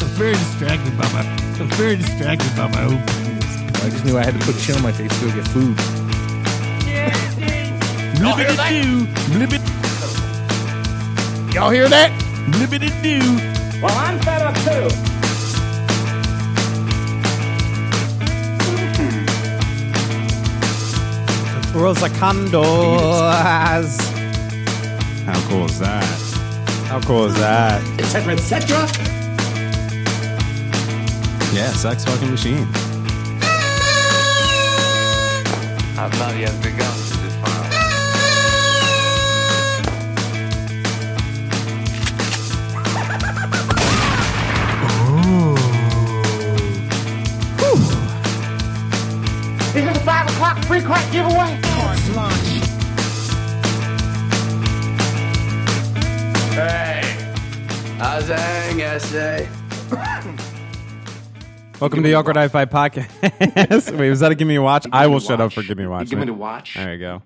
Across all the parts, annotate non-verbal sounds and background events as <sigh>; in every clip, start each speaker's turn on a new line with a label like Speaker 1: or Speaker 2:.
Speaker 1: distracted by my. I was very distracted by my own penis.
Speaker 2: I just knew I had to put shit on my face to go get food.
Speaker 1: Blibbity do, blibbity,
Speaker 2: Y'all hear that?
Speaker 1: blibbity do.
Speaker 3: Well, I'm fed up too.
Speaker 4: Rosa Condors.
Speaker 5: How cool is that? How cool is that?
Speaker 3: Et cetera, et cetera.
Speaker 5: Yeah, sex fucking machine.
Speaker 6: I've not yet begun to defile.
Speaker 3: This is a five o'clock free crack giveaway.
Speaker 6: Hey! How's that essay?
Speaker 5: Welcome to the Awkward Hi-Fi podcast. <laughs> Wait, was that a give me a watch? I will shut up for give me a watch.
Speaker 6: Give me
Speaker 5: man.
Speaker 6: the watch.
Speaker 5: There you go.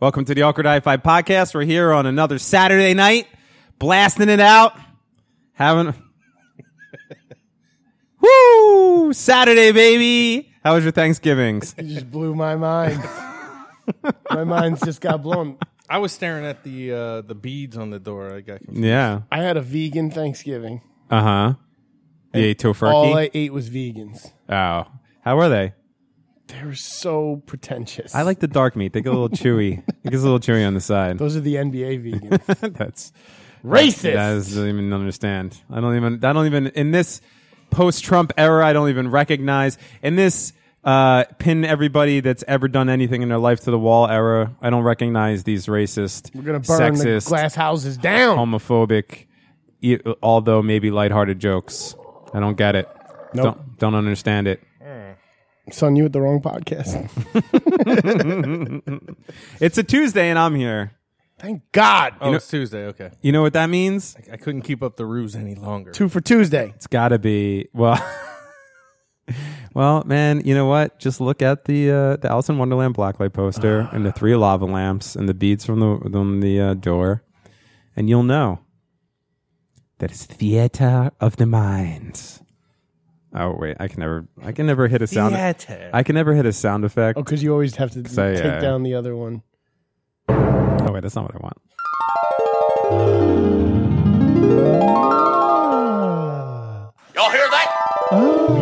Speaker 5: Welcome to the Awkward Hi-Fi podcast. We're here on another Saturday night, blasting it out, having <laughs> woo Saturday, baby. How was your Thanksgivings?
Speaker 7: You just blew my mind. my mind's just got blown.
Speaker 2: I was staring at the uh, the beads on the door. I got confused.
Speaker 5: Yeah.
Speaker 7: I had a vegan Thanksgiving.
Speaker 5: Uh huh. You ate
Speaker 7: All
Speaker 5: tofurkey.
Speaker 7: I ate was vegans.
Speaker 5: oh, how were they?
Speaker 7: They were so pretentious.
Speaker 5: I like the dark meat. They get a little <laughs> chewy. It gets a little chewy on the side. <laughs>
Speaker 7: those are the NBA vegans.
Speaker 5: That's
Speaker 7: Racist.
Speaker 5: That is, don't even understand. I don't even. I don't even in this post-Trump era. I don't even recognize in this uh, pin everybody that's ever done anything in their life to the wall era. I don't recognize these racist,
Speaker 7: We're gonna burn
Speaker 5: sexist,
Speaker 7: the glass houses down.
Speaker 5: homophobic, e- although maybe lighthearted jokes. I don't get it.
Speaker 7: Nope.
Speaker 5: Don't don't understand it.
Speaker 7: Son, you at the wrong podcast.
Speaker 5: It's a Tuesday and I'm here.
Speaker 7: Thank God.
Speaker 2: Oh, it's Tuesday. Okay,
Speaker 5: You know what that means?
Speaker 2: I couldn't keep up the ruse any longer.
Speaker 7: Two for Tuesday.
Speaker 5: It's got to be well. <laughs> well, man, you know what? Just look at the uh, the Alice in Wonderland blacklight poster and the three lava lamps and the beads from the from the uh, door, and you'll know that it's theater of the mind. Oh wait, I can never, I can never hit a sound.
Speaker 2: Theater.
Speaker 5: I can never hit a sound effect.
Speaker 7: Oh, because you always have to
Speaker 5: Say,
Speaker 7: take
Speaker 5: uh,
Speaker 7: down the other one.
Speaker 5: Oh wait, that's not what I want.
Speaker 6: Y'all hear that?
Speaker 5: Oh.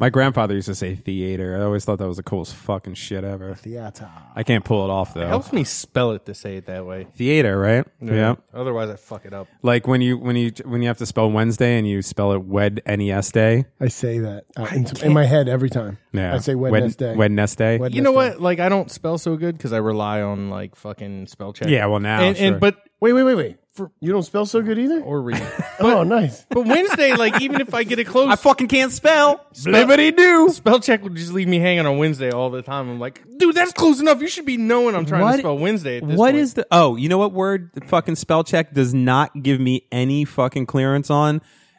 Speaker 5: My grandfather used to say theater. I always thought that was the coolest fucking shit ever.
Speaker 7: Theater.
Speaker 5: I can't pull it off though.
Speaker 2: Helps me spell it to say it that way.
Speaker 5: Theater, right? yeah.
Speaker 2: Otherwise, I fuck it up.
Speaker 5: Like when you when you when you have to spell Wednesday and you spell it Wed Nes Day.
Speaker 7: I say that uh, in, in my head every time.
Speaker 5: Yeah.
Speaker 7: I say Wednesday.
Speaker 5: Wed Wednesday.
Speaker 7: Wed-
Speaker 2: You know what? Like I don't spell so good because I rely on like fucking spell check.
Speaker 5: Yeah, well, now,
Speaker 2: and,
Speaker 5: sure.
Speaker 2: and but
Speaker 7: Wait, wait, wait, wait. For, you don't spell so good either.
Speaker 2: or read.
Speaker 7: <laughs> oh, nice.
Speaker 2: but Wednesday, like even if I get it
Speaker 3: <laughs>
Speaker 2: close,
Speaker 5: I fucking can't spell.
Speaker 2: Blibbity do. Spell check would just leave me hanging on Wednesday all the time. I'm like, dude, that's close enough. You should be knowing I'm trying to spell Wednesday at this
Speaker 5: What
Speaker 2: point.
Speaker 5: is the Oh, you know what word the fucking spell check does not give me any fucking clearance on?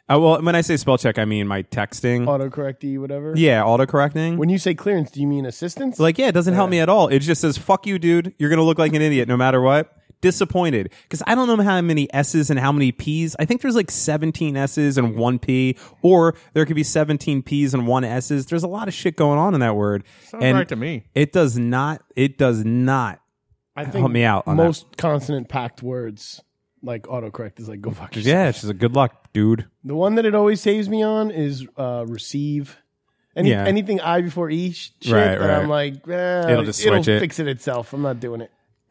Speaker 5: Uh, well, when I say spell check, I mean my texting.
Speaker 7: Autocorrect E, whatever.
Speaker 5: yeah, autocorrecting.
Speaker 7: When you say clearance, do you mean assistance?
Speaker 5: like, yeah, it doesn't help me at all. It just says, "Fuck you, dude. You're gonna look like an idiot no matter what." Disappointed because I don't know how many S's and how many P's. I think there's like 17 S's and one P, or there could be 17 P's and one S's. There's a lot of shit going on in that word.
Speaker 2: Sounds
Speaker 5: and
Speaker 2: right to me.
Speaker 5: It does not. It does not.
Speaker 7: I think
Speaker 5: help me out on that.
Speaker 7: most consonant packed words like autocorrect is like go fuck yourself.
Speaker 5: Yeah, it's just a good luck, dude.
Speaker 7: The one that it always saves me on is uh, receive. Any,
Speaker 5: Yeah.
Speaker 7: Anything I before E sh- shit
Speaker 5: Right,
Speaker 7: that
Speaker 5: right.
Speaker 7: I'm like, eh,
Speaker 5: It'll just switch it.
Speaker 7: fix it itself. I'm not doing it.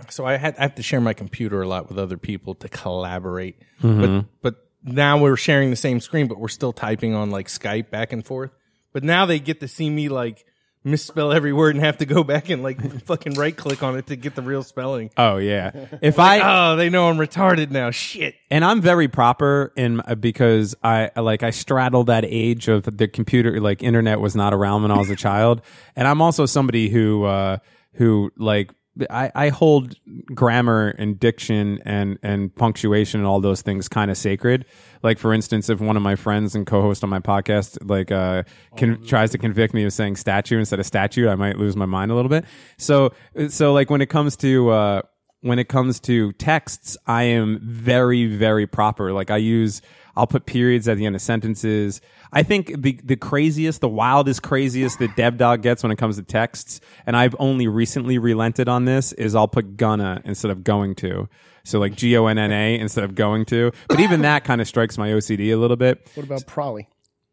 Speaker 2: So I had I have to share my computer a lot with other people to collaborate.
Speaker 5: Mm-hmm.
Speaker 2: But but now we're sharing the same screen, but we're still typing on like Skype back and forth. But now they get to see me like misspell every word and have to go <laughs> back and like fucking right click on it to get the real spelling.
Speaker 5: Oh yeah. If I
Speaker 2: Oh, they know I'm retarded now. Shit.
Speaker 5: and I'm very proper in uh, because I like I straddle that age of the computer like internet was not around when I was a child, and I'm also somebody who uh, who like I, I hold grammar and diction and and punctuation and all those things kind of sacred. Like for instance, if one of my friends and co-host on my podcast like uh, con- tries to convict me of saying statue instead of statute, I might lose my mind a little bit. So so like when it comes to uh, when it comes to texts, I am very, very proper. Like I use, I'll put periods at the end of sentences. I think the the craziest, the wildest, craziest that Dev Dog gets when it comes to texts, and I've only recently relented on this, is I'll put gonna instead of going to. So like G O N N A instead of going to. But even that kind of strikes my OCD a little bit.
Speaker 7: What about Prolly?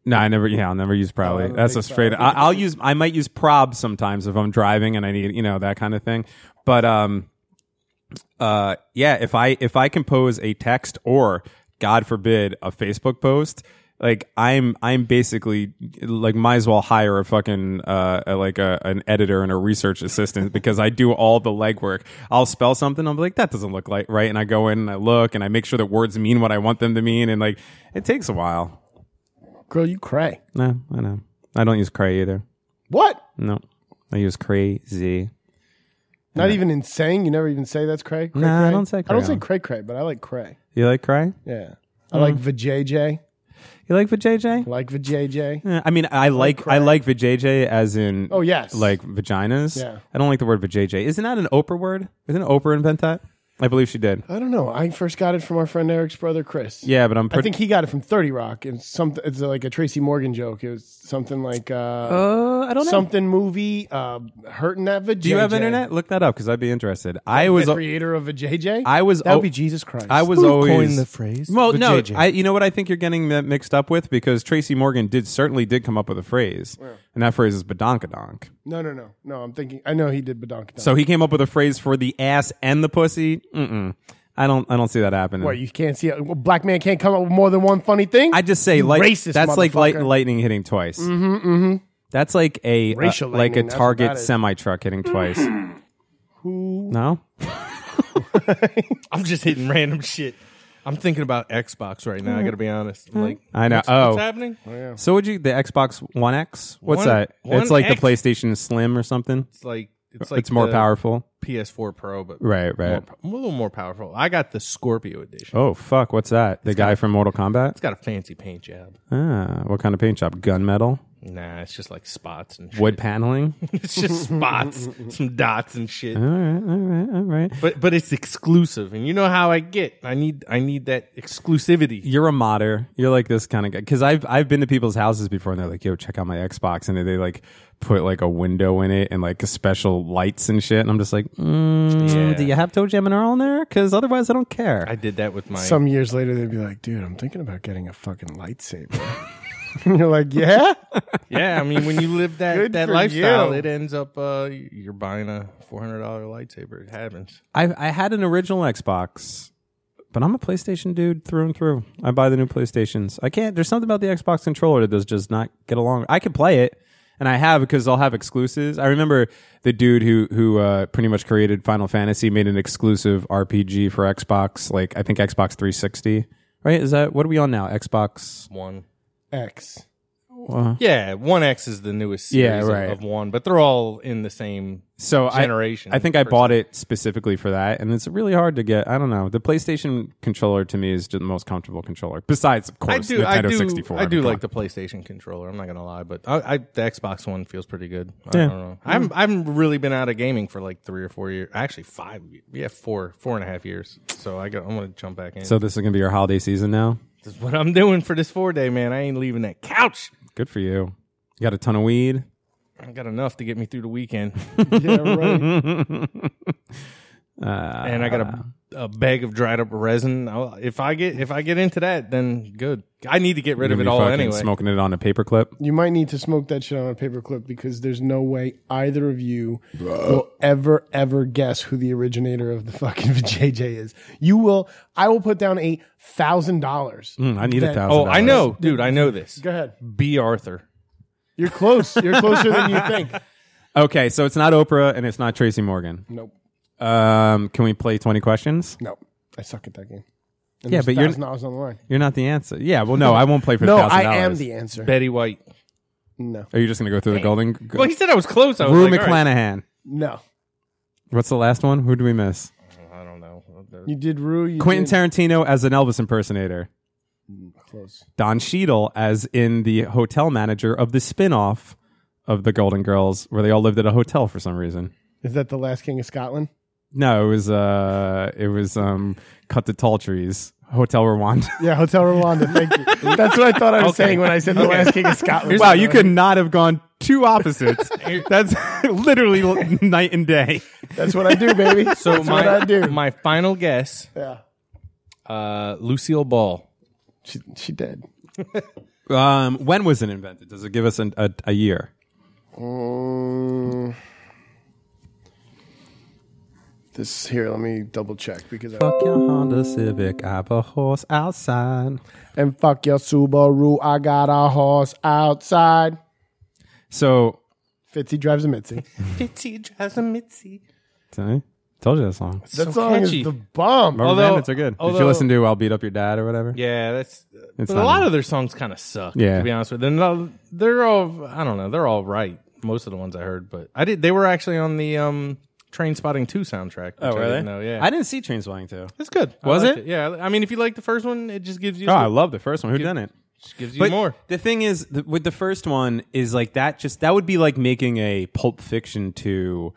Speaker 5: No, I never. Yeah, I'll never use probably.
Speaker 7: Oh, don't
Speaker 5: That's a
Speaker 7: think
Speaker 5: straight. I, I'll use. I might use prob sometimes if I'm driving and I need, you know, that kind of thing. But um, uh, yeah. If I if I compose a text or God forbid a Facebook post, like I'm I'm basically like might as well hire a fucking uh a- like a an editor and a research assistant because I do all the legwork. I'll spell something. I'm like that doesn't look like right, and I go in and I look and I make sure that words mean what I want them to mean, and like it takes a while.
Speaker 7: Girl, you cray.
Speaker 5: No, I know. I don't use cray either.
Speaker 7: What?
Speaker 5: No, I use crazy.
Speaker 7: Not even in saying. You never even say that's cray. cray
Speaker 5: Nah, I
Speaker 7: cray?
Speaker 5: don't say
Speaker 7: I don't
Speaker 5: crayon.
Speaker 7: say cray cray, but I like cray.
Speaker 5: You like cray?
Speaker 7: Yeah,
Speaker 5: Mm.
Speaker 7: I like vajayjay.
Speaker 5: You like
Speaker 7: I
Speaker 5: vajayjay?
Speaker 7: like vajayjay.
Speaker 5: Eh, I mean, I like I
Speaker 7: cray.
Speaker 5: like vajayjay as in
Speaker 7: Oh, yes.
Speaker 5: like vaginas.
Speaker 7: Yeah.
Speaker 5: I don't like the word vajayjay. Isn't that an Oprah word? Isn't Oprah invent that? I believe she did.
Speaker 7: I don't know. I first got it from our friend Eric's brother Chris.
Speaker 5: Yeah, but I'm
Speaker 7: I
Speaker 5: pretty.
Speaker 7: think he got it from Thirty Rock. And something it's like a Tracy Morgan joke. It was something like uh,
Speaker 5: uh, I don't know.
Speaker 7: something movie uh, hurting that vajayjay.
Speaker 5: Do you have internet? Look that up because I'd be interested. I was
Speaker 7: the creator of vajayjay.
Speaker 5: I was
Speaker 7: that would
Speaker 5: o-
Speaker 7: be Jesus Christ.
Speaker 5: I was
Speaker 2: Who
Speaker 5: always
Speaker 2: coined the phrase?
Speaker 5: Well, no,
Speaker 2: Vajayjay.
Speaker 5: I, you know what I think you're getting that mixed up with because Tracy Morgan did certainly did come up with a phrase, and that phrase is badonkadonk.
Speaker 7: no no no no. I'm thinking. I know he did Badonkadonk.
Speaker 5: So he came up with a phrase for the ass and the pussy. Mm-mm. I don't. I don't see that happening.
Speaker 7: What you can't see? A well, black man can't come up with more than one funny thing.
Speaker 5: I just say
Speaker 7: You
Speaker 5: like
Speaker 7: racist.
Speaker 5: that's like light,
Speaker 7: motherfucker.
Speaker 5: lightning hitting twice. Mm-hmm, mm-hmm. That's like a uh,
Speaker 7: Racial
Speaker 5: like a
Speaker 7: lightning, that's what
Speaker 5: Target
Speaker 7: that is.
Speaker 5: semi truck hitting twice.
Speaker 7: Who-
Speaker 5: No,
Speaker 2: I'm just hitting random shit. I'm thinking about Xbox right now. I got to be honest. I'm like,
Speaker 5: I know.
Speaker 2: What's,
Speaker 5: oh,
Speaker 2: what's happening?
Speaker 5: so would you the Xbox One X? What's
Speaker 2: One-
Speaker 5: that?
Speaker 2: One
Speaker 5: it's like
Speaker 2: X?
Speaker 5: the PlayStation Slim or something.
Speaker 2: It's like it's like
Speaker 5: it's more
Speaker 2: the
Speaker 5: powerful.
Speaker 2: PS4 Pro, but
Speaker 5: Right,
Speaker 2: more
Speaker 5: right.
Speaker 2: po- a little more powerful. I got the Scorpio edition.
Speaker 5: Oh fuck! What's that? The guy from Mortal Kombat.
Speaker 2: It's got a fancy paint job.
Speaker 5: Ah, what kind of paint job? Gunmetal,
Speaker 2: Nah, it's just like spots and shit. <laughs>
Speaker 5: wood paneling.
Speaker 2: it's just
Speaker 7: <laughs>
Speaker 2: spots, some dots and shit.
Speaker 5: all right, all right, all right.
Speaker 2: But but it's exclusive, and you know how I get. I need I need that exclusivity.
Speaker 5: you're a modder. You're like this kind of guy because I've I've been to people's houses before and they're like, "Yo, check out my Xbox," and they, they like put like a window in it and like special lights and shit. And I'm just like, mm,
Speaker 2: Yeah.
Speaker 5: "Do you have Toe Jam and Earl in there? Because otherwise, I don't care."
Speaker 2: I did that with my.
Speaker 7: Some years later, they'd be like, "Dude, I'm thinking about getting a fucking lightsaber." <laughs> and you're like, "Yeah,
Speaker 2: yeah, I mean, when you
Speaker 7: <laughs>
Speaker 2: live that
Speaker 7: Good
Speaker 2: that
Speaker 7: for
Speaker 2: lifestyle,
Speaker 7: you.
Speaker 2: it ends up uh, you're buying a four hundred dollar lightsaber. It happens.
Speaker 5: I I had an original Xbox, but I'm a PlayStation dude through and through. I buy the new PlayStations. I can't. There's something about the Xbox controller that does just not get along. I can play it, and I have because I'll have exclusives. I remember the dude who who uh, pretty much created Final Fantasy made an exclusive RPG for Xbox. Like I think Xbox 360. Right? Is that what are we on now? Xbox.
Speaker 2: One.
Speaker 7: X." <laughs>
Speaker 2: Yeah, One X is the newest series
Speaker 5: Yeah,
Speaker 2: of-
Speaker 5: right.
Speaker 2: of, One, but they're all in the same.
Speaker 5: so I-
Speaker 2: generation
Speaker 5: I, think I
Speaker 2: per
Speaker 5: bought it specifically for that, and it's really hard to get. I don't know. The PlayStation controller to me is just the most comfortable controller. Besides, of course,
Speaker 2: I do,
Speaker 5: Nintendo
Speaker 2: I do,
Speaker 5: 64.
Speaker 2: I do
Speaker 5: mean,
Speaker 2: like
Speaker 5: come
Speaker 2: the PlayStation controller. I'm not gonna lie, but I, I the Xbox One feels pretty good. I
Speaker 5: Yeah. Mm.
Speaker 2: don't know. I'm I've really been out of gaming for like three or four years. Actually, five. ye- Yeah, four, four and a half years. So I got. I'm gonna jump back in.
Speaker 5: on. So this is gonna be your holiday season now.
Speaker 2: this is what I'm doing for this four day, man. I ain't leaving that couch.
Speaker 5: Good for you. You got a ton of weed.
Speaker 2: I got enough to get me through the weekend,
Speaker 7: Yeah, right.
Speaker 2: and I got a,
Speaker 5: Ah.
Speaker 2: a bag of dried up resin. I'll, if I get if I get into that, then good. I need to get rid
Speaker 5: You're
Speaker 2: of
Speaker 5: gonna
Speaker 2: it
Speaker 5: be
Speaker 2: all
Speaker 5: fucking
Speaker 2: anyway.
Speaker 5: Smoking it on a paperclip.
Speaker 7: You might need to smoke that shit on a paperclip because there's no way either of you will ever, ever guess who the originator of the fucking <laughs> JJ is. You will. I will put down a thousand dollars.
Speaker 5: Mm, I need a
Speaker 7: That-
Speaker 5: thousand.
Speaker 2: Oh, I know, dude. I know this.
Speaker 7: Go ahead.
Speaker 2: B. Arthur.
Speaker 7: You're close. You're closer than you think.
Speaker 5: Okay, so it's not Oprah and it's not Tracy Morgan.
Speaker 7: <laughs> Nope.
Speaker 5: Um, can we play twenty questions?
Speaker 7: Nope. I suck at that game. And
Speaker 5: Yeah,
Speaker 7: there's
Speaker 5: but you're-
Speaker 7: $1,000 on the line.
Speaker 5: You're not the answer. Yeah. Well, no, I won't play
Speaker 2: <laughs>
Speaker 5: for
Speaker 7: No,
Speaker 5: the thousand
Speaker 7: I
Speaker 5: dollars.
Speaker 7: am the answer.
Speaker 2: Betty White.
Speaker 7: no,
Speaker 5: Are you just gonna go through the golden?
Speaker 2: Well, he said I was close. I was
Speaker 5: Rue
Speaker 2: like, all right.
Speaker 5: McClanahan.
Speaker 7: no.
Speaker 5: What's the last one? Who do we miss?
Speaker 2: I don't know.
Speaker 7: You did Rue. You
Speaker 5: Quentin
Speaker 7: did-
Speaker 5: Tarantino as an Elvis impersonator.
Speaker 7: Close.
Speaker 5: Don Cheadle as in the hotel manager of the spin-off of the Golden Girls, where they all lived at a hotel for some reason.
Speaker 7: Is that the last king of Scotland?
Speaker 5: No, it was uh, it was um, cut the tall trees. Hotel Rwanda.
Speaker 7: Yeah, Hotel Rwanda.
Speaker 5: <laughs>
Speaker 7: Thank you. That's what I thought I was saying when I said the last king of Scotland.
Speaker 5: wow, you could not have gone two opposites. That's <laughs> literally l- night and day.
Speaker 7: That's what I do, baby.
Speaker 2: So
Speaker 7: That's
Speaker 2: my
Speaker 7: what I
Speaker 5: <laughs>
Speaker 7: do.
Speaker 2: my final guess,
Speaker 7: yeah,
Speaker 2: uh, Lucille Ball.
Speaker 7: she, she dead.
Speaker 5: Um, when was it invented? Does it give us an, a, a year?
Speaker 7: Mm. This here, let me double check because I,
Speaker 5: Fuck your Honda Civic. I have a horse outside.
Speaker 7: and fuck your Subaru, I got a horse outside.
Speaker 5: So,
Speaker 7: Fitzy drives
Speaker 5: <laughs>
Speaker 7: a Mitzi.
Speaker 2: Fitzy drives a Mitzi.
Speaker 5: see? told you that song.
Speaker 7: That
Speaker 2: So
Speaker 7: song
Speaker 2: catchy.
Speaker 7: is the bomb.
Speaker 5: Remember
Speaker 2: Although-
Speaker 5: bandits are good. Did
Speaker 2: although-
Speaker 5: you listen to "I'll Beat Up Your Dad" or whatever?
Speaker 2: Yeah, that's. but
Speaker 5: It's
Speaker 2: a
Speaker 5: not
Speaker 2: lot
Speaker 5: him.
Speaker 2: of their songs kind of suck.
Speaker 5: Yeah.
Speaker 2: to be honest with you, they're, not, they're all. I don't know. They're all right. Most of the ones I heard, but I did. They were actually on the um, Train Spotting Two soundtrack. Oh, I didn't know, yeah,
Speaker 5: I didn't see Trainspotting too.
Speaker 2: it's good. I
Speaker 5: Was
Speaker 2: liked
Speaker 5: it?
Speaker 2: Yeah. I mean, if you like the first one, it just gives you.
Speaker 5: Oh, I love the first one. Who done it?
Speaker 2: just gives you
Speaker 5: But
Speaker 2: more.
Speaker 5: the thing is, th- with the first one, is like that. Just that would be like making a Pulp Fiction two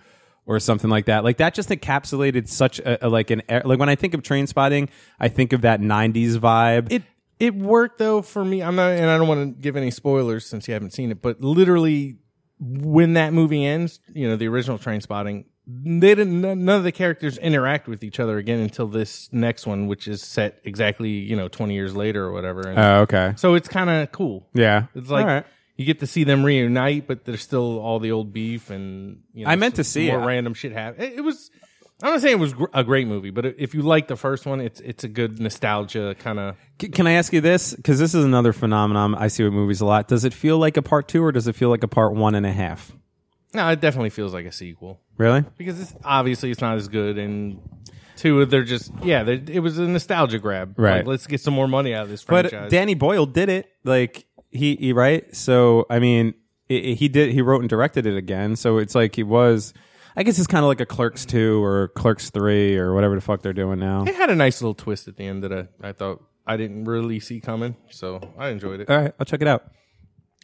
Speaker 5: or something like that. Like that just encapsulated such a, a- like an er- like when I think of Trainspotting, I think of that '90s vibe.
Speaker 2: it it worked though for me. I'm not, and I don't want to give any spoilers since you haven't seen it, but literally when that movie ends, you know, the original Train Spotting, they didn't. None none of the characters interact with each other again until this next one, which is set exactly you know 20 years later or whatever. And
Speaker 5: oh, okay.
Speaker 2: so it's kind of cool.
Speaker 5: Yeah,
Speaker 2: It's like.
Speaker 5: All right.
Speaker 2: You get to see them reunite, but there's still all the old beef and you know,
Speaker 5: I meant
Speaker 2: some-
Speaker 5: to see
Speaker 2: more
Speaker 5: it.
Speaker 2: random shit happen. It, it was, I'm not saying it was gr- a great movie, but if you like the first one, it's it's a good nostalgia kind of
Speaker 5: C- Can I ask you this? Because this is another phenomenon I see with movies a lot. Does it feel like a part two, or does it feel like a part one and a half?
Speaker 2: No, it definitely feels like a sequel
Speaker 5: Really?
Speaker 2: because it's, obviously it's not as good, and two, they're just yeah, they're, it was a nostalgia grab.
Speaker 5: Right.
Speaker 2: Like, let's get some more money out of this
Speaker 5: But
Speaker 2: franchise.
Speaker 5: Danny Boyle did it. Like he, he right? So I mean, i i- he did. He wrote and directed it again. So it's like he was. I guess it's kind of like a Clerks two or Clerks three or whatever the fuck they're doing now.
Speaker 2: it had a nice little twist at the end that I, I thought I didn't really see coming, so I enjoyed it.
Speaker 5: All right, I'll check it out.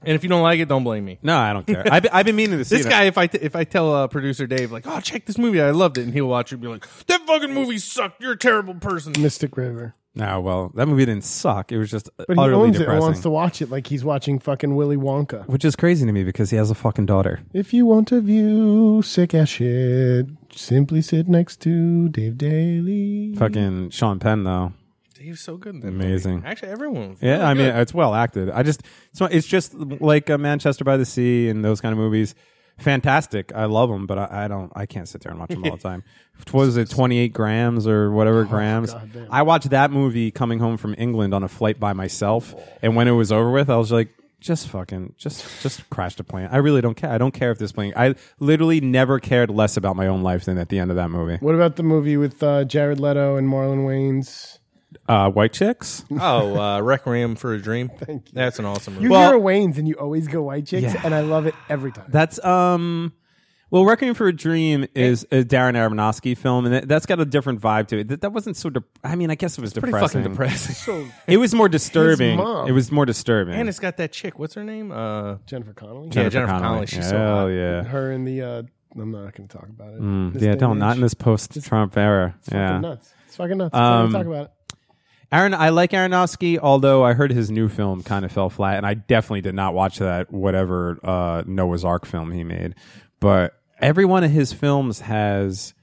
Speaker 2: And if you don't like it, don't blame me.
Speaker 5: No, I don't
Speaker 2: <laughs>
Speaker 5: care. I've, been- I've been meaning to see
Speaker 2: This
Speaker 5: it.
Speaker 2: guy, if I t- if I tell uh, producer Dave like, oh, check this movie, I loved it, and he'll watch it and be like, that fucking movie sucked. You're a terrible person.
Speaker 7: Mystic River.
Speaker 5: No, well, that movie didn't suck. It was just
Speaker 7: But he
Speaker 5: utterly
Speaker 7: owns it and
Speaker 5: depressing.
Speaker 7: wants to watch it like he's watching fucking Willy Wonka.
Speaker 5: which is crazy to me because he has a fucking daughter.
Speaker 7: If you want to view sick ass shit, simply sit next to Dave Daly.
Speaker 5: Fucking Sean Penn though.
Speaker 2: Dave's so good. In that
Speaker 5: Amazing.
Speaker 2: Movie. Actually, everyone. was
Speaker 5: Yeah,
Speaker 2: really
Speaker 5: I mean
Speaker 2: good.
Speaker 5: it's well acted. I just it's, not- it's just like uh, Manchester by the Sea and those kind of movies. Fantastic, I love them, but I, I don't. I can't sit there and watch them all
Speaker 2: <laughs>
Speaker 5: the time. What was it, twenty eight grams or whatever
Speaker 2: Oh,
Speaker 5: grams? I watched that movie coming home from England on a flight by myself, and when it was over with, I was like, just fucking, just just crash the plane. I really don't care. I don't care if this plane. I literally never cared less about my own life than at the end of that movie.
Speaker 7: What about the movie with uh, Jared Leto and Marlon Wayans?
Speaker 5: Uh, White chicks.
Speaker 2: oh, uh, Requiem for a Dream. <laughs> Thank you. That's an awesome. movie.
Speaker 7: You
Speaker 5: Well-
Speaker 7: hear Wayans and you always go White Chicks,
Speaker 5: Yeah.
Speaker 7: and I love it every time.
Speaker 5: That's um. Well, Requiem for a Dream is a Darren Aronofsky film, and that- that's got a different vibe to it. That, that wasn't so. Dep- I mean, I guess it was
Speaker 2: pretty
Speaker 5: depressing.
Speaker 2: fucking depressing.
Speaker 5: It was more disturbing.
Speaker 7: mom.
Speaker 5: It was more disturbing.
Speaker 2: And it's got that chick. What's her name? Uh,
Speaker 7: Jennifer Connelly.
Speaker 2: Yeah, Jennifer Connelly, she's so hot.
Speaker 5: Hell yeah.
Speaker 7: Her and the. Uh, I'm not going to talk about it. This
Speaker 5: Mm, Yeah,
Speaker 7: day
Speaker 5: don't
Speaker 7: and
Speaker 5: not
Speaker 7: age.
Speaker 5: in this post-Trump era.
Speaker 7: It's
Speaker 5: Yeah,
Speaker 7: fucking nuts. It's fucking nuts. Why don't we
Speaker 5: Um,
Speaker 7: talk about it.
Speaker 5: Aaron, I like Aronofsky, although I heard his new film kind of fell flat, and I definitely did not watch that whatever uh, Noah's Ark film he made. But every one of his films has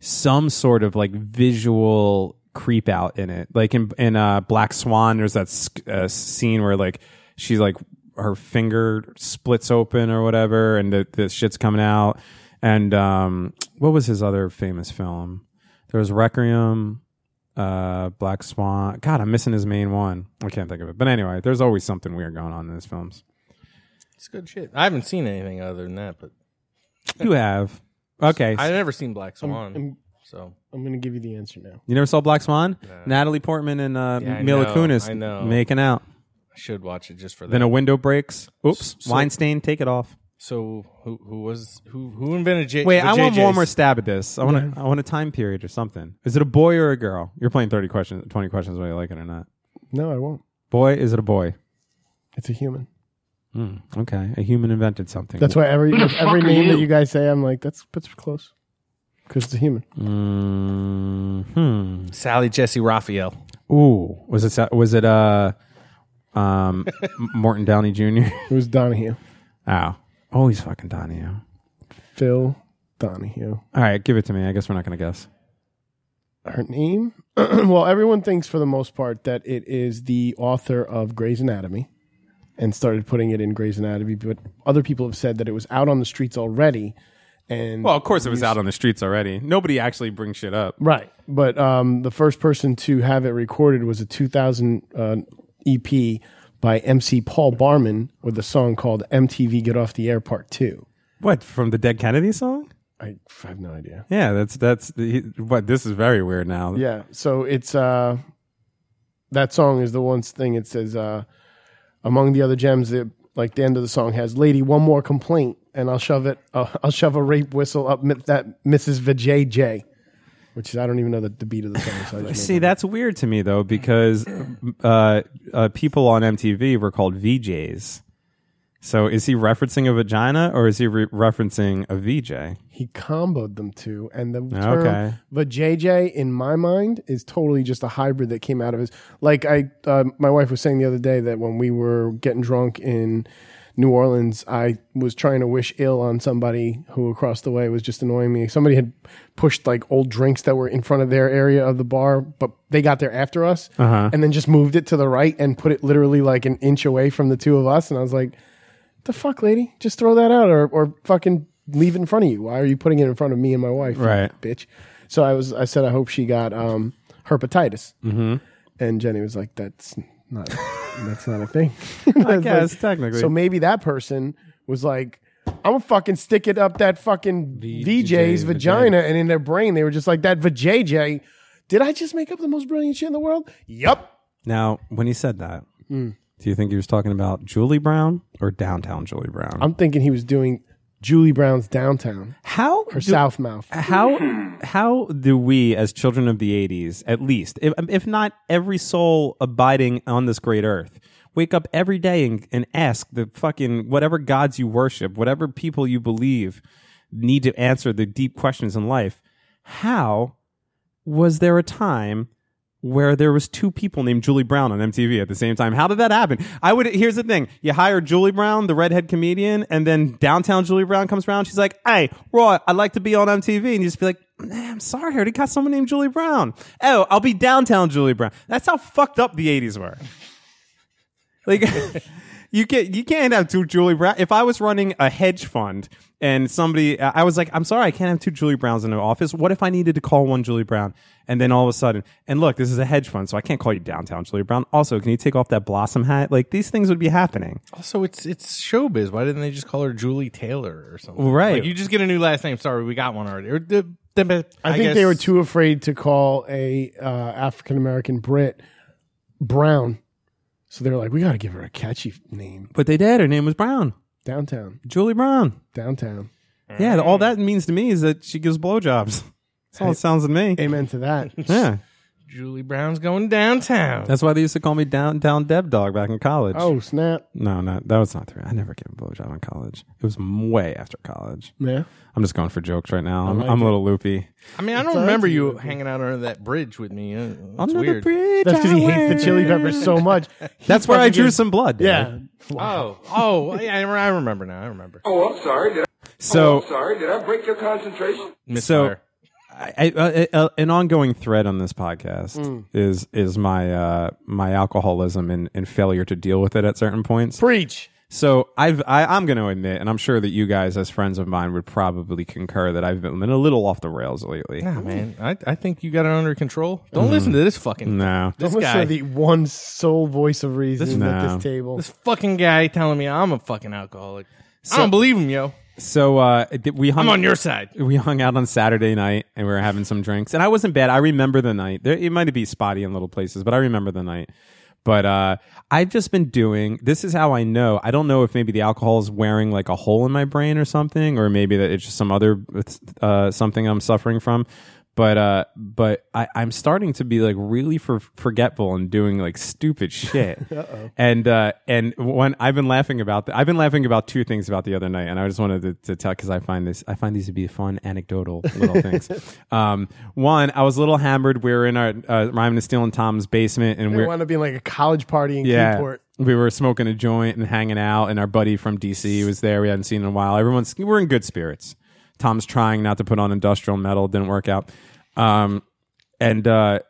Speaker 5: some sort of like visual creep out in it. Like in in uh, Black Swan, there's that sc- uh, scene where like she's like her finger splits open or whatever, and the, the shit's coming out. And um, what was his other famous film? There was Requiem uh Black Swan. God, I'm missing his main one. I can't think of it. But anyway, there's always something weird going on in his films.
Speaker 2: it's good shit. I haven't seen anything other than that, but <laughs>
Speaker 5: You have. Okay.
Speaker 2: I've never seen Black Swan.
Speaker 7: I'm,
Speaker 2: so
Speaker 7: I'm going to give you the answer now.
Speaker 5: you never saw Black Swan? Natalie Portman and uh,
Speaker 2: Yeah, I
Speaker 5: Mila
Speaker 2: know,
Speaker 5: Kunis
Speaker 2: I know.
Speaker 5: making out.
Speaker 2: I should watch it just for that.
Speaker 5: Then a window breaks. Oops. Weinstein, take it off.
Speaker 2: so who who was who who invented J?
Speaker 5: Wait,
Speaker 2: the
Speaker 5: I want
Speaker 2: JJs?
Speaker 5: one more stab at this. I want a, I want a time period or something. Is it a boy or a girl? You're playing 30 questions, 20 questions whether you like it or not.
Speaker 7: No, I won't.
Speaker 5: Boy, is it a boy?
Speaker 7: It's a human.
Speaker 5: Hmm, okay. A human invented something.
Speaker 7: That's why every with every name that you guys say, I'm like, that's that's close. Chris the Human.
Speaker 5: Hmm.
Speaker 2: Sally Jesse Raphael.
Speaker 5: Ooh, was it Sa- was it uh um <laughs> Morton Downey Jr.
Speaker 7: It was Donahue.
Speaker 5: <laughs> Ow. Oh, he's fucking Donnie.
Speaker 7: Phil Donahue.
Speaker 5: All right, give it to me. I guess we're not gonna guess.
Speaker 7: Her name? <clears throat> well, everyone thinks for the most part that it is the author of Grey's Anatomy and started putting it in Grey's Anatomy, but other people have said that it was out on the streets already. And
Speaker 5: Well, of course it was out on the streets already. Nobody actually brings shit up.
Speaker 7: Right. But um, the first person to have it recorded was a 2000 uh, EP by MC Paul Barman with a song called MTV Get Off the Air Part 2.
Speaker 5: What from the Dead Kennedy song?
Speaker 7: I, I have no idea.
Speaker 5: Yeah, that's that's the, he- what. This is very weird now.
Speaker 7: Yeah. So it's uh, that song is the one thing it says uh, among the other gems that like the end of the song has "Lady, one more complaint, and I'll shove it. Uh, I'll shove a rape whistle up mi- that Mrs. Vijay." Which is, I don't even know the, the beat of the song. So I just made
Speaker 5: See, that's weird to me though because uh, uh, people on MTV were called VJs. So is he referencing a vagina or is he re- referencing a VJ?
Speaker 7: he comboed them two, and the term
Speaker 5: Okay.
Speaker 7: the JJ in my mind is totally just a hybrid that came out of his. Like I, uh, my wife was saying the other day that when we were getting drunk in New Orleans, I was trying to wish ill on somebody who across the way was just annoying me. Somebody had pushed like old drinks that were in front of their area of the bar, but they got there after us, and then just moved it to the right and put it literally like an inch away from the two of us, and I was like the fuck, lady? Just throw that out or, or fucking leave it in front of you. Why are you putting it in front of me and my wife? you
Speaker 5: Right.
Speaker 7: Bitch. So I was, I said, I hope she got um, herpetitis. Mm-hmm. And Jenny was like, that's not, that's not
Speaker 5: <laughs>
Speaker 7: a thing. <laughs> I
Speaker 5: guess, technically.
Speaker 7: So maybe that person was like, I'm gonna fucking stick it up that fucking VJ's
Speaker 5: vagina.
Speaker 7: vagina. And in their brain, they were just like, that VJJ. Did I just make up the most brilliant shit in the world? Yup.
Speaker 5: Now, when he said that, do you think he was talking about Julie Brown or downtown Julie Brown?
Speaker 7: I'm thinking he was doing Julie Brown's Downtown,
Speaker 5: how
Speaker 7: her
Speaker 5: do-
Speaker 7: South Mouth.
Speaker 5: how how do we as children of the 80s at least if, um, if not every soul abiding on this great earth wake up every day and, and ask the fucking whatever gods you worship whatever people you believe need to answer the deep questions in life how was there a time where there was two people named Julie Brown on MTV at the same time. How did that happen? I would here's the thing. You hire Julie Brown, the redhead comedian, and then downtown Julie Brown comes around. She's like, Hey, Roy, I'd like to be on MTV. And you just be like, "Nah, I'm sorry, I already got someone named Julie Brown. Oh, I'll be downtown Julie Brown. That's how fucked up the eighties were. Like you can't you can't have two Julie Brown. If I was running a hedge fund and somebody, I was like, I'm sorry, I can't have two Julie Browns in the office. What if I needed to call one Julie Brown? And then all of a sudden, and look, this is a hedge fund, so I can't call you downtown Julie Brown. Also, can you take off that blossom hat? Like these things would be happening.
Speaker 2: Also, it's it's showbiz. Why didn't they just call her Julie Taylor or something?
Speaker 5: Right.
Speaker 2: Like, you just get a new last name. Sorry, we got one already. Or the- the-
Speaker 7: I, think they were too afraid to call a uh, African American Brit Brown, so they're like, we got to give her a catchy name.
Speaker 5: But they did. Her name was Brown,
Speaker 7: Downtown,
Speaker 5: Julie Brown.
Speaker 7: downtown.
Speaker 5: Yeah, all that means to me is that she gives blowjobs. That's all it sounds to me.
Speaker 7: Amen to that.
Speaker 5: Yeah,
Speaker 2: Julie Brown's going downtown.
Speaker 5: that's why they used to call me downtown Dev Dog back in college.
Speaker 7: Oh snap!
Speaker 5: No, no, that was not the. I never gave a blowjob in college. It was m- way after college.
Speaker 7: Yeah,
Speaker 5: I'm just going for jokes right now. I'm, I'm a little loopy.
Speaker 2: I mean, I don't remember you hanging out under that bridge with me. Uh, It's
Speaker 5: Under the
Speaker 2: weird.
Speaker 5: bridge
Speaker 7: that's because he
Speaker 5: I
Speaker 7: hates the Chili
Speaker 5: went.
Speaker 7: Peppers so much. He
Speaker 5: That's where I
Speaker 7: fucking
Speaker 5: drew
Speaker 7: gives-
Speaker 5: some blood.
Speaker 7: Yeah, Uh,
Speaker 5: dude.
Speaker 2: Oh, oh, yeah, I remember- I remember now. I remember.
Speaker 5: Oh. So
Speaker 2: Oh,
Speaker 4: Sorry, did I break your concentration?
Speaker 5: so
Speaker 2: Misfire.
Speaker 5: I, I, I, an ongoing thread on this podcast
Speaker 2: Mm.
Speaker 5: is is my uh, my alcoholism and, and failure to deal with it at certain points.
Speaker 7: preach.
Speaker 5: So I've I, I'm going to admit, and I'm sure that you guys, as friends of mine, would probably concur that I've been a little off the rails lately.
Speaker 2: Nah, man, I, I think you got it under control. Don't listen to this fucking
Speaker 7: Mm.
Speaker 5: No,
Speaker 2: this
Speaker 7: Almost
Speaker 2: guy.
Speaker 7: said the one sole voice of reason at
Speaker 5: No.
Speaker 7: this table.
Speaker 2: this fucking guy telling me I'm a fucking alcoholic. I don't believe him, yo.
Speaker 5: so uh, did we hung
Speaker 2: I'm on your side.
Speaker 5: we hung out on Saturday night and we were having some drinks. And I wasn't bad. I remember the night. There, it might be spotty in little places, but I remember the night. But uh, I've just been doing. This is how I know. I don't know if maybe the alcohol is wearing like a hole in my brain or something, or maybe that it's just some other uh, something I'm suffering from. But uh, but I, I'm starting to be like really for, forgetful and doing like stupid shit. and uh, and one I've been laughing about. The, I've been laughing about two things about the other night, and I just wanted to, to tell because I find this I find these to be fun anecdotal little things. Um, one, I was a little hammered. We were in our uh, Ryan and Steele and Tom's basement, and
Speaker 7: It
Speaker 5: we're
Speaker 7: wound up being like a college party in
Speaker 5: yeah.
Speaker 7: Keyport.
Speaker 5: We were smoking a joint and hanging out, and our buddy from DC was there. We hadn't seen in a while. Everyone's we're in good spirits. Tom's trying not to put on industrial metal. Didn't work out. Um, and uh,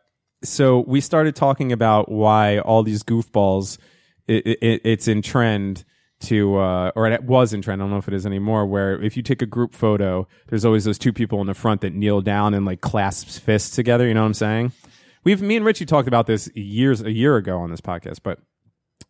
Speaker 5: so we started talking about why all these goofballs. It, it, it's in trend to, uh, or it was in trend. I don't know if it is anymore. Where if you take a group photo, there's always those two people in the front that kneel down and like clasps fists together. You know what I'm saying? We've me and Richie talked about this years a year ago on this podcast, but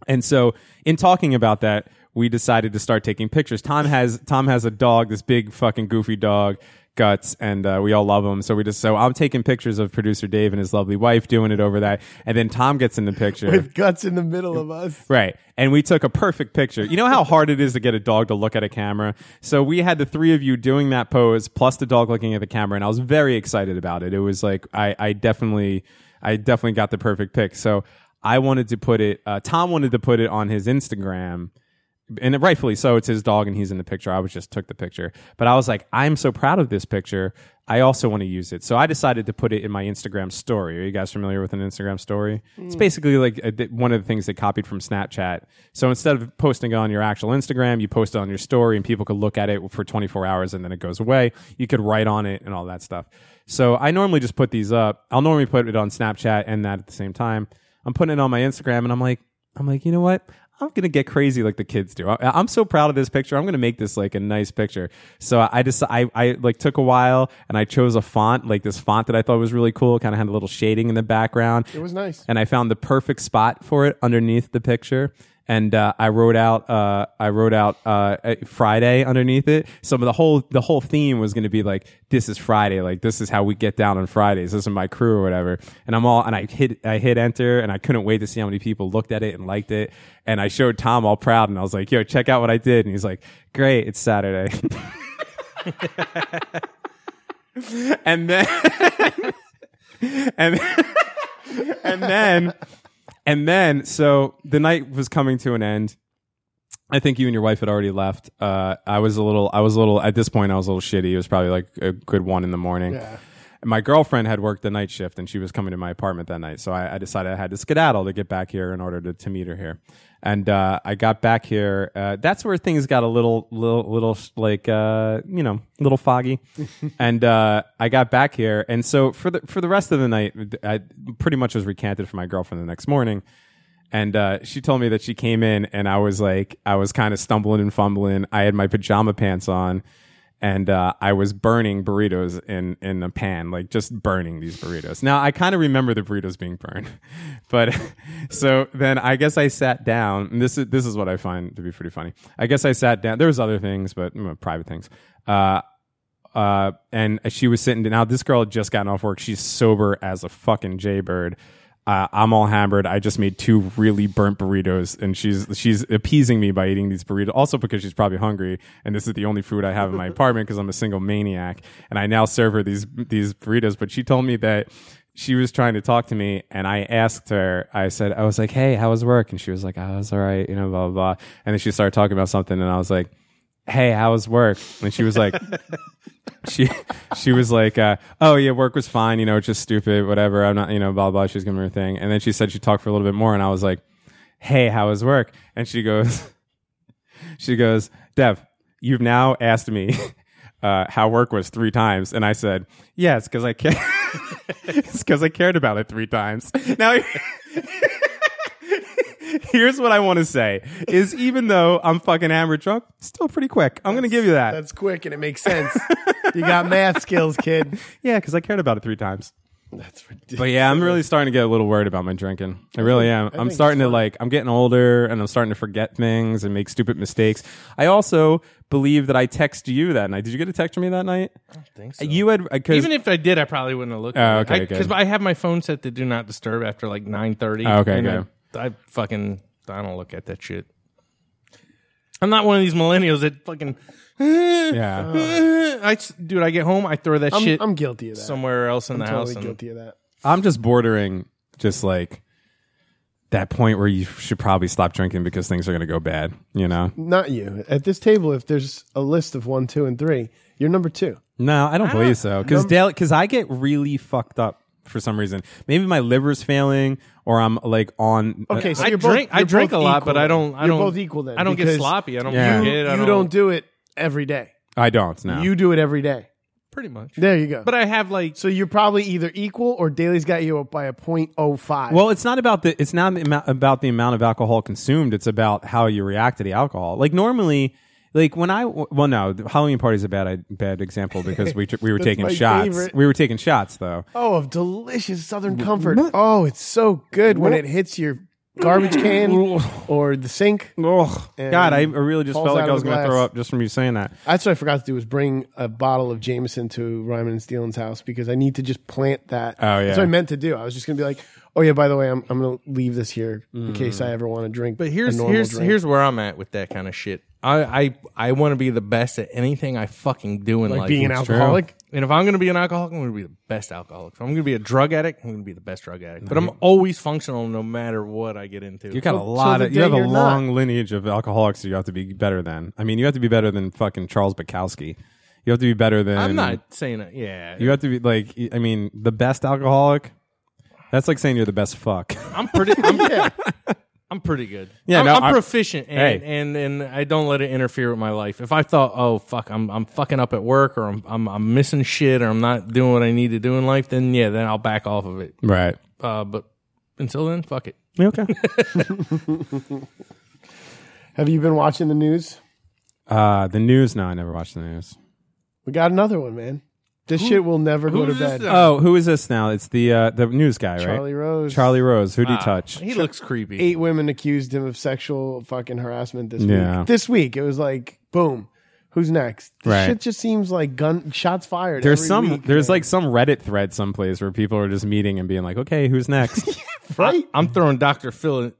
Speaker 5: and so, in talking about that, we decided to start taking pictures. Tom has Tom has a dog, this big fucking goofy dog, guts, and uh, we all love him. So we just so I'm taking pictures of producer Dave and his lovely wife doing it over that, and then Tom gets in the picture.
Speaker 7: With guts in the middle of us.
Speaker 5: Right. And we took a perfect picture. You know how hard it is to get a dog to look at a camera? So we had the three of you doing that pose plus the dog looking at the camera and I was very excited about it. It was like I, I definitely I definitely got the perfect pic. So I wanted to put it uh, Tom wanted to put it on his Instagram and rightfully so it's his dog and he's in the picture i was just took the picture but i was like i'm so proud of this picture i also want to use it so i decided to put it in my instagram story are you guys familiar with an instagram story it's basically like a, di- one of the things they copied from snapchat so instead of posting it on your actual instagram you post it on your story and people could look at it for 24 hours and then it goes away you could write on it and all that stuff so i normally just put these up i'll normally put it on snapchat and that at the same time i'm putting it on my instagram and i'm like I'm like, you know what? I'm gonna get crazy like the kids do. I, I'm so proud of this picture. I'm gonna make this like a nice picture. So I just I, I like took a while and I chose a font like this font that I thought was really cool. Kind of had a little shading in the background.
Speaker 7: It was nice.
Speaker 5: and I found the perfect spot for it underneath the picture. And uh, I wrote out uh, I wrote out uh, uh, Friday underneath it. So the whole the whole theme was gonna be like this is Friday. Like this is how we get down on Fridays. This is my crew or whatever. And I'm all and I hit I hit enter and I couldn't wait to see how many people looked at it and liked it. And I showed Tom all proud and I was like, yo, check out what I did. And he's like, great, it's Saturday. <laughs> and then and and then and then so the night was coming to an end. I think you and your wife had already left. Uh, I was a little, I was a little, at this point, I was a little shitty. It was probably like a good one in the morning. And My girlfriend had worked the night shift and she was coming to my apartment that night. So I, I decided I had to skedaddle to get back here in order to, to meet her here. And uh, I got back here. Uh, that's where things got a little, little, little like, uh, you know, a little foggy. and uh, I got back here. And so for the, for the rest of the night, I pretty much was recanted from my girlfriend the next morning and uh, she told me that she came in and i was like i was kind of stumbling and fumbling i had my pajama pants on and uh, i was burning burritos in in a pan like just burning these burritos now i kind of remember the burritos being burned <laughs> but so then i guess i sat down and this is this is what i find to be pretty funny i guess i sat down there was other things but you know, private things uh, uh, and she was sitting down. Now this girl had just gotten off work. She's sober as a fucking jaybird. Uh, I'm all hammered. I just made two really burnt burritos, and she's she's appeasing me by eating these burritos. Also because she's probably hungry, and this is the only food I have in my apartment because I'm a single maniac. And I now serve her these these burritos. But she told me that she was trying to talk to me and I asked her, I said, I was like, Hey, how was work? And she was like, I was all right, you know, blah, blah, blah. And then she started talking about something and I was like, Hey, how was work? And she was like, she, she was like, uh, oh yeah, work was fine. You know, it's just stupid, whatever. I'm not, you know, blah, blah. She was giving her thing. And then she said she talked for a little bit more and I was like, Hey, how was work? And she goes, <laughs> she goes, Dev, you've now asked me <laughs> uh, how work was three times. And I said, yes, because I care. <laughs> it's because I cared about it three times. Now, <laughs> here's what I want to say is even though I'm fucking hammered drunk, still pretty quick. I'm going to give you that.
Speaker 7: That's quick and it makes sense. you got math skills, kid.
Speaker 5: Yeah, because I cared about it three times. That's ridiculous. But yeah, I'm really starting to get a little worried about my drinking. I really am. I'm starting to like, I'm getting older and I'm starting to forget things and make stupid mistakes. I also believe that I texted you that night. Did you get a text from me that night? I don't think so. You had, uh, because
Speaker 2: Even if I did, I probably wouldn't have looked.
Speaker 5: Oh, okay, good.
Speaker 2: Because I, have my phone set to do not disturb after like nine thirty.
Speaker 5: Oh, okay,
Speaker 2: and I-
Speaker 5: good.
Speaker 2: I, fucking I don't look at that shit. I'm not one of these millennials that fucking.
Speaker 5: Oh.
Speaker 2: I s- dude, I get home, I throw that
Speaker 7: I'm,
Speaker 2: shit
Speaker 7: I'm guilty of that.
Speaker 2: somewhere else in the
Speaker 7: I'm totally
Speaker 2: house. and-
Speaker 7: guilty of that.
Speaker 5: I'm just bordering just like that point where you should probably stop drinking because things are going to go bad, you know?
Speaker 7: Not you. At this table, if there's a list of one, two, and three, you're number two.
Speaker 5: No, I don't believe so. Because I get really fucked up for some reason. Maybe my liver's failing, or I'm like on.
Speaker 7: Okay, so
Speaker 2: I
Speaker 7: you're both-
Speaker 2: drink- I
Speaker 7: you're
Speaker 2: drink
Speaker 7: both
Speaker 2: a lot, but
Speaker 7: equal
Speaker 2: I
Speaker 7: then.
Speaker 2: don't- I
Speaker 7: You're
Speaker 2: don't-
Speaker 7: both equal then.
Speaker 2: I don't get
Speaker 7: because
Speaker 2: sloppy. I don't
Speaker 5: Yeah.
Speaker 2: forget. I
Speaker 7: You don't do it every day.
Speaker 5: I don't now.
Speaker 7: You do it every day.
Speaker 2: pretty much.
Speaker 7: There you go.
Speaker 2: But I have like
Speaker 7: so you're probably either equal or Daly's got you up by a point oh five.
Speaker 5: Well, it's not about the it's not amou- about the amount of alcohol consumed. It's about how you react to the alcohol. Like normally, like when I well no, the Halloween party's a bad i- bad example because we tr- we were
Speaker 7: <laughs> That's
Speaker 5: taking
Speaker 7: my
Speaker 5: shots.
Speaker 7: favorite.
Speaker 5: We were taking shots though.
Speaker 7: oh, of delicious Southern comfort. Oh, it's so good when it hits your
Speaker 2: <laughs>
Speaker 7: garbage can or the sink.
Speaker 5: Oh God, I I really just
Speaker 7: falls
Speaker 5: felt like
Speaker 7: out
Speaker 5: I
Speaker 7: of
Speaker 5: was
Speaker 7: the
Speaker 5: going to throw
Speaker 7: glass.
Speaker 5: up just from you saying that.
Speaker 7: That's what I forgot to do was bring a bottle of Jameson to Ryman and Steelan's house because I need to just plant that.
Speaker 5: Oh, yeah.
Speaker 7: That's what I meant to do. I was just gonna be like, oh yeah, by the way, I'm I'm gonna leave this here
Speaker 5: Mm.
Speaker 7: in case I ever want to drink.
Speaker 2: But here's here's here's where I'm at with that kind of shit. I I, I want to be the best at anything I fucking do in
Speaker 7: like
Speaker 2: life.
Speaker 7: being an
Speaker 2: It's true.
Speaker 7: alcoholic.
Speaker 2: And if I'm gonna be an alcoholic, I'm gonna be the best alcoholic. If I'm gonna be a drug addict, I'm gonna be the best drug addict. But
Speaker 7: Mm-hmm.
Speaker 2: I'm always functional no matter what I get into.
Speaker 5: You got a
Speaker 7: So-
Speaker 5: lot
Speaker 7: so
Speaker 5: of
Speaker 7: the
Speaker 5: you have
Speaker 7: day
Speaker 5: a
Speaker 7: you're not-
Speaker 5: long lineage of alcoholics. You have to be better than. I mean, you have to be better than fucking Charles Bukowski. You have to be better than.
Speaker 2: I'm not saying that. Yeah,
Speaker 5: You have to be like. I mean, the best alcoholic. That's like saying you're the best fuck. <laughs>
Speaker 2: I'm pretty. I'm,
Speaker 7: <laughs>
Speaker 2: I'm pretty good.
Speaker 5: Yeah,
Speaker 2: I'm,
Speaker 5: no,
Speaker 2: I'm
Speaker 5: I'm-
Speaker 2: proficient, and,
Speaker 5: Hey.
Speaker 2: and and I don't let it interfere with my life. If I thought, oh fuck, I'm I'm fucking up at work, or I'm I'm, I'm missing shit, or I'm not doing what I need to do in life, then yeah, then I'll back off of it.
Speaker 5: right.
Speaker 2: Uh, but until then, fuck it.
Speaker 5: Okay.
Speaker 7: Have you been watching the news?
Speaker 5: <laughs> Uh, the news? No, I never watched the news.
Speaker 7: We got another one, man. This shit will never go to
Speaker 2: who's this
Speaker 7: bed.
Speaker 2: now?
Speaker 5: Oh, who is this now? It's the uh, the news guy, right?
Speaker 7: Charlie Rose.
Speaker 5: Charlie Rose. Who do you touch?
Speaker 2: He looks creepy.
Speaker 7: Eight women accused him of sexual fucking harassment this
Speaker 5: Yeah.
Speaker 7: week. This week it was like boom. Who's next? This
Speaker 5: Right.
Speaker 7: shit just seems like gun shots fired.
Speaker 5: There's
Speaker 7: every
Speaker 5: some.
Speaker 7: week,
Speaker 5: there's
Speaker 7: man.
Speaker 5: like some Reddit thread someplace where people are just meeting and being like, "Okay, who's
Speaker 7: <laughs>
Speaker 5: next?"
Speaker 2: I, am throwing Doctor Phil,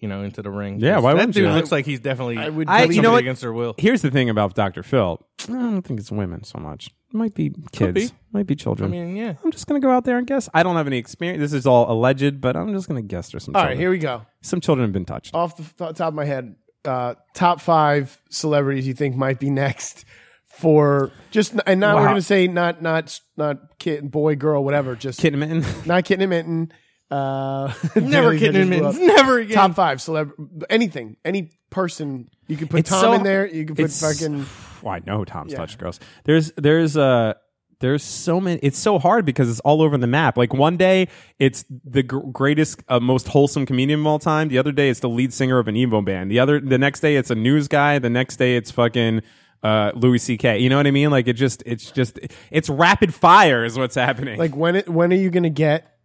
Speaker 2: you know, into the ring.
Speaker 5: Yeah, why
Speaker 2: that
Speaker 5: wouldn't
Speaker 2: dude
Speaker 5: you?
Speaker 2: looks like he's definitely. I
Speaker 7: would
Speaker 2: would.
Speaker 7: I- you
Speaker 2: you
Speaker 5: know what?
Speaker 2: Against their will.
Speaker 5: Here's the thing about Dr. Phil. I don't think it's women so much. It might be kids.
Speaker 2: be.
Speaker 5: Might be
Speaker 2: I
Speaker 5: children.
Speaker 2: mean, yeah.
Speaker 5: I'm just gonna go out there and guess. I don't have any experience. This is all alleged, but I'm just gonna guess there's some.
Speaker 7: All
Speaker 5: children.
Speaker 7: right, here we go.
Speaker 5: some children have been touched.
Speaker 2: Oh.
Speaker 7: off the f- top of my head, uh, top five celebrities you think might be next for just and not we're
Speaker 5: Wow.
Speaker 7: gonna say not not not kid boy girl whatever just
Speaker 5: Kid Mitten.
Speaker 7: not kitten and mitten uh <laughs>
Speaker 2: Never
Speaker 7: Daily
Speaker 2: kidding
Speaker 7: Judges
Speaker 2: him.
Speaker 7: blew
Speaker 2: <laughs>
Speaker 7: up.
Speaker 2: Never again.
Speaker 7: top five celeb anything any person you could put
Speaker 5: It's
Speaker 7: Tom
Speaker 5: so-
Speaker 7: in there you could put
Speaker 5: it's-
Speaker 7: fucking
Speaker 5: Well, <sighs> I know Tom's
Speaker 7: Yeah.
Speaker 5: touched girls. There's there's uh there's so many. It's so hard because it's all over the map. Like one day it's the gr- greatest, uh, most wholesome comedian of all time. The other day it's the lead singer of an emo band. The other the next day it's a news guy. The next day it's fucking. Uh, Louis C.K. You know what I mean? Like it just, it's just, it's rapid fire is what's happening.
Speaker 7: like when it, when are you gonna get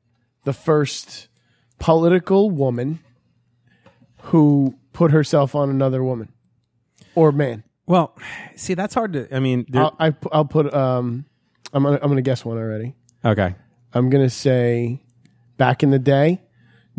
Speaker 7: the first political woman who put herself on another woman or man.
Speaker 5: well, see, that's hard to. I mean, there-
Speaker 7: I'll, I, pu- I'll put. Um, I'm gonna, I'm gonna guess one already.
Speaker 5: okay,
Speaker 7: I'm gonna say, back in the day,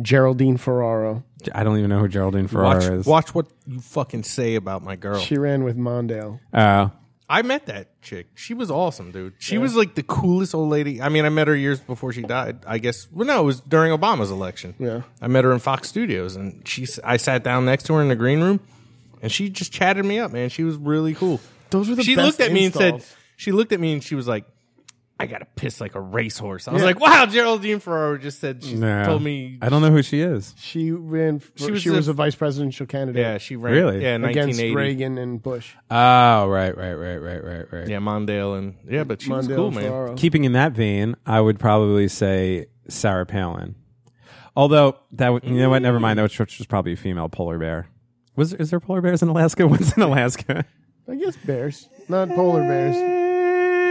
Speaker 7: Geraldine Ferraro.
Speaker 5: I don't even know who Geraldine Ferrara
Speaker 2: Watch,
Speaker 5: is.
Speaker 2: watch what you fucking say about my girl.
Speaker 7: She ran with Mondale.
Speaker 5: Uh,
Speaker 2: I met that chick. She was awesome, dude. She was like the coolest old lady. I mean, I met her years before she died. I guess. Well, no, it was during Obama's election.
Speaker 7: Yeah.
Speaker 2: I met her in Fox Studios, and she. s- I sat down next to her in the green room, and she just chatted me up, man. She was really cool.
Speaker 7: Those were the
Speaker 2: She
Speaker 7: best
Speaker 2: looked at me and said.
Speaker 7: installs.
Speaker 2: She looked at me and she was like. I gotta piss like a racehorse. I was like, "Wow, Geraldine Ferraro just said she
Speaker 5: nah.
Speaker 2: told me
Speaker 5: I don't know who she is.
Speaker 7: She ran. She was,
Speaker 2: was
Speaker 7: she
Speaker 2: the-
Speaker 7: was a vice presidential candidate.
Speaker 2: Yeah, she ran.
Speaker 5: Really?
Speaker 2: Yeah,
Speaker 7: against
Speaker 2: 1980.
Speaker 7: Reagan and Bush.
Speaker 5: Oh, right, right, right, right, right, right.
Speaker 2: Yeah, Mondale and yeah, but she was
Speaker 7: Mondale
Speaker 2: cool,
Speaker 7: and
Speaker 2: man.
Speaker 7: Ferraro.
Speaker 5: Keeping in that vein, I would probably say Sarah Palin. Although that would, you know what, never
Speaker 2: Mm.
Speaker 5: mind. That was, was probably a female polar bear. Was is there polar bears in Alaska? <laughs> What's
Speaker 2: <laughs>
Speaker 5: in Alaska?
Speaker 7: I guess bears, not polar bears.
Speaker 5: Eh,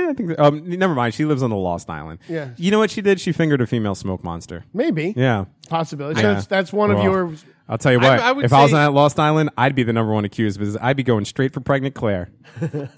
Speaker 5: I think. that- Um, never mind. She lives on the Lost Island.
Speaker 7: Yeah.
Speaker 5: You know what she did? She fingered a female smoke monster.
Speaker 7: Maybe
Speaker 5: Yeah.
Speaker 7: possibility.
Speaker 5: Yeah.
Speaker 7: So that's, that's one
Speaker 5: Well,
Speaker 7: of your.
Speaker 5: I'll tell you what.
Speaker 2: I would
Speaker 5: if I was
Speaker 2: say-
Speaker 5: on that Lost Island, I'd be the number one accused because I'd be going straight for pregnant Claire.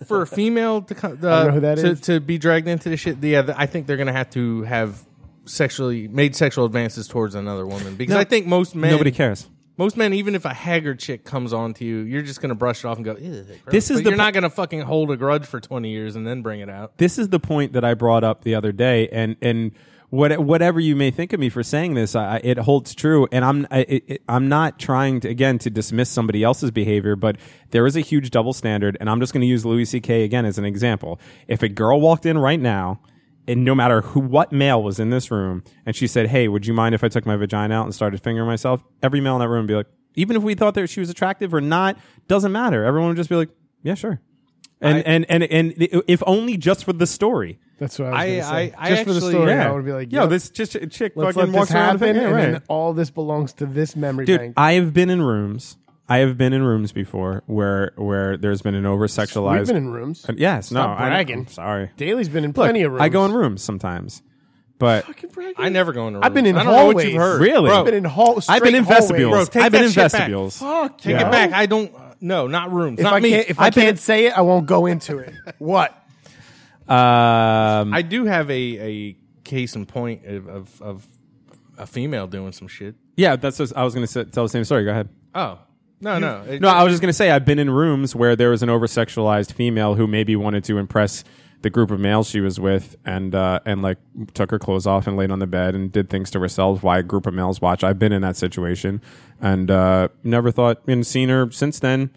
Speaker 2: for a female to
Speaker 7: <laughs>
Speaker 2: co- the,
Speaker 7: know who that
Speaker 2: to,
Speaker 7: is.
Speaker 2: to be dragged into this shit, yeah, th- I think they're gonna have to have sexually made sexual advances towards another woman because
Speaker 5: No.
Speaker 2: I think most men
Speaker 5: Nobody cares.
Speaker 2: Most men, even if a haggard chick comes on to you, you're just gonna brush it off and go. "Ew, gross."
Speaker 5: This is
Speaker 2: But
Speaker 5: the
Speaker 2: you're
Speaker 5: po-
Speaker 2: not gonna fucking hold a grudge for twenty years and then bring it out.
Speaker 5: this is the point that I brought up the other day, and and what whatever you may think of me for saying this, I, I- it holds true. And I'm I, it, it- I'm not trying to again to dismiss somebody else's behavior, but there is a huge double standard, and I'm just going to use Louis C.K. again as an example. If a girl walked in right now. And no matter who, what male was in this room, and she said, "Hey, would you mind if I took my vagina out and started fingering myself?" Every male in that room would be like, even if we thought that she was attractive or not, doesn't matter. Everyone would just be like, "Yeah, sure." And and and and if only just for the story.
Speaker 7: That's what I was
Speaker 2: I-
Speaker 7: gonna say.
Speaker 2: I- I
Speaker 7: Just for the
Speaker 2: actually-
Speaker 7: story,
Speaker 2: yeah.
Speaker 7: I would be like,
Speaker 5: Yo,
Speaker 7: yep,
Speaker 5: this just chick
Speaker 7: let's
Speaker 5: fucking
Speaker 7: let this
Speaker 5: walks around.
Speaker 7: happen,
Speaker 5: with- yeah,
Speaker 7: and
Speaker 5: right.
Speaker 7: then all this belongs to this memory
Speaker 5: Dude,
Speaker 7: bank.
Speaker 5: I have been in rooms. I have been in rooms before where where there's been an over
Speaker 7: We've
Speaker 5: sexualized.
Speaker 7: been in rooms.
Speaker 5: yes, no,
Speaker 7: Stop
Speaker 5: I-
Speaker 7: bragging.
Speaker 5: I'm sorry.
Speaker 7: Daly's been in
Speaker 5: Look,
Speaker 7: plenty of rooms.
Speaker 5: I go in rooms sometimes, but
Speaker 2: I never go in. i
Speaker 7: I've been in
Speaker 2: I don't know what
Speaker 7: hallways.
Speaker 2: you've heard.
Speaker 5: Really?
Speaker 2: Bro,
Speaker 7: I've been in hall.
Speaker 5: I've been
Speaker 7: straight
Speaker 5: in
Speaker 7: hallways.
Speaker 5: vestibules.
Speaker 2: Bro, take
Speaker 5: I've been
Speaker 2: that
Speaker 5: in
Speaker 2: shit back.
Speaker 5: vestibules.
Speaker 2: Fuck, take
Speaker 7: Yeah.
Speaker 2: it back. I don't. No, not rooms.
Speaker 7: If
Speaker 2: not
Speaker 7: I
Speaker 2: me.
Speaker 7: can't, if I
Speaker 2: I've been-
Speaker 7: can't say it, I won't go
Speaker 5: <laughs>
Speaker 7: into it. What?
Speaker 5: um,
Speaker 2: I do have a a case in point of of, of a female doing some shit.
Speaker 5: yeah, that's. Just, I was gonna say, tell the same story. Go ahead.
Speaker 2: Oh no, no, it-
Speaker 5: No, I was just gonna say I've been in rooms where there was an over sexualized female who maybe wanted to impress the group of males she was with, and uh, and like took her clothes off and laid on the bed and did things to herself while a group of males watch. I've been in that situation, and uh, never thought and seen her since then,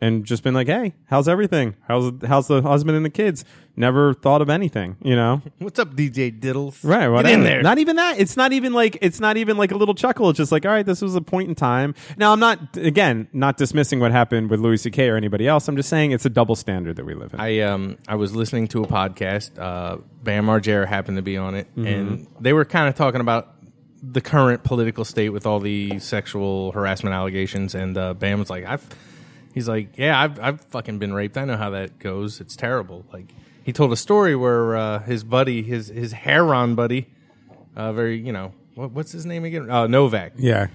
Speaker 5: and just been like, hey, how's everything? How's how's the husband and the kids? Never thought of anything, you know.
Speaker 2: What's up, DJ Diddles?
Speaker 5: Right, whatever.
Speaker 2: Get in there.
Speaker 5: Not even that. It's not even like it's not even like a little chuckle. It's just like, all right, this was a point in time. Now I'm not again not dismissing what happened with Louis C.K. or anybody else. I'm just saying it's a double standard that we live in.
Speaker 2: I um I was listening to a podcast. Uh, Bam Margera happened to be on it, and they were kind of talking about the current political state with all the sexual harassment allegations. And uh, Bam was like, "I've," he's like, "Yeah, I've I've fucking been raped. I know how that goes. It's terrible." Like he told a story where uh, his buddy, his his Heron buddy, uh, very you know what, what's his name again? Uh, Novak.
Speaker 5: yeah,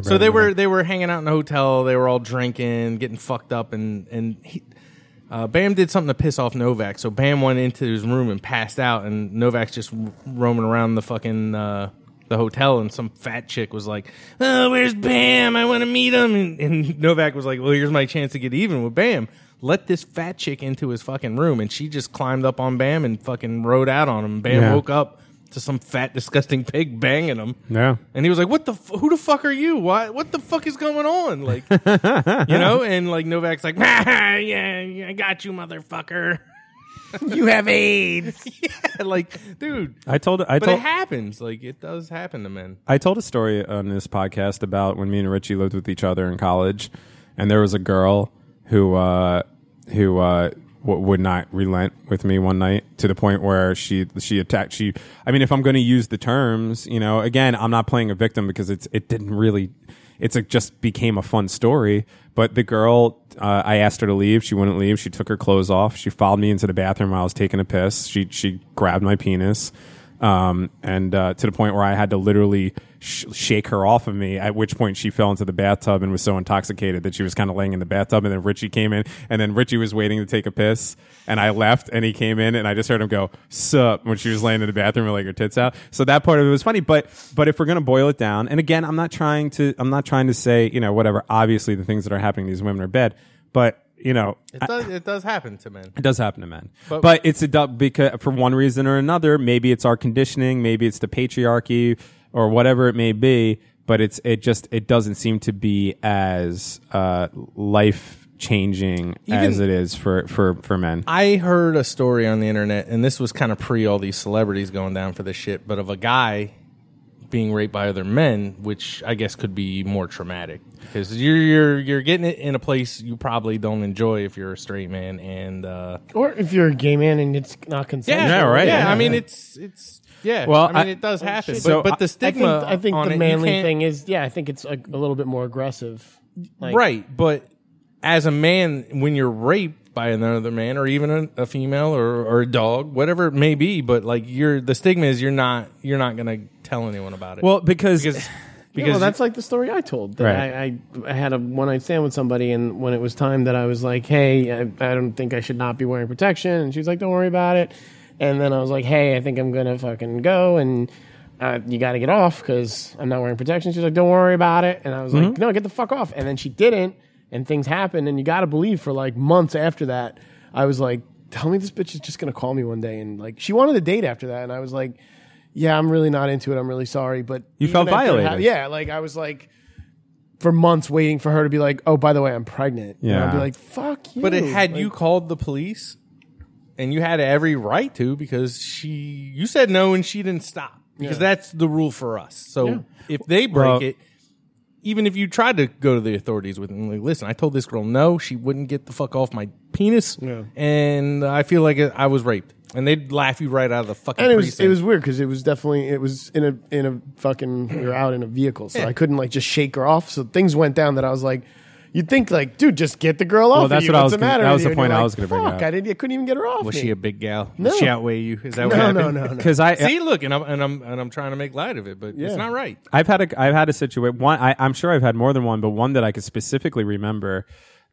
Speaker 2: So they were they were hanging out in a hotel. They were all drinking, getting fucked up, and and he, uh, Bam did something to piss off Novak. So Bam went into his room and passed out, and Novak's just roaming around the fucking uh, the hotel. And some fat chick was like, "Oh, where's Bam? I want to meet him." And, and Novak was like, "Well, here's my chance to get even with Bam." Let this fat chick into his fucking room, and she just climbed up on Bam and fucking rode out on him. Bam
Speaker 5: Yeah.
Speaker 2: woke up to some fat, disgusting pig banging him.
Speaker 5: Yeah.
Speaker 2: And he was like, "What the? F- who the fuck are you? Why? What the fuck is going on?" Like, you
Speaker 7: <laughs>
Speaker 2: know. And like Novak's like, <laughs> "Ah, "Yeah, yeah, I got you, motherfucker."
Speaker 7: <laughs> You have AIDS.
Speaker 2: <laughs> yeah, like, dude.
Speaker 5: I told I
Speaker 2: but
Speaker 5: told
Speaker 2: it happens. Like, it does happen to men.
Speaker 5: I told a story on this podcast about when me and Richie lived with each other in college, and there was a girl who uh, who uh, w- would not relent with me one night to the point where she she attacked. She, I mean, if I'm going to use the terms, you know, again, I'm not playing a victim because it's it didn't really. It's a, just became a fun story, but the girl, uh, I asked her to leave. She wouldn't leave. She took her clothes off. She followed me into the bathroom while I was taking a piss. She she grabbed my penis um, and uh, to the point where I had to literally sh- shake her off of me. At which point she fell into the bathtub and was so intoxicated that she was kind of laying in the bathtub. And then Richie came in, and then Richie was waiting to take a piss, and I left, and he came in, and I just heard him go "sup" when she was laying in the bathroom with like her tits out. So that part of it was funny, but but if we're gonna boil it down, and again, I'm not trying to I'm not trying to say you know whatever. Obviously, the things that are happening to these women are bad, but you know
Speaker 2: It does. it does happen to men.
Speaker 5: it does happen to men, but,
Speaker 2: But-
Speaker 5: it's a dub because for one reason or another, maybe it's our conditioning, maybe it's the patriarchy or whatever it may be. But it's it just it doesn't seem to be as uh, life changing as it is for for for men.
Speaker 2: I heard a story on the internet, and this was kind of pre all these celebrities going down for this shit, but of a guy being raped by other men, which I guess could be more traumatic because you're you're you're getting it in a place you probably don't enjoy if you're a straight man, and uh,
Speaker 7: Or if you're a gay man and it's not consensual.
Speaker 5: Yeah, right.
Speaker 2: yeah,
Speaker 5: Yeah.
Speaker 2: I mean it's it's yeah,
Speaker 5: Well,
Speaker 2: well, I mean
Speaker 5: I-
Speaker 2: it does happen,
Speaker 5: So
Speaker 2: but,
Speaker 5: I-
Speaker 2: but the
Speaker 7: I think,
Speaker 2: stigma,
Speaker 7: I think
Speaker 2: on it,
Speaker 7: the
Speaker 2: you
Speaker 7: manly
Speaker 2: can't-
Speaker 7: thing is, yeah, I think it's a, a little bit more aggressive. Like,
Speaker 2: right? But as a man, when you're raped by another man or even a, a female or, or a dog, whatever it may be, but like you're the stigma is you're not you're not gonna tell anyone about it.
Speaker 5: Well, because,
Speaker 7: <sighs>
Speaker 2: because
Speaker 7: Yeah,
Speaker 2: because
Speaker 7: well, that's like the story I told. That
Speaker 5: Right.
Speaker 7: I, I, I had a one night stand with somebody, and when it was time that I was like, hey, I, I don't think I should not be wearing protection. And she was like, don't worry about it. And then I was like, hey, I think I'm going to fucking go. And uh, you got to get off because I'm not wearing protection. She's like, don't worry about it. And I was
Speaker 5: Mm-hmm.
Speaker 7: like, no, get the fuck off. And then she didn't, and things happened. And you got to believe for like months after that, I was like, tell me this bitch is just going to call me one day. And like, she wanted a date after that. And I was like, yeah, I'm really not into it. I'm really sorry. But
Speaker 5: You felt
Speaker 7: even after it
Speaker 5: violated.
Speaker 7: hap- yeah. Like, I was like, for months waiting for her to be like, oh, by the way, I'm pregnant. And
Speaker 5: Yeah.
Speaker 7: I'd be like, fuck you.
Speaker 2: But it had
Speaker 7: Like,
Speaker 2: you called the police, and you had every right to because she you said no and she didn't stop because
Speaker 7: Yeah.
Speaker 2: that's the rule for us. So
Speaker 7: Yeah.
Speaker 2: if they break
Speaker 5: Well-
Speaker 2: it, even if you tried to go to the authorities with them, like, listen, I told this girl no, she wouldn't get the fuck off my penis,
Speaker 7: Yeah.
Speaker 2: and I feel like I was raped, and they'd laugh you right out of the fucking.
Speaker 7: and it was
Speaker 2: precinct.
Speaker 7: it was weird because it was definitely it was in a in a fucking we were out in a vehicle, so I couldn't like just shake her off. So things went down that I was like, you'd think like, dude, just get the girl off. of
Speaker 5: that's
Speaker 7: you.
Speaker 5: what I was
Speaker 7: What's the
Speaker 5: gonna-
Speaker 7: matter
Speaker 5: that
Speaker 7: with
Speaker 5: was
Speaker 7: you?"
Speaker 5: the
Speaker 7: And you're
Speaker 5: point I
Speaker 7: like,
Speaker 5: was gonna bring
Speaker 7: Fuck,
Speaker 5: up.
Speaker 7: I didn't, I couldn't even get her off.
Speaker 2: Was
Speaker 7: me.
Speaker 2: she a big gal?
Speaker 7: No.
Speaker 2: Did she outweigh you? Is that what
Speaker 7: No,
Speaker 2: happened?
Speaker 7: no, no, no.
Speaker 5: Because I
Speaker 2: See, look, and I'm and I'm and I'm trying to make light of it, but
Speaker 7: Yeah.
Speaker 2: it's not right.
Speaker 5: I've had a I've had a situation. One, I, I'm sure I've had more than one, but one that I could specifically remember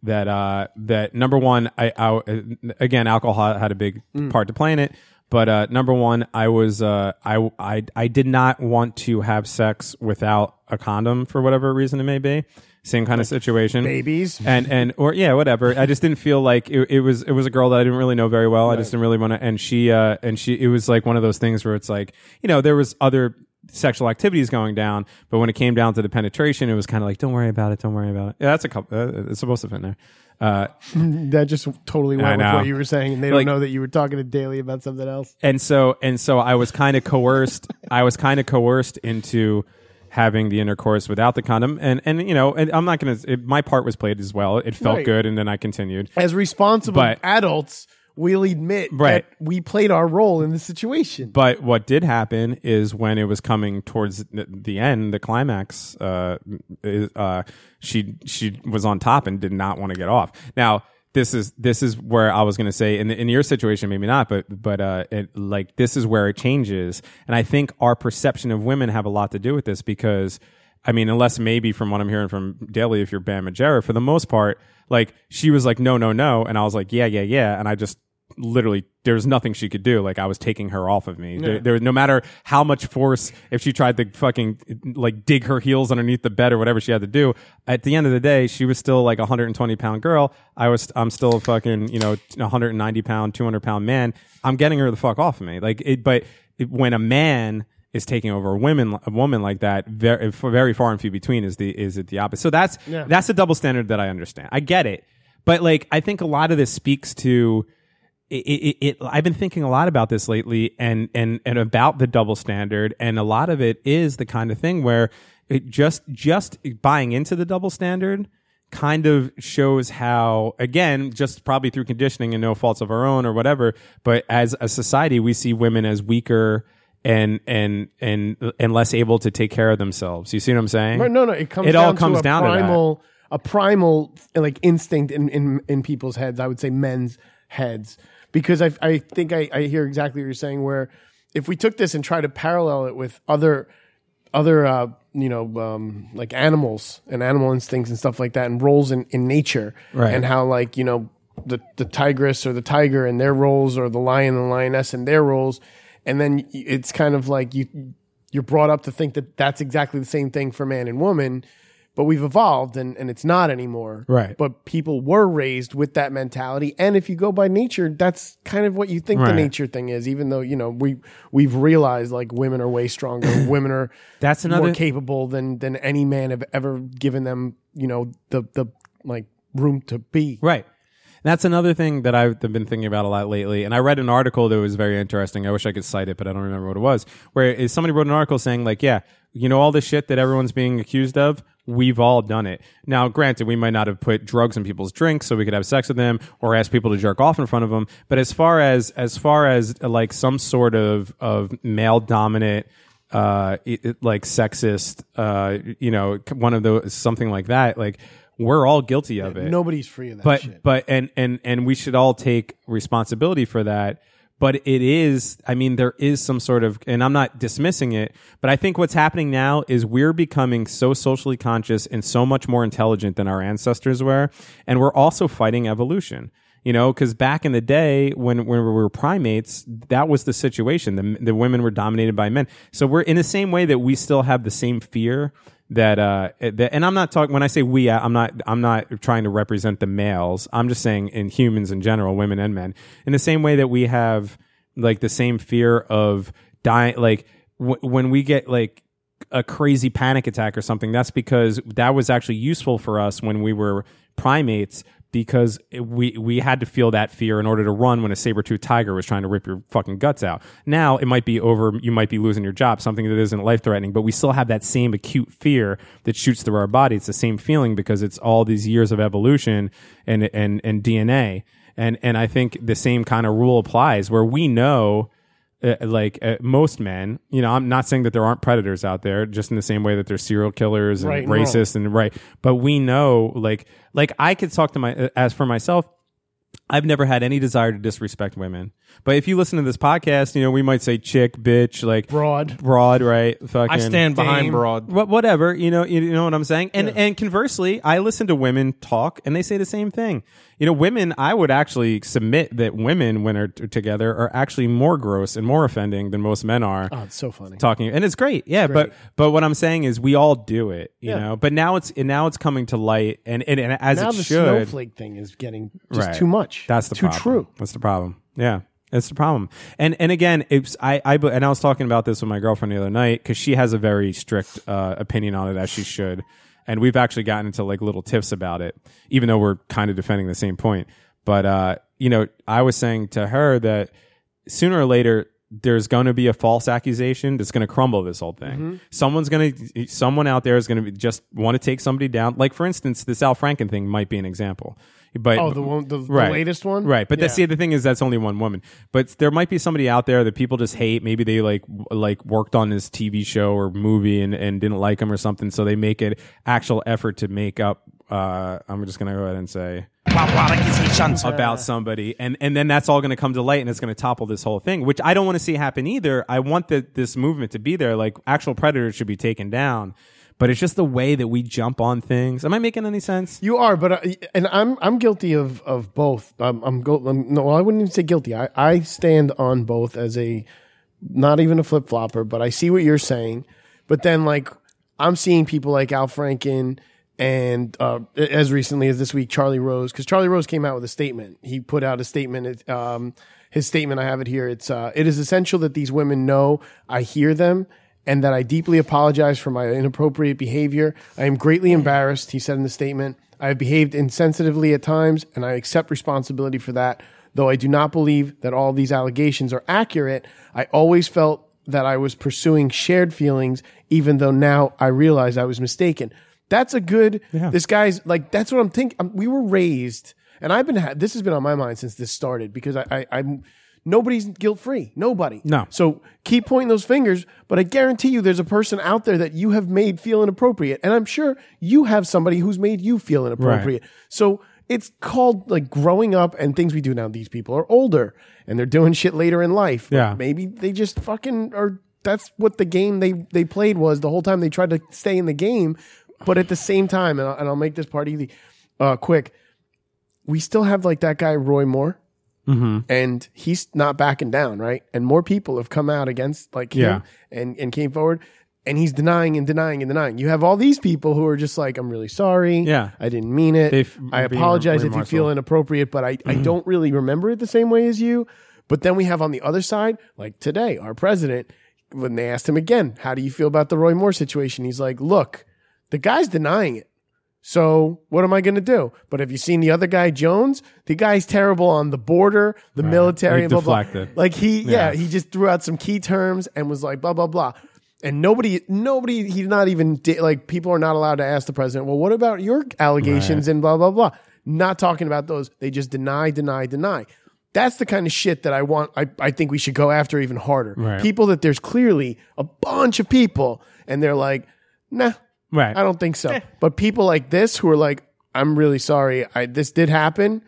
Speaker 5: that uh, that number one, I, I uh, again alcohol had a big part to play in it. But uh, number one, I was uh, I, I I did not want to have sex without a condom for whatever reason it may be. Same kind of situation,
Speaker 7: babies?
Speaker 5: and and or yeah, whatever. I just didn't feel like it, it was it was a girl that I didn't really know very well. I just didn't really want to. And she uh, and she it was like one of those things where it's like you know there was other sexual activities going down, but when it came down to the penetration, it was kind of like don't worry about it, don't worry about it. Yeah, that's a couple. Uh, it's supposed to fit in there. Uh,
Speaker 7: <laughs> that just totally
Speaker 5: I
Speaker 7: went with
Speaker 5: know.
Speaker 7: what you were saying, and they
Speaker 5: Like-
Speaker 7: don't know that you were talking to Daly about something else.
Speaker 5: and so and so I was kind of coerced. I was kind of coerced into having the intercourse without the condom. And and you know, and I'm not gonna. It, my part was played as well. It felt
Speaker 7: Right.
Speaker 5: good, and then I continued.
Speaker 7: As responsible
Speaker 5: But-
Speaker 7: adults, we'll admit
Speaker 5: Right.
Speaker 7: that we played our role in the situation.
Speaker 5: But what did happen is when it was coming towards the- the end, the climax, uh, is- uh, she she was on top and did not want to get off. Now this is this is where I was going to say in in your situation maybe not, but but uh, it, like this is where it changes, and I think our perception of women have a lot to do with this because. I mean, unless maybe from what I'm hearing from Daly, if you're Bam Majera, for the most part, like she was like, no, no, no. And I was like, yeah, yeah, yeah. And I just literally there was nothing she could do like i was taking her off of me there, there was no matter how much force if she tried to fucking like dig her heels underneath the bed or whatever she had to do at the end of the day she was still like a 120 pound girl i was i'm still a fucking you know 190 pound 200 pound man i'm getting her the fuck off of me like it but it, when a man is taking over a women a woman like that very very far and few between is the is it the opposite so that's
Speaker 7: Yeah.
Speaker 5: that's a double standard that i understand i get it but like i think a lot of this speaks to it, it, it, I've been thinking a lot about this lately, and and and about the double standard, and a lot of it is the kind of thing where it just just buying into the double standard kind of shows how again just probably through conditioning and no faults of our own or whatever but as a society we see women as weaker and and and and less able to take care of themselves you see what i'm saying
Speaker 7: Right, no, no. It comes.
Speaker 5: it
Speaker 7: down
Speaker 5: all comes
Speaker 7: to a
Speaker 5: down
Speaker 7: primal, a primal like instinct in, in in people's heads. I would say men's heads because I I think I, I hear exactly what you're saying. Where if we took this and try to parallel it with other other uh, you know um, like animals and animal instincts and stuff like that and roles in, in nature
Speaker 5: Right.
Speaker 7: and how like you know the the tigress or the tiger and their roles or the lion and the lioness and their roles and then y- it's kind of like you you're brought up to think that that's exactly the same thing for man and woman but we've evolved and, and it's not anymore
Speaker 5: Right.
Speaker 7: but people were raised with that mentality and if you go by nature that's kind of what you think the
Speaker 5: Right.
Speaker 7: nature thing is even though you know we we've realized like women are way
Speaker 5: <clears throat>
Speaker 7: stronger women are
Speaker 5: That's another-
Speaker 7: more capable than than any man have ever given them you know the the like room to be
Speaker 5: Right. That's another thing that I've been thinking about a lot lately. And I read an article that was very interesting. I wish I could cite it, but I don't remember what it was. Where is somebody wrote an article saying, like, yeah, you know, all this shit that everyone's being accused of, we've all done it. Now, granted, we might not have put drugs in people's drinks so we could have sex with them or ask people to jerk off in front of them. But as far as, as far as uh, like some sort of, of male dominant, uh, it, it- like sexist, uh, you know, one of those, something like that, like, we're all guilty of it
Speaker 7: nobody's free of that
Speaker 5: but
Speaker 7: shit
Speaker 5: but and and and we should all take responsibility for that but it is i mean there is some sort of and i'm not dismissing it but i think what's happening now is we're becoming so socially conscious and so much more intelligent than our ancestors were and we're also fighting evolution You know, because back in the day when, when we were primates, that was the situation. The, the women were dominated by men. So we're in the same way that we still have the same fear that uh that, and I'm not talking when I say we I- I'm not I'm not trying to represent the males I'm just saying in humans in general women and men in the same way that we have like the same fear of dying like w- when we get like a crazy panic attack or something that's because that was actually useful for us when we were primates because it- we we had to feel that fear in order to run when a saber-toothed tiger was trying to rip your fucking guts out. Now it might be over, you might be losing your job, something that isn't life-threatening, but we still have that same acute fear that shoots through our body. It's the same feeling because it's all these years of evolution and and and DNA. And and I think the same kind of rule applies where we know uh, like uh, most men, you know, I'm not saying that there aren't predators out there, just in the same way that there's serial killers and
Speaker 7: Right and wrong.
Speaker 5: racists and right. But we know, like, like I could talk to my uh, as for myself. I've never had any desire to disrespect women, but if you listen to this podcast, you know we might say chick, bitch, like
Speaker 7: Broad.
Speaker 5: broad, right? Fucking
Speaker 2: I stand behind
Speaker 7: Dame.
Speaker 2: broad.
Speaker 5: Wha- whatever you know you know what i'm saying and and conversely i listen to women talk and they say the same thing you know women i would actually submit that women when are t- together are actually more gross and more offending than most men are
Speaker 7: Oh, it's so funny.
Speaker 5: talking and it's great yeah but but what i'm saying is we all do it you know but now it's and now it's coming to light and and, and as
Speaker 7: now
Speaker 5: it
Speaker 7: the
Speaker 5: should
Speaker 7: snowflake thing is getting just
Speaker 5: Right.
Speaker 7: too much.
Speaker 5: That's the
Speaker 7: too
Speaker 5: problem.
Speaker 7: true.
Speaker 5: That's the problem. Yeah, that's the problem. And and again, it's I I and I was talking about this with my girlfriend the other night because she has a very strict uh, opinion on it as she should, and we've actually gotten into like little tiffs about it, even though we're kind of defending the same point. But uh, you know, I was saying to her that sooner or later there's going to be a false accusation that's going to crumble this whole thing.
Speaker 7: Mm-hmm.
Speaker 5: Someone's going to someone out there is going to just want to take somebody down. Like for instance, this Al Franken thing might be an example. But
Speaker 7: Oh, the one, the, the
Speaker 5: Right.
Speaker 7: latest one,
Speaker 5: Right. But
Speaker 7: Yeah.
Speaker 5: that's see, the thing is, that's only one woman. But there might be somebody out there that people just hate. Maybe they like w- like worked on this TV show or movie and, and didn't like him or something. So they make an actual effort to make up. Uh, I'm just gonna go ahead and say about somebody, and and then that's all gonna come to light, and it's gonna topple this whole thing, which I don't want to see happen either. I want that this movement to be there. Like actual predators should be taken down. But it's just the way that we jump on things. Am I making any sense?
Speaker 7: You are, but I, and I'm I'm guilty of of both. I'm, I'm, go, I'm no, I wouldn't even say guilty. I I stand on both as a not even a flip flopper, but I see what you're saying. But then like I'm seeing people like Al Franken and uh, as recently as this week Charlie Rose because Charlie Rose came out with a statement. He put out a statement. It, um, his statement I have it here. It's uh, it is essential that these women know I hear them and that I deeply apologize for my inappropriate behavior. I am greatly embarrassed, he said in the statement. I have behaved insensitively at times, and I accept responsibility for that. Though I do not believe that all these allegations are accurate, I always felt that I was pursuing shared feelings, even though now I realize I was mistaken. That's a good, this guy's like, that's what I'm thinking. We were raised, and I've been, ha- this has been on my mind since this started because I, I, I'm, nobody's guilt free. Nobody.
Speaker 5: No.
Speaker 7: So keep pointing those fingers, but I guarantee you there's a person out there that you have made feel inappropriate. And I'm sure you have somebody who's made you feel inappropriate. So it's called like growing up and things we do now. These people are older and they're doing shit later in life.
Speaker 5: Yeah.
Speaker 7: Maybe they just fucking are. That's what the game they, they played was the whole time they tried to stay in the game. But at the same time, and I'll, and I'll make this part easy, uh, quick. We still have like that guy, Roy Moore and he's not backing down, right? And more people have come out against like him
Speaker 5: Yeah.
Speaker 7: and and came forward, and he's denying and denying and denying. You have all these people who are just like, "I'm really sorry,
Speaker 5: Yeah.
Speaker 7: I didn't mean it.
Speaker 5: They've
Speaker 7: I
Speaker 5: been
Speaker 7: apologize if you
Speaker 5: remorseful. Mm-hmm.
Speaker 7: feel inappropriate, but I I don't really remember it the same way as you." But then we have on the other side, like today, our president. When they asked him again, "How do you feel about the Roy Moore situation?" He's like, "Look, the guy's denying it." So what am I going to do? But have you seen the other guy, Jones? The guy's terrible on the border, the military,
Speaker 5: He
Speaker 7: and blah blah.
Speaker 5: deflected.
Speaker 7: Like he, yeah.
Speaker 5: Yeah.
Speaker 7: he just threw out some key terms and was like blah blah blah. And nobody, nobody, he's not even di- like people are not allowed to ask the president. Well, what about your allegations and blah blah blah? Not talking about those. They just deny, deny, deny. That's the kind of shit that I want. I, I think we should go after even harder.
Speaker 5: Right.
Speaker 7: People that there's clearly a bunch of people, and they're like, nah,
Speaker 5: Right.
Speaker 7: I don't think
Speaker 5: Eh.
Speaker 7: so. But people like this who are like, I'm really sorry. I this did happen.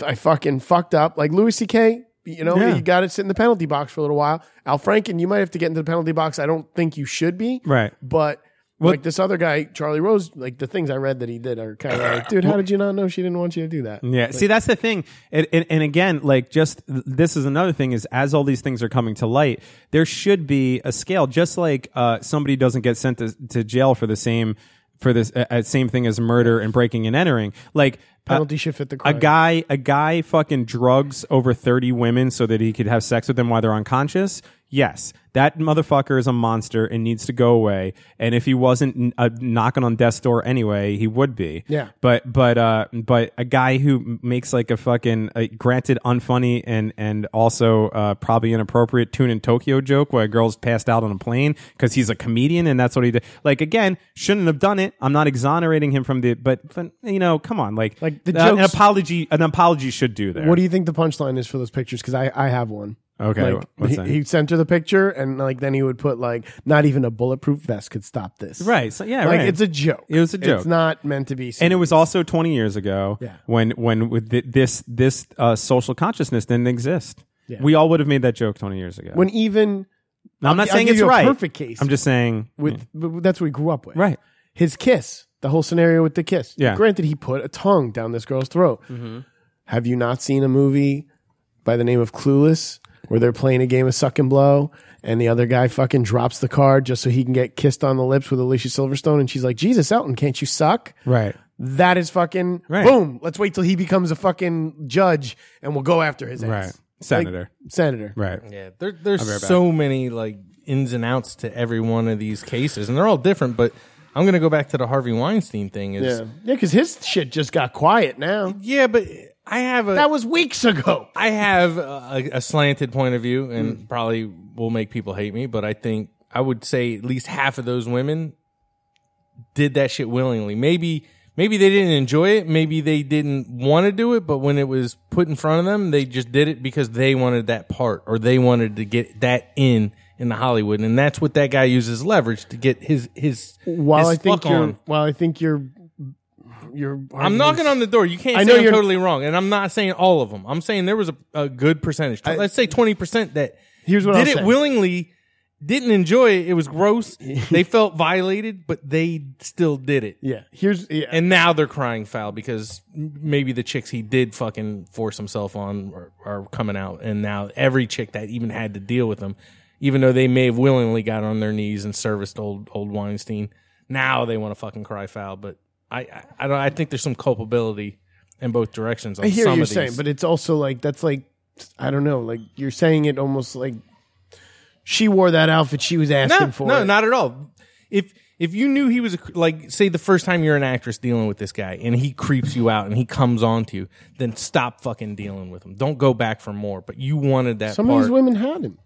Speaker 7: I fucking fucked up. Like Louis C.K. You know,
Speaker 5: Yeah.
Speaker 7: you got to sit in the penalty box for a little while. Al Franken, you might have to get into the penalty box. I don't think you should be.
Speaker 5: Right.
Speaker 7: But like this other guy, Charlie Rose, like the things I read that he did are kind
Speaker 5: <coughs>
Speaker 7: of like, dude, how did you not know she didn't want you to do that?
Speaker 5: Yeah. See, that's the thing. And, and, and again, like just th- this is another thing is as all these things are coming to light, there should be a scale, just like uh, somebody doesn't get sent to, to jail for the same for this uh, uh, same thing as murder and breaking and entering. Like uh,
Speaker 7: Penalty should fit the
Speaker 5: a
Speaker 7: crime.
Speaker 5: guy, a guy fucking drugs over 30 women so that he could have sex with them while they're unconscious. Yes, that motherfucker is a monster and needs to go away. And if he wasn't n- uh, knocking on death's door anyway, he would be.
Speaker 7: Yeah.
Speaker 5: But but uh but a guy who m- makes like a fucking uh, granted unfunny and and also uh, probably inappropriate tune in Tokyo joke where a girl's passed out on a plane because he's a comedian and that's what he did. Like again, shouldn't have done it. I'm not exonerating him from the but, but you know, come on, like
Speaker 7: Like, the
Speaker 5: uh, an
Speaker 7: jokes-
Speaker 5: apology an apology should do there.
Speaker 7: What do you think the punchline is for those pictures? Because I, I have one.
Speaker 5: Okay,
Speaker 7: Like,
Speaker 5: what's that?
Speaker 7: he, he sent her the picture, and like then he would put like, not even a bulletproof vest could stop this.
Speaker 5: Right, so- yeah,
Speaker 7: Like
Speaker 5: right.
Speaker 7: it's a joke.
Speaker 5: It was a joke.
Speaker 7: It's not meant to be.
Speaker 5: and it was also 20 years ago
Speaker 7: Yeah.
Speaker 5: when when with thi- this this uh, social consciousness didn't exist.
Speaker 7: Yeah.
Speaker 5: We all would have made that joke 20 years ago.
Speaker 7: when even
Speaker 5: Now, I'm not
Speaker 7: I'll
Speaker 5: saying
Speaker 7: give
Speaker 5: it's
Speaker 7: you a
Speaker 5: right.
Speaker 7: perfect case.
Speaker 5: I'm just saying
Speaker 7: with but that's what he grew up with.
Speaker 5: Right.
Speaker 7: His kiss, the whole scenario with the kiss.
Speaker 5: Yeah.
Speaker 7: Granted, he put a tongue down this girl's throat. Have you not seen a movie by the name of Clueless where they're playing a game of suck and blow and the other guy fucking drops the card just so he can get kissed on the lips with Alicia Silverstone and she's like, Jesus, Elton, can't you suck?
Speaker 5: right.
Speaker 7: That is fucking
Speaker 5: Right.
Speaker 7: boom. Let's wait till he becomes a fucking judge and we'll go after his ass.
Speaker 5: Right. Senator.
Speaker 7: Like, Senator.
Speaker 5: right.
Speaker 2: Yeah, there, there's so many like ins and outs to every one of these cases, and they're all different. But I'm going to go back to the Harvey Weinstein thing. Is
Speaker 7: Yeah. Yeah, because his shit just got quiet now.
Speaker 2: yeah, but I have a
Speaker 7: That was weeks ago.
Speaker 2: I have a, a slanted point of view, and
Speaker 7: Mm.
Speaker 2: probably will make people hate me. But I think I would say at least half of those women did that shit willingly. Maybe maybe they didn't enjoy it. Maybe they didn't want to do it. But when it was put in front of them, they just did it because they wanted that part or they wanted to get that in in the Hollywood, and that's what that guy uses leverage to get his his.
Speaker 7: while
Speaker 2: his
Speaker 7: I think
Speaker 2: fuck
Speaker 7: you're,
Speaker 2: on.
Speaker 7: while I think you're, you're.
Speaker 2: I'm knocking on the door. You can't
Speaker 7: I know
Speaker 2: say I'm
Speaker 7: you're-
Speaker 2: totally wrong, and I'm not saying all of them. I'm saying there was a, a good percentage. Let's say 20 percent that
Speaker 7: Here's what
Speaker 2: did
Speaker 7: I'll
Speaker 2: it
Speaker 7: say.
Speaker 2: willingly, didn't enjoy it. It was
Speaker 7: <laughs>
Speaker 2: gross. they felt violated, but they still did it.
Speaker 7: Yeah, here's yeah,
Speaker 2: And now they're crying foul because m- maybe the chicks he did fucking force himself on are, are coming out, and now every chick that even had to deal with him, even though they may have willingly got on their knees and serviced old old Weinstein, now they want to fucking cry foul. But I I, I don't I think there's some culpability in both directions. On
Speaker 7: I hear
Speaker 2: some
Speaker 7: what you're
Speaker 2: of these.
Speaker 7: saying, but it's also like that's like I don't know, like you're saying it almost like she wore that outfit she was asking
Speaker 2: no,
Speaker 7: for.
Speaker 2: No,
Speaker 7: it.
Speaker 2: not at all. If if you knew he was a, cr- like, say, the first time you're an actress dealing with this guy, and he creeps you out, and he comes on to you, then stop fucking dealing with him. Don't go back for more. But you wanted that.
Speaker 7: Some
Speaker 2: part.
Speaker 7: of these women had him.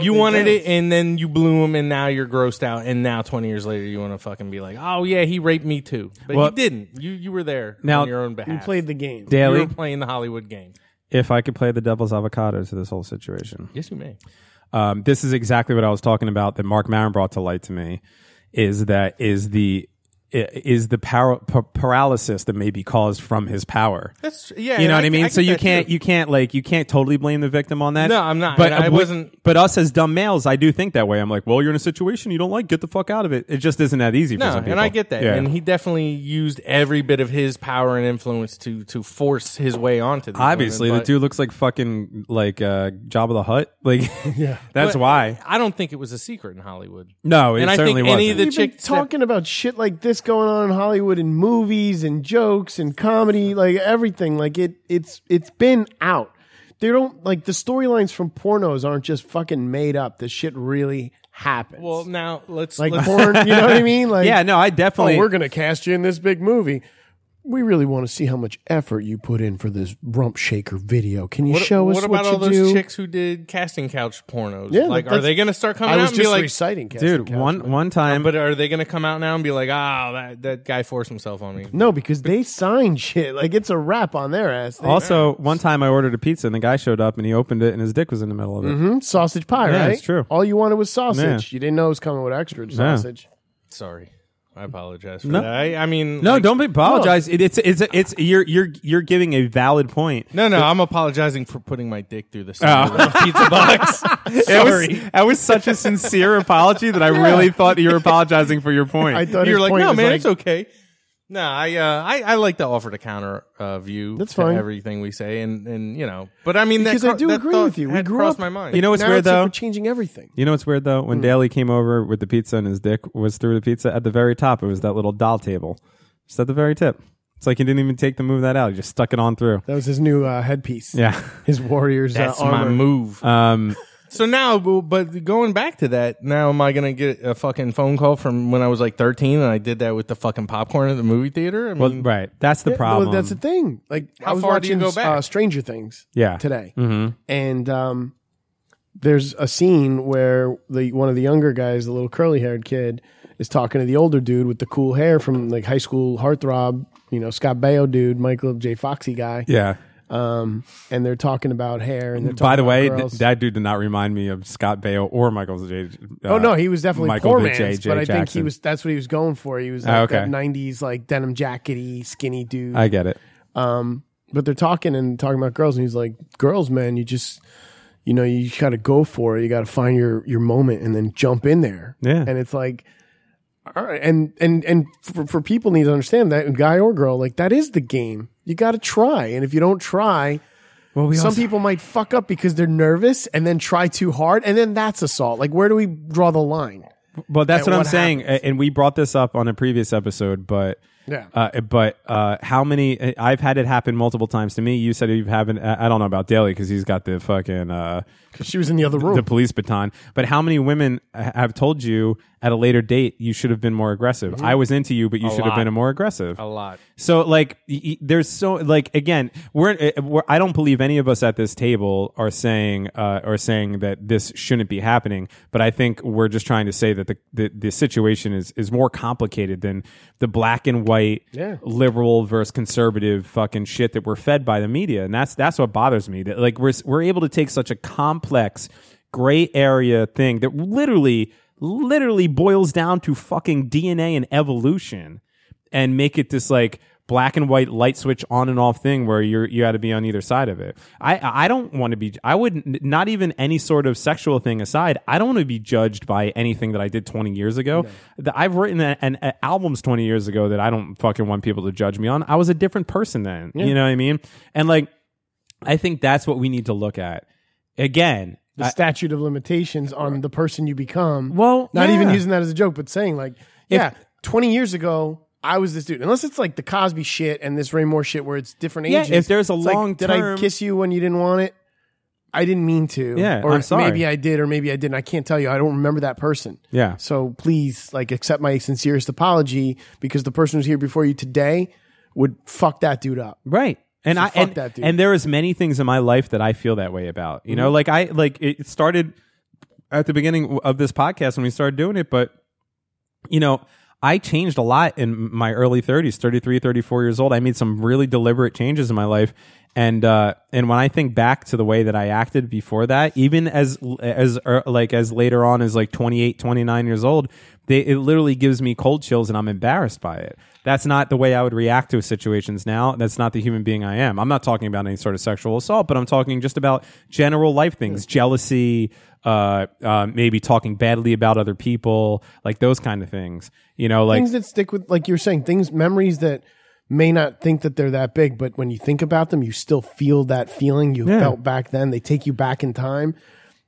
Speaker 2: you wanted it, and then you blew him, and now you're grossed out, and now 20 years later, you want to fucking be like, oh yeah, he raped me too, but
Speaker 5: Well-
Speaker 2: he didn't. You you were there
Speaker 5: Now-
Speaker 2: on your own behalf.
Speaker 7: You played the game.
Speaker 2: You
Speaker 5: Daily,
Speaker 2: were playing the Hollywood game.
Speaker 5: if I could play the devil's avocado to this whole situation,
Speaker 2: Yes, you may.
Speaker 5: um, this is exactly what I was talking about that Mark Maron brought to light to me is that is the i- is the power, p- paralysis that may be caused from his power.
Speaker 2: That's tr- yeah.
Speaker 5: you know
Speaker 2: and
Speaker 5: what I mean.
Speaker 2: get
Speaker 5: so you
Speaker 2: that, too.
Speaker 5: can't you can't like you can't totally blame the victim on that.
Speaker 2: No, I'm not.
Speaker 5: But
Speaker 2: And I
Speaker 5: we-
Speaker 2: wasn't-
Speaker 5: But us as dumb males, I do think that way. I'm like, well, you're in a situation you don't like. Get the fuck out of it. It just isn't that easy. for
Speaker 2: No,
Speaker 5: some people.
Speaker 2: and I get that.
Speaker 5: Yeah.
Speaker 2: And he definitely used every bit of his power and influence to to force his way onto. These
Speaker 5: obviously
Speaker 2: women,
Speaker 5: the
Speaker 2: but
Speaker 5: dude looks like fucking like uh, Job of the Hut. <laughs>
Speaker 2: <laughs>
Speaker 5: Like, yeah, that's
Speaker 2: But-
Speaker 5: why.
Speaker 2: I don't think it was a secret in Hollywood.
Speaker 5: No, it
Speaker 2: And I think
Speaker 5: certainly
Speaker 2: any
Speaker 5: wasn't.
Speaker 2: of the
Speaker 7: We've been
Speaker 2: chick
Speaker 7: talking about shit like this going on in Hollywood and movies and jokes and comedy, like everything. Like it, it's it's been out. They don't like the storylines from pornos aren't just fucking made up. This shit really happens.
Speaker 2: Well, now let's
Speaker 7: like
Speaker 2: let's,
Speaker 7: porn, you know what
Speaker 2: <laughs>
Speaker 7: I mean? Like
Speaker 5: yeah, no, I
Speaker 7: oh,
Speaker 5: definitely.
Speaker 7: we're gonna cast you in this big movie. We really want to see how much effort you put in for this rump shaker video. Can you
Speaker 2: What,
Speaker 7: <laughs> show us
Speaker 2: what about
Speaker 7: you
Speaker 2: all those
Speaker 7: do?
Speaker 2: chicks who did casting couch pornos?
Speaker 7: Yeah,
Speaker 2: like,
Speaker 7: that's-
Speaker 2: are they going to start coming
Speaker 7: I
Speaker 2: out
Speaker 7: was
Speaker 2: and be
Speaker 7: just
Speaker 2: like,
Speaker 7: reciting, Casting
Speaker 5: dude,
Speaker 7: Couch,
Speaker 5: one
Speaker 7: but-
Speaker 5: one time.
Speaker 2: but are they going to come out now and be like, ah, that that guy forced himself on me?
Speaker 7: No, because they sign shit. Like it's a rap on their ass. They-
Speaker 5: also, one time I ordered a pizza and the guy showed up and he opened it and his dick was in the middle of it.
Speaker 2: Mm-hmm.
Speaker 7: Hmm? sausage pie,
Speaker 5: Yeah,
Speaker 7: right?
Speaker 5: it's true.
Speaker 7: All you wanted was sausage.
Speaker 5: Yeah.
Speaker 7: You didn't know it was coming with extra sausage.
Speaker 2: Sorry, I apologize for
Speaker 5: No.
Speaker 2: that. I, I mean,
Speaker 5: No,
Speaker 2: like-
Speaker 5: don't be apologize. It, it's it's it's you're you're you're giving a valid point.
Speaker 2: No, no, I'm apologizing for putting my dick through the center of the
Speaker 5: Oh.
Speaker 2: pizza box.
Speaker 5: That was-
Speaker 2: Sorry.
Speaker 5: that was such a <laughs> sincere apology that I really thought you were apologizing for your point.
Speaker 7: I thought
Speaker 2: You're
Speaker 7: his
Speaker 2: like,
Speaker 7: point
Speaker 2: no,
Speaker 7: was
Speaker 2: man,
Speaker 7: like-
Speaker 2: it's okay. No, I, uh, I, I like to offer the counter uh, view
Speaker 7: That's
Speaker 2: to
Speaker 7: fine.
Speaker 2: everything we say, and, and you know, but I mean, that
Speaker 7: Because I
Speaker 2: cro-
Speaker 7: do
Speaker 2: that
Speaker 7: agree
Speaker 2: thought
Speaker 7: with you. We
Speaker 2: had
Speaker 7: grew
Speaker 2: crossed
Speaker 7: up-
Speaker 2: my mind.
Speaker 5: you know what's
Speaker 7: now
Speaker 5: weird
Speaker 7: it's Hmm. like
Speaker 5: though?
Speaker 7: we're changing everything.
Speaker 5: You know what's weird though? When Daly came over with the pizza and his dick was through the pizza, at the very top it was that little doll table, just at the very tip. It's like he didn't even take the move that out; he just stuck it on through.
Speaker 7: That was his new uh, headpiece.
Speaker 5: Yeah.
Speaker 7: his warriors.
Speaker 2: that's
Speaker 7: uh,
Speaker 2: my
Speaker 7: armor.
Speaker 2: move.
Speaker 5: Um,
Speaker 2: <laughs> so now, bu- but going back to that, now am I going to get a fucking phone call from when I was like 13 and I did that with the fucking popcorn at the movie theater? I mean,
Speaker 5: well, <laughs> right. That's the
Speaker 7: Yeah,
Speaker 5: problem.
Speaker 7: Well, that's the thing. Like I
Speaker 2: How
Speaker 7: was
Speaker 2: far do you
Speaker 7: watching
Speaker 2: go back?
Speaker 7: Uh, Stranger Things
Speaker 5: yeah.
Speaker 7: today,
Speaker 5: Mm-hmm.
Speaker 7: and um, there's a scene where the one of the younger guys, the little curly haired kid, is talking to the older dude with the cool hair from like high school heartthrob, you know, Scott Baio dude, Michael J. Foxy guy,
Speaker 5: Yeah.
Speaker 7: um, and they're talking about hair and they're talking
Speaker 5: By the
Speaker 7: about
Speaker 5: way, th-
Speaker 7: girls.
Speaker 5: that dude did not remind me of Scott Bale or Michael J. uh,
Speaker 7: Oh no, he was definitely
Speaker 5: Michael
Speaker 7: poor
Speaker 5: the
Speaker 7: man's,
Speaker 5: J.J.
Speaker 7: but I think he
Speaker 5: Jackson.
Speaker 7: was. That's what he was going for. He was like
Speaker 5: Ah, okay.
Speaker 7: that '90s like denim jackety, skinny dude.
Speaker 5: I get it.
Speaker 7: Um, but they're talking and talking about girls, and he's like, "Girls, man, you just, you know, you got to go for it. You got to find your your moment and then jump in there."
Speaker 5: Yeah.
Speaker 7: and it's like, all right, and and and for, for people need to understand that guy or girl, like that is the game. You got to try, and if you don't try,
Speaker 5: Well, we
Speaker 7: some
Speaker 5: also-
Speaker 7: people might fuck up because they're nervous and then try too hard, and then that's assault. Like, where do we draw the line?
Speaker 5: Well, that's
Speaker 7: and
Speaker 5: what I'm
Speaker 7: what
Speaker 5: saying,
Speaker 7: happens.
Speaker 5: a- and we brought this up on a previous episode, but
Speaker 7: Yeah.
Speaker 5: uh, but uh, how many? I- I've had it happen multiple times to me. You said you've happened. I I don't know about Daly because he's got the fucking uh,
Speaker 7: Because she was in the other room.
Speaker 5: the police baton. But how many women ha- have told you at a later date you should have been more aggressive? I was into you, but you should have
Speaker 2: Mm-hmm. lot.
Speaker 5: been more aggressive.
Speaker 2: a lot.
Speaker 5: So like, y- y- there's so like again, we're, uh, we're I don't believe any of us at this table are saying uh, are saying that this shouldn't be happening. But I think we're just trying to say that the the, the situation is is more complicated than the black and white
Speaker 7: Yeah.
Speaker 5: liberal versus conservative fucking shit that we're fed by the media, and that's that's what bothers me. That like we're s- we're able to take such a complex gray area thing that literally literally boils down to fucking DNA and evolution and make it this like black and white light switch on and off thing where you're you got to be on either side of it. I I don't want to be I would not even any sort of sexual thing aside. I don't want to be judged by anything that I did 20 years ago. The- I've written a, an a- albums 20 years ago that I don't fucking want people to judge me on. I was a different person then. You know what I mean? And like I think that's what we need to look at. Again,
Speaker 7: the statute of limitations on the person you become.
Speaker 5: Well,
Speaker 7: not even
Speaker 5: yeah.
Speaker 7: using that as a joke, but saying like, yeah, 20 years ago, I was this dude. Unless it's like the Cosby shit and this Ray Moore shit where it's different
Speaker 5: Yeah,
Speaker 7: ages.
Speaker 5: if there's a
Speaker 7: it's like,
Speaker 5: long
Speaker 7: did
Speaker 5: term-
Speaker 7: I kiss you when you didn't want it? I didn't mean to.
Speaker 5: Yeah,
Speaker 7: or
Speaker 5: I'm sorry.
Speaker 7: maybe I did, or maybe I didn't. I can't tell you. I don't remember that person.
Speaker 5: Yeah.
Speaker 7: So please, like, accept my sincerest apology because the person who's here before you today would fuck that dude up.
Speaker 5: Right. And
Speaker 7: So
Speaker 5: I
Speaker 7: fuck
Speaker 5: and,
Speaker 7: that dude. Mm-hmm.
Speaker 5: and there is many things in my life that I feel that way about. You know, like I like it started at the beginning of this podcast when we started doing it, but you know, I changed a lot in my early 30s, 33, 34 years old. I made some really deliberate changes in my life. And uh, and when I think back to the way that I acted before that, even as as er, like as later on as like 28, 29 years old, they, it literally gives me cold chills and I'm embarrassed by it. That's not the way I would react to situations now. That's not the human being I am. I'm not talking about any sort of sexual assault, but I'm talking just about general life things, jealousy, uh, uh, maybe talking badly about other people, like those kind of things. You know, like
Speaker 7: things that stick with like you were saying things memories that may not think that they're that big but when you think about them you still feel that feeling you
Speaker 5: Yeah.
Speaker 7: felt back then they take you back in time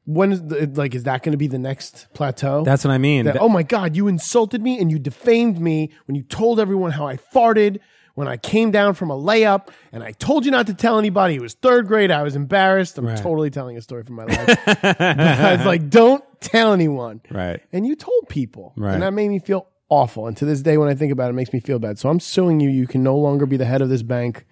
Speaker 7: when is the, like is that going to be the next plateau
Speaker 5: that's what I mean.
Speaker 7: that,
Speaker 5: Th-
Speaker 7: oh my god you insulted me and you defamed me when you told everyone how i farted when i came down from a layup and i told you not to tell anybody it was third grade i was embarrassed i'm totally telling a story from my life <laughs> i was like don't tell anyone
Speaker 5: right.
Speaker 7: and you told people.
Speaker 5: Right.
Speaker 7: And that made me feel awful. And to this day, when I think about it, it makes me feel bad. So I'm suing you. You can no longer be the head of this bank.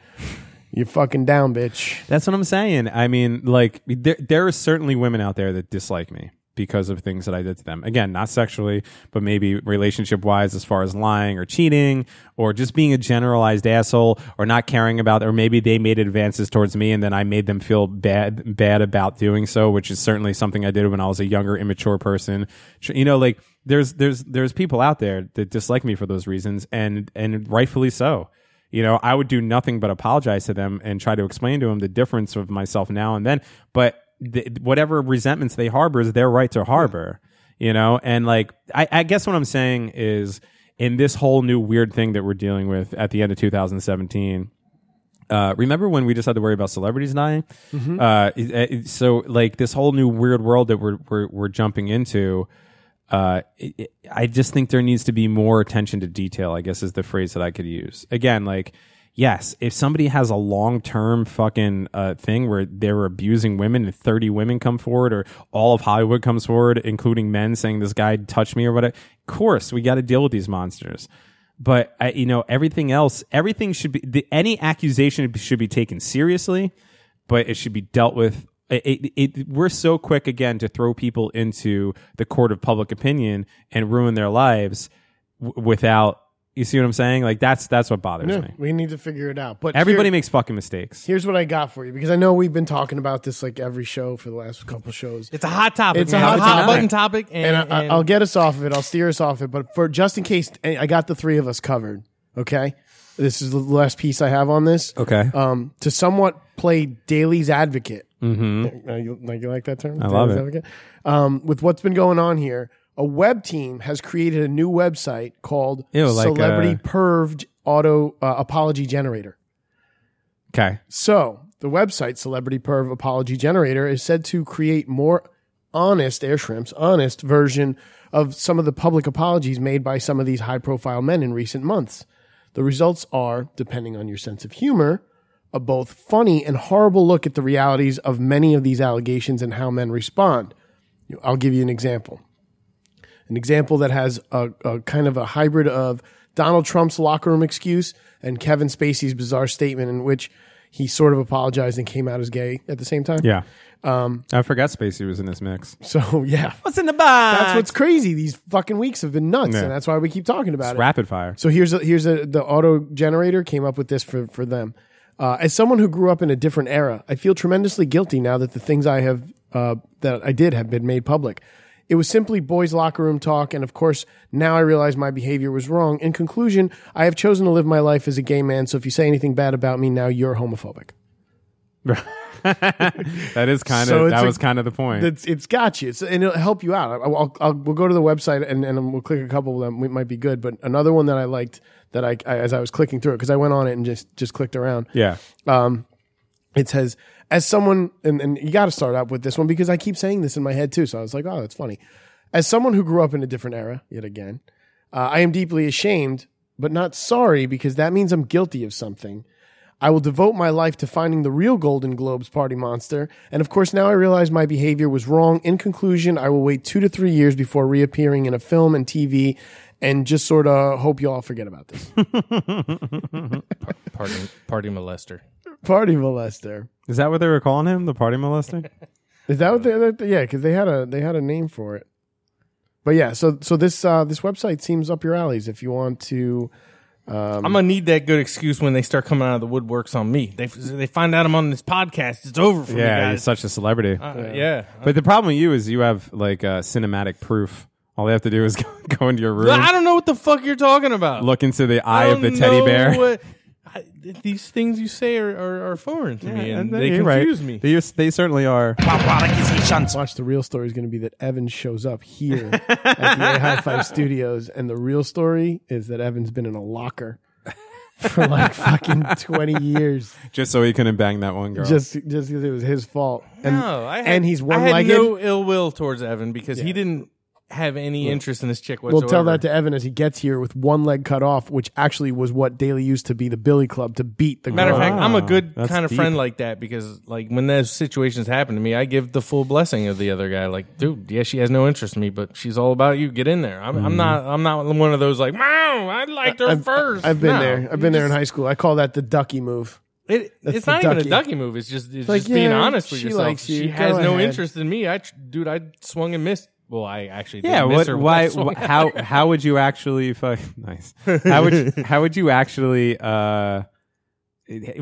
Speaker 7: You're fucking down, bitch.
Speaker 5: That's what I'm saying. I mean, like there there are certainly women out there that dislike me. because of things that I did to them. Again, not sexually, but maybe relationship wise, as far as lying or cheating or just being a generalized asshole or not caring about, or maybe they made advances towards me and then I made them feel bad, bad about doing so, which is certainly something I did when I was a younger, immature person. Tr- You know, like there's, there's, there's people out there that dislike me for those reasons and, and rightfully so. You know, I would do nothing but apologize to them and try to explain to them the difference of myself now and then. But th- whatever resentments they harbor is their right to harbor. You know, and like I, I guess what I'm saying is in this whole new weird thing that we're dealing with at the end of 2017. Uh, remember when we just had to worry about celebrities dying? Uh, it- it- so like this whole new weird world that we're we're, we're jumping into uh, it, it- I just think there needs to be more attention to detail, I guess is the phrase that I could use. Again, like, yes, if somebody has a long term fucking uh, thing where they were abusing women and 30 women come forward or all of Hollywood comes forward, including men saying this guy touched me or whatever, of course, we got to deal with these monsters. But, I, you know, everything else, everything should be, the, any accusation should be taken seriously but it should be dealt with. It, it, it, we're so quick again to throw people into the court of public opinion and ruin their lives w- without. You see what I'm saying? Like that's that's what bothers
Speaker 7: Yeah,
Speaker 5: me.
Speaker 7: we need to figure it out. But
Speaker 5: Everybody
Speaker 7: here-
Speaker 5: makes fucking mistakes.
Speaker 7: here's what I got for you because I know we've been talking about this like every show for the last couple shows.
Speaker 2: It's a hot topic.
Speaker 7: It's
Speaker 2: It's
Speaker 7: a
Speaker 2: a
Speaker 7: hot
Speaker 2: hot,
Speaker 7: topic.
Speaker 2: button topic, and,
Speaker 7: and, I,
Speaker 2: and-
Speaker 7: I'll get us off of it. I'll steer us off it. But for just in case, I I got the three of us covered. Okay, this is the last piece I have on this.
Speaker 5: Okay.
Speaker 7: Um, to somewhat play Daly's advocate. Mm-hmm. you, like, you like that term? I
Speaker 5: love it.
Speaker 7: Um, with what's been going on here, a web team has created a new website called
Speaker 5: Ew, like,
Speaker 7: Celebrity
Speaker 5: uh,
Speaker 7: Perved Auto uh, Apology Generator.
Speaker 5: okay.
Speaker 7: So the website Celebrity Perv Apology Generator is said to create more honest air shrimps, honest version of some of the public apologies made by some of these high profile men in recent months. The results are, depending on your sense of humor, a both funny and horrible look at the realities of many of these allegations and how men respond. You- I'll give you an example. An example that has a, a kind of a hybrid of Donald Trump's locker room excuse and Kevin Spacey's bizarre statement in which he sort of apologized and came out as gay at the same time.
Speaker 5: Yeah. Um, I forgot Spacey was in this mix.
Speaker 7: So, <laughs> yeah.
Speaker 5: What's in the box?
Speaker 7: That's what's crazy. These fucking weeks have been nuts,
Speaker 5: Yeah.
Speaker 7: and that's why we keep talking about it.
Speaker 5: rapid fire.
Speaker 7: <laughs> So here's a, here's a, the auto generator came up with this for for them. Uh, as someone who grew up in a different era, I feel tremendously guilty now that the things I have uh, that I did have been made public. It was simply boys' locker room talk, and of course, now I realize my behavior was wrong. In conclusion, I have chosen to live my life as a gay man. So if you say anything bad about me now, you're homophobic.
Speaker 5: That is kind of
Speaker 7: So it's
Speaker 5: that
Speaker 7: a-
Speaker 5: was kind of the point.
Speaker 7: It's, it's got you, it's, and it'll help you out. I- I'll, I'll, we'll go to the website and, and we'll click a couple of them. It might be good, but another one that I liked that I, I as I was clicking through it because I went on it and just just clicked around.
Speaker 5: yeah.
Speaker 7: it says as someone and, and you got to start out with this one because i keep saying this in my head too so i was like oh that's funny as someone who grew up in a different era yet again uh, i am deeply ashamed but not sorry because that means i'm guilty of something i will devote my life to finding the real golden globes party monster and of course now i realize my behavior was wrong in conclusion i will wait two to three years before reappearing in a film and tv and just sort of hope you all forget about this <laughs>
Speaker 2: party, party molester.
Speaker 7: party molester
Speaker 5: Is that what they were calling him? The party
Speaker 7: <laughs>
Speaker 5: molester?
Speaker 7: Is that what they? that- yeah, because they had a they had a name for it. But yeah, so so this uh, this website seems up your alleys if you want to.
Speaker 2: I'm gonna need that good excuse when they start coming out of the woodworks on me. They they find out I'm on this podcast. It's over for
Speaker 5: yeah,
Speaker 2: me,
Speaker 5: he's
Speaker 2: guys.
Speaker 5: such a celebrity.
Speaker 2: Uh, yeah.
Speaker 5: But the problem with you is you have like uh, cinematic proof. All they have to do is <laughs> go, go into your room,
Speaker 2: I don't know what the fuck you're talking about.
Speaker 5: look into the
Speaker 2: I
Speaker 5: eye of the
Speaker 2: don't
Speaker 5: teddy
Speaker 2: know
Speaker 5: bear.
Speaker 2: what- I- th- these things you say are, are, are foreign to me, and they
Speaker 5: You're
Speaker 2: confuse
Speaker 5: right.
Speaker 2: me.
Speaker 5: They, are- they certainly are.
Speaker 7: Watch the real story is going to be that Evan shows up here at the A High
Speaker 2: <laughs>
Speaker 7: Five Studios, and the real story is that Evan's been in a locker for like fucking twenty years,
Speaker 5: Just so he couldn't bang that one girl.
Speaker 7: just just because it was his fault. And,
Speaker 2: no, I had,
Speaker 7: and he's one
Speaker 2: I had
Speaker 7: legged.
Speaker 2: no ill will towards Evan because he didn't have any interest in this chick whatsoever.
Speaker 7: We'll tell that to Evan as he gets here with one leg cut off, which actually was what Daly used to be the Billy Club to beat the
Speaker 2: Matter of
Speaker 7: girl.
Speaker 2: fact, I'm a good
Speaker 5: that's
Speaker 2: kind of
Speaker 5: deep.
Speaker 2: friend like that because, like, when those situations happen to me, I give the full blessing of the other guy. Like, dude, yeah, she has no interest in me, but she's all about you. Get in there. I'm, I'm not. I'm not one of those like, wow, I liked her
Speaker 7: Mm-hmm. I've-
Speaker 2: first.
Speaker 7: I've been
Speaker 2: No.
Speaker 7: there. I've been there in high school. I call that the ducky move.
Speaker 2: It,
Speaker 7: That's
Speaker 2: it's
Speaker 7: the
Speaker 2: not even a
Speaker 7: ducky.
Speaker 2: ducky move. It's just it's
Speaker 7: like,
Speaker 2: just being
Speaker 7: yeah,
Speaker 2: honest with
Speaker 7: she
Speaker 2: yourself.
Speaker 7: likes you.
Speaker 2: She has
Speaker 7: Go
Speaker 2: no
Speaker 7: ahead.
Speaker 2: interest in me. I tr- dude, I swung and missed. Well, I actually
Speaker 5: Yeah,
Speaker 2: didn't
Speaker 5: what,
Speaker 2: miss her. but I
Speaker 5: why?
Speaker 2: swung
Speaker 5: wh- how how would you actually fuck? <laughs> Nice. How would you, how would you actually? uh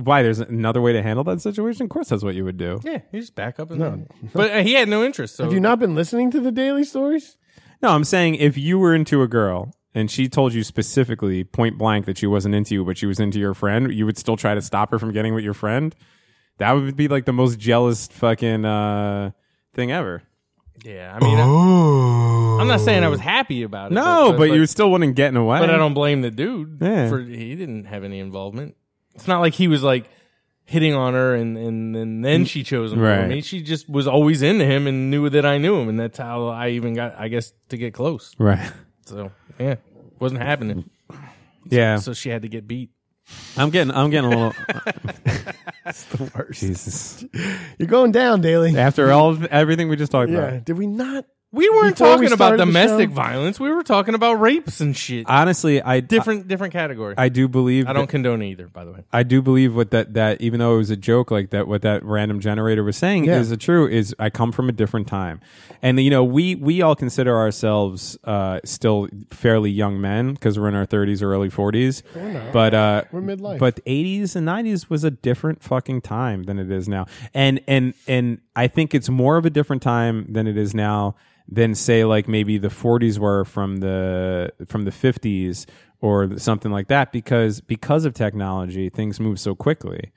Speaker 5: Why? There's another way to handle that situation. Of course, that's what you would do.
Speaker 2: <laughs> Yeah, you just back up and no. But uh, he had no interest. So
Speaker 7: Have you not been listening to the daily stories?
Speaker 5: No, I'm saying if you were into a girl and she told you specifically point blank that she wasn't into you, but she was into your friend, you would still try to stop her from getting with your friend. That would be like the most jealous fucking uh, thing ever.
Speaker 2: yeah, I mean, I, am not saying I was happy about it.
Speaker 5: No, but,
Speaker 2: but
Speaker 5: you still wouldn't get in a way.
Speaker 2: But I don't blame the dude
Speaker 5: Yeah.
Speaker 2: for he didn't have any involvement. It's not like he was like hitting on her and and, and then she chose him
Speaker 5: Right.
Speaker 2: over me. She just was always into him and knew that I knew him, and that's how I even got I guess to get close.
Speaker 5: Right.
Speaker 2: So yeah, wasn't happening.
Speaker 5: Yeah. <laughs>
Speaker 2: So she had to get beat.
Speaker 5: I'm getting. I'm getting a little. <laughs> Jesus.
Speaker 7: You're going down, Daily.
Speaker 5: After all everything we just talked
Speaker 7: Yeah.
Speaker 5: about.
Speaker 7: Did we not?
Speaker 2: We weren't
Speaker 7: Before we
Speaker 2: talking about
Speaker 7: started the
Speaker 2: domestic
Speaker 7: show-
Speaker 2: violence. We were talking about rapes and shit.
Speaker 5: Honestly, I
Speaker 2: different different category.
Speaker 5: I, I do believe.
Speaker 2: I don't
Speaker 5: that-
Speaker 2: condone either, by the way.
Speaker 5: I do believe what that that even though it was a joke, like that what that random generator was saying
Speaker 7: Yeah.
Speaker 5: is a true. Is I come from a different time, and you know we we all consider ourselves uh, still fairly young men because we're in our thirties or early forties, but uh,
Speaker 7: We're midlife.
Speaker 5: But eighties and nineties was a different fucking time than it is now, and and and I think it's more of a different time than it is now than say like maybe the 40s were from the from the 50s or something like that because because of technology things move so quickly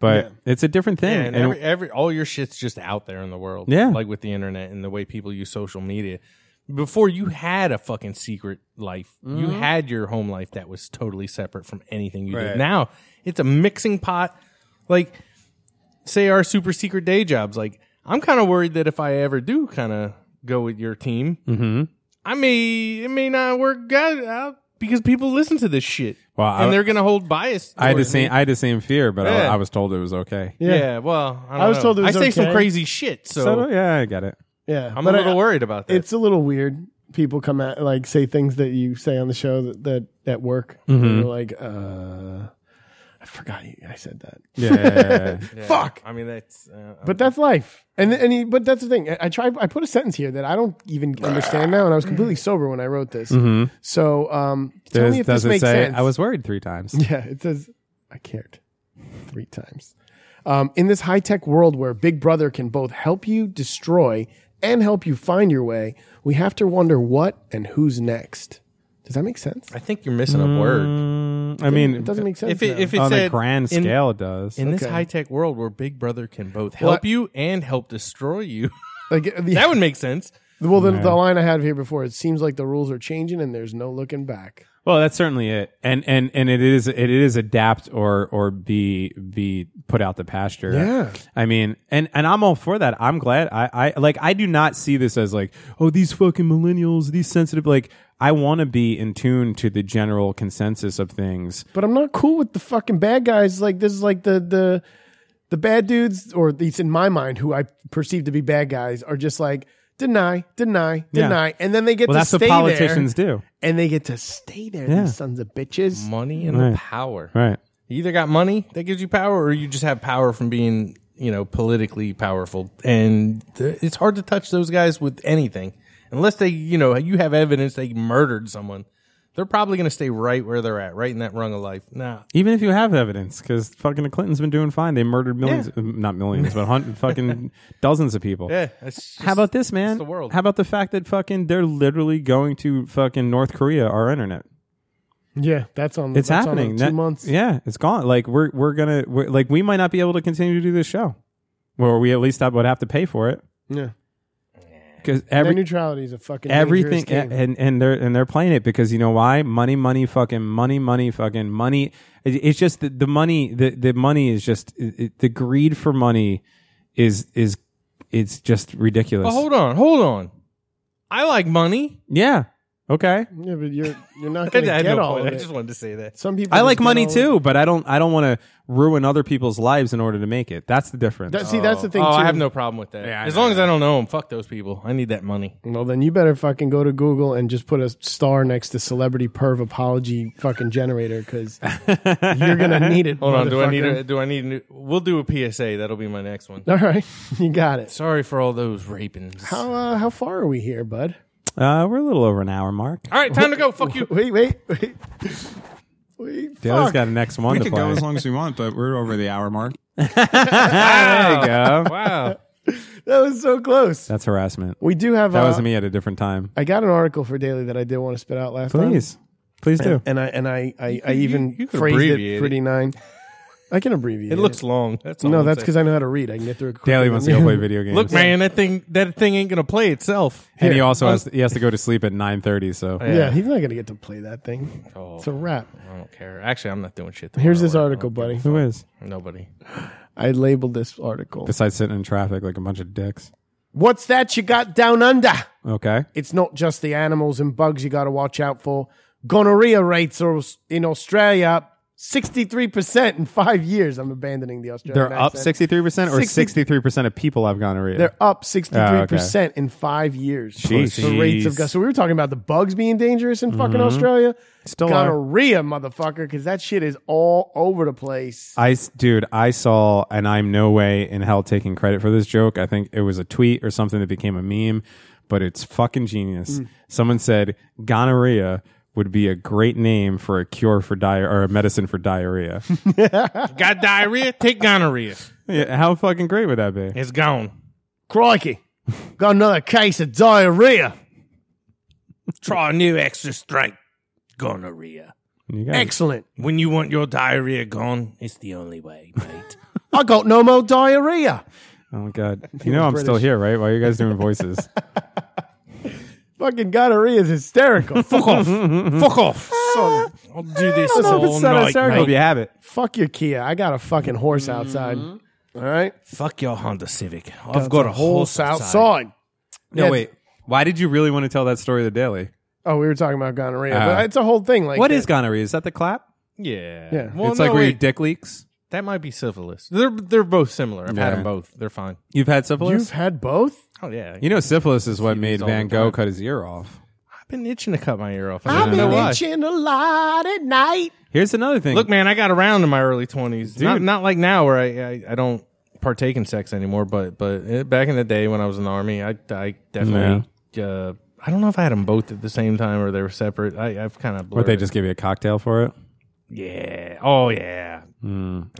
Speaker 5: but it's a different thing
Speaker 2: Yeah, and,
Speaker 5: And-
Speaker 2: every, every all your shit's just out there in the world.
Speaker 5: Yeah.
Speaker 2: like with the internet and the way people use social media. Before you had a fucking secret life, you had your home life that was totally separate from anything you
Speaker 5: Mm-hmm. Right.
Speaker 2: did. Now it's a mixing pot. Like, say our super secret day jobs. Like, I'm kind of worried that if I ever do kind of go with your team,
Speaker 5: Mm-hmm.
Speaker 2: I may it may not work out out because people listen to this shit.
Speaker 5: Well, I-
Speaker 2: and they're gonna hold bias.
Speaker 5: I had the
Speaker 2: towards me.
Speaker 5: same I had the same fear, but I,
Speaker 2: Yeah.
Speaker 5: I was told it was okay.
Speaker 2: Yeah. well, I, don't
Speaker 7: was
Speaker 2: know.
Speaker 7: told it was
Speaker 2: I say some
Speaker 7: okay.
Speaker 2: crazy shit, so,
Speaker 5: So yeah, I
Speaker 2: <laughs>
Speaker 5: get it.
Speaker 7: Yeah.
Speaker 2: I'm
Speaker 7: but
Speaker 2: a
Speaker 7: I-
Speaker 2: little worried about that.
Speaker 7: It's a little weird. People come at like say things that you say on the show that that at work.
Speaker 5: Mm-hmm.
Speaker 7: They're like, uh, I forgot you, I said that.
Speaker 5: Yeah,
Speaker 2: Yeah.
Speaker 7: Fuck.
Speaker 2: I mean, that's. Uh,
Speaker 7: But that's life. And and he, but that's the thing. I, I try. I put a sentence here that I don't even understand now, and I was completely sober when I wrote this. So um, tell
Speaker 5: Mm-hmm. does,
Speaker 7: me if
Speaker 5: does
Speaker 7: this
Speaker 5: it
Speaker 7: makes
Speaker 5: say
Speaker 7: sense.
Speaker 5: I was worried three times?
Speaker 2: <laughs>
Speaker 7: <laughs> Yeah, it says I cared three times. Um, in this high tech world where Big Brother can both help you destroy and help you find your way, we have to wonder what and who's next. Does that make sense?
Speaker 2: I think you're missing a
Speaker 7: Mm,
Speaker 2: word.
Speaker 5: I mean,
Speaker 7: It doesn't make sense.
Speaker 2: If it,
Speaker 7: now.
Speaker 2: if it
Speaker 5: on
Speaker 2: said
Speaker 5: a grand
Speaker 2: in,
Speaker 5: scale, it does.
Speaker 2: in this
Speaker 7: Okay.
Speaker 2: high tech world where Big Brother can both help
Speaker 7: What?
Speaker 2: you and help destroy you, <laughs>
Speaker 7: like,
Speaker 2: that would make sense.
Speaker 7: well, the, the line I had here before. It seems like the rules are changing and there's no looking back.
Speaker 5: Well, that's certainly it, and and and it is it is adapt or or be be put out the pasture.
Speaker 7: Yeah.
Speaker 5: I mean, and and I'm all for that. I'm glad. I I like I do not see this as like oh these fucking millennials, these sensitive. Like I want to be in tune to the general consensus of things.
Speaker 7: But I'm not cool with the fucking bad guys. Like this is like the the the bad dudes, or at least in my mind, who I perceive to be bad guys, are just like deny, deny,
Speaker 5: Yeah.
Speaker 7: deny, and then they get
Speaker 5: Well,
Speaker 7: to
Speaker 5: that's
Speaker 7: stay
Speaker 5: what politicians
Speaker 7: there,
Speaker 5: do,
Speaker 7: and they get to stay there.
Speaker 5: Yeah.
Speaker 7: These sons of bitches.
Speaker 2: Money and the power.
Speaker 5: right?
Speaker 2: You either got money that gives you power, or you just have power from being, you know, politically powerful. And th- it's hard to touch those guys with anything unless they, you know, you have evidence they murdered someone. They're probably going to stay right where they're at, right in that rung of life. Nah,
Speaker 5: Even if you have evidence, because fucking the Clintons been doing fine. They murdered millions, uh, not millions, but hundred
Speaker 7: <laughs>
Speaker 5: fucking dozens of people.
Speaker 2: yeah. That's just,
Speaker 5: How about this, man?
Speaker 2: the world.
Speaker 5: How about the fact that fucking they're literally going to fucking North Korea our internet?
Speaker 7: Yeah, that's on.
Speaker 5: It's
Speaker 7: that's on in
Speaker 5: happening.
Speaker 7: two
Speaker 5: That-
Speaker 7: months.
Speaker 5: Yeah, it's gone. Like we're we're gonna we're, like we might not be able to continue to do this show, or we at least have, would have to pay for it
Speaker 7: yeah.
Speaker 5: because
Speaker 7: Net
Speaker 5: every
Speaker 7: neutrality is a fucking
Speaker 5: everything
Speaker 7: dangerous game.
Speaker 5: and and they're and they're playing it because you know why money money fucking money money fucking money It- it's just the, the money the the money is just it, it- the greed for money is is it's just ridiculous
Speaker 2: But hold on, hold on. I like money.
Speaker 5: yeah Okay.
Speaker 7: Yeah, but you're you're
Speaker 5: <laughs>
Speaker 7: not
Speaker 2: I
Speaker 7: going to
Speaker 2: had
Speaker 7: get
Speaker 2: no
Speaker 7: all
Speaker 2: point.
Speaker 7: of
Speaker 2: I
Speaker 7: it.
Speaker 2: just wanted to say that.
Speaker 7: Some people
Speaker 5: I
Speaker 7: just
Speaker 5: like
Speaker 7: get
Speaker 5: money
Speaker 7: all of it.
Speaker 5: too, but I don't I don't want to ruin other people's lives in order to make it. That's the difference.
Speaker 7: That, see, that's the thing.
Speaker 2: oh,
Speaker 7: too.
Speaker 2: I have no problem with that.
Speaker 5: Yeah, I
Speaker 2: as
Speaker 5: know,
Speaker 2: long
Speaker 5: I
Speaker 2: as I don't know them, fuck those people. I need that money.
Speaker 7: Well, then you better fucking go to Google and just put a star next to celebrity perv apology fucking generator because you're gonna need it.
Speaker 2: Hold on. Do I need
Speaker 7: motherfucker.
Speaker 2: a, do I need a new, we'll do a PSA. That'll be my next one.
Speaker 7: <laughs> All right, you got it.
Speaker 2: Sorry for all those rapings.
Speaker 7: How uh, how far are we here, bud?
Speaker 5: uh, we're a little over an hour mark.
Speaker 2: All right, time to go. Fuck you.
Speaker 7: <laughs> Wait, wait, wait. Wait,
Speaker 5: The other's
Speaker 7: fuck.
Speaker 5: got a next one
Speaker 8: We
Speaker 5: to
Speaker 8: could go
Speaker 5: play.
Speaker 8: as long as we want, but we're over the hour
Speaker 5: <laughs>
Speaker 8: mark.
Speaker 5: there you go.
Speaker 2: Wow.
Speaker 7: that was so close.
Speaker 5: That's harassment.
Speaker 7: We do have.
Speaker 5: That
Speaker 7: uh,
Speaker 5: was me at a different time.
Speaker 7: I got an article for Daily that I did want to spit out last time.
Speaker 5: Please, please
Speaker 7: <laughs>
Speaker 5: do.
Speaker 7: And I and I I, I even
Speaker 2: you could
Speaker 7: phrased
Speaker 2: abbreviate
Speaker 7: it
Speaker 2: it.
Speaker 7: pretty nine. I
Speaker 5: <laughs>
Speaker 7: can abbreviate.
Speaker 2: It looks long. That's all
Speaker 7: No,
Speaker 2: I'm
Speaker 7: that's
Speaker 2: saying.
Speaker 7: because I know how to read. I can get through. it quicker
Speaker 5: Daly
Speaker 7: than
Speaker 5: wants to go
Speaker 7: you. <laughs>
Speaker 5: play video games.
Speaker 2: Look, man, that thing that thing ain't gonna play itself.
Speaker 5: and he also has he has to go to sleep at nine thirty. So
Speaker 7: Yeah, he's not going to get to play that thing.
Speaker 5: Oh.
Speaker 7: It's a wrap.
Speaker 2: I don't care. Actually, I'm not doing shit.
Speaker 7: Here's this uh,
Speaker 2: tomorrow.
Speaker 7: article, buddy.
Speaker 5: who is
Speaker 2: Nobody.
Speaker 7: I labeled this article.
Speaker 5: besides sitting in traffic like a bunch of dicks?
Speaker 7: What's that you got down under?
Speaker 5: Okay,
Speaker 7: It's not just the animals and bugs you got to watch out for. Gonorrhea rates are in Australia up 63% in five years. I'm abandoning the Australian
Speaker 5: they're up
Speaker 7: accent.
Speaker 5: sixty three percent or
Speaker 7: 60
Speaker 5: sixty three percent of people have gonorrhea.
Speaker 7: They're up 63% in five years.
Speaker 5: Ah, Jeez.
Speaker 7: The rates of
Speaker 5: Jeez.
Speaker 7: So we were talking about the bugs being dangerous in fucking Australia.
Speaker 5: Mm-hmm. Still are.
Speaker 7: Gonorrhea, motherfucker, because that shit is all over the place.
Speaker 5: I s- dude, I saw, and I'm no way in hell taking credit for this joke. I think it was a tweet or something that became a meme, but it's fucking genius.
Speaker 2: Mm.
Speaker 5: Someone said gonorrhea would be a great name for a cure for diarrhea or a medicine
Speaker 2: <laughs>
Speaker 5: for diarrhea.
Speaker 2: Got diarrhea? Take gonorrhea.
Speaker 5: yeah, how fucking great would that be?
Speaker 2: It's gone.
Speaker 7: Crikey. Got another case of diarrhea.
Speaker 2: Try a new extra strike. Gonorrhea.
Speaker 5: You guys-
Speaker 7: Excellent.
Speaker 2: When you want your diarrhea gone, it's the only way, mate.
Speaker 7: I got no more diarrhea.
Speaker 5: oh my god, you know I'm still here, right? Why are you guys doing voices?
Speaker 2: <laughs>
Speaker 7: Fucking gonorrhea is
Speaker 2: <laughs>
Speaker 5: <laughs>
Speaker 7: hysterical.
Speaker 2: Fuck off. Fuck <laughs> off. So, I'll do this
Speaker 5: I don't know if
Speaker 2: all
Speaker 5: it's not
Speaker 2: night,
Speaker 5: hysterical if you
Speaker 2: mate.
Speaker 5: have it.
Speaker 7: Fuck your Kia. I got a fucking horse
Speaker 2: Mm-hmm.
Speaker 7: outside. All right.
Speaker 2: Fuck your Honda Civic. I've got a whole
Speaker 7: Horse
Speaker 2: south
Speaker 7: outside.
Speaker 5: No,
Speaker 7: Yeah.
Speaker 5: wait. Why did you really want to tell that story to Daily?
Speaker 7: Oh, we were talking about gonorrhea.
Speaker 2: Ah.
Speaker 5: Uh,
Speaker 7: but it's a whole thing. Like uh,
Speaker 5: What
Speaker 7: that.
Speaker 5: is gonorrhea? Is that the clap?
Speaker 2: Yeah.
Speaker 7: Yeah.
Speaker 2: Well,
Speaker 5: it's like
Speaker 2: no,
Speaker 5: where your
Speaker 2: wait.
Speaker 5: dick leaks.
Speaker 2: that might be syphilis. They're they're both similar. I've had
Speaker 5: Yeah.
Speaker 2: them both. They're fine.
Speaker 5: You've had syphilis.
Speaker 7: You've had both?
Speaker 2: Oh yeah.
Speaker 5: You know, syphilis is what made
Speaker 2: all the
Speaker 5: Van Gogh
Speaker 2: time.
Speaker 5: cut his ear off.
Speaker 2: I've been itching to cut my ear off. I
Speaker 7: I've
Speaker 2: don't know
Speaker 7: been
Speaker 2: why.
Speaker 7: itching a lot at night.
Speaker 5: Here's another thing.
Speaker 2: Look, man, I got around in my early twenties. Not
Speaker 5: Dude.
Speaker 2: not like now where I, I, I don't partake in sex anymore. But but eh, back in the day when I was in the army, I I definitely. Uh, I don't know if I had them both at the same time or they were separate. I, I've kind of.
Speaker 5: What they just give you a cocktail for it?
Speaker 2: Yeah. Oh yeah.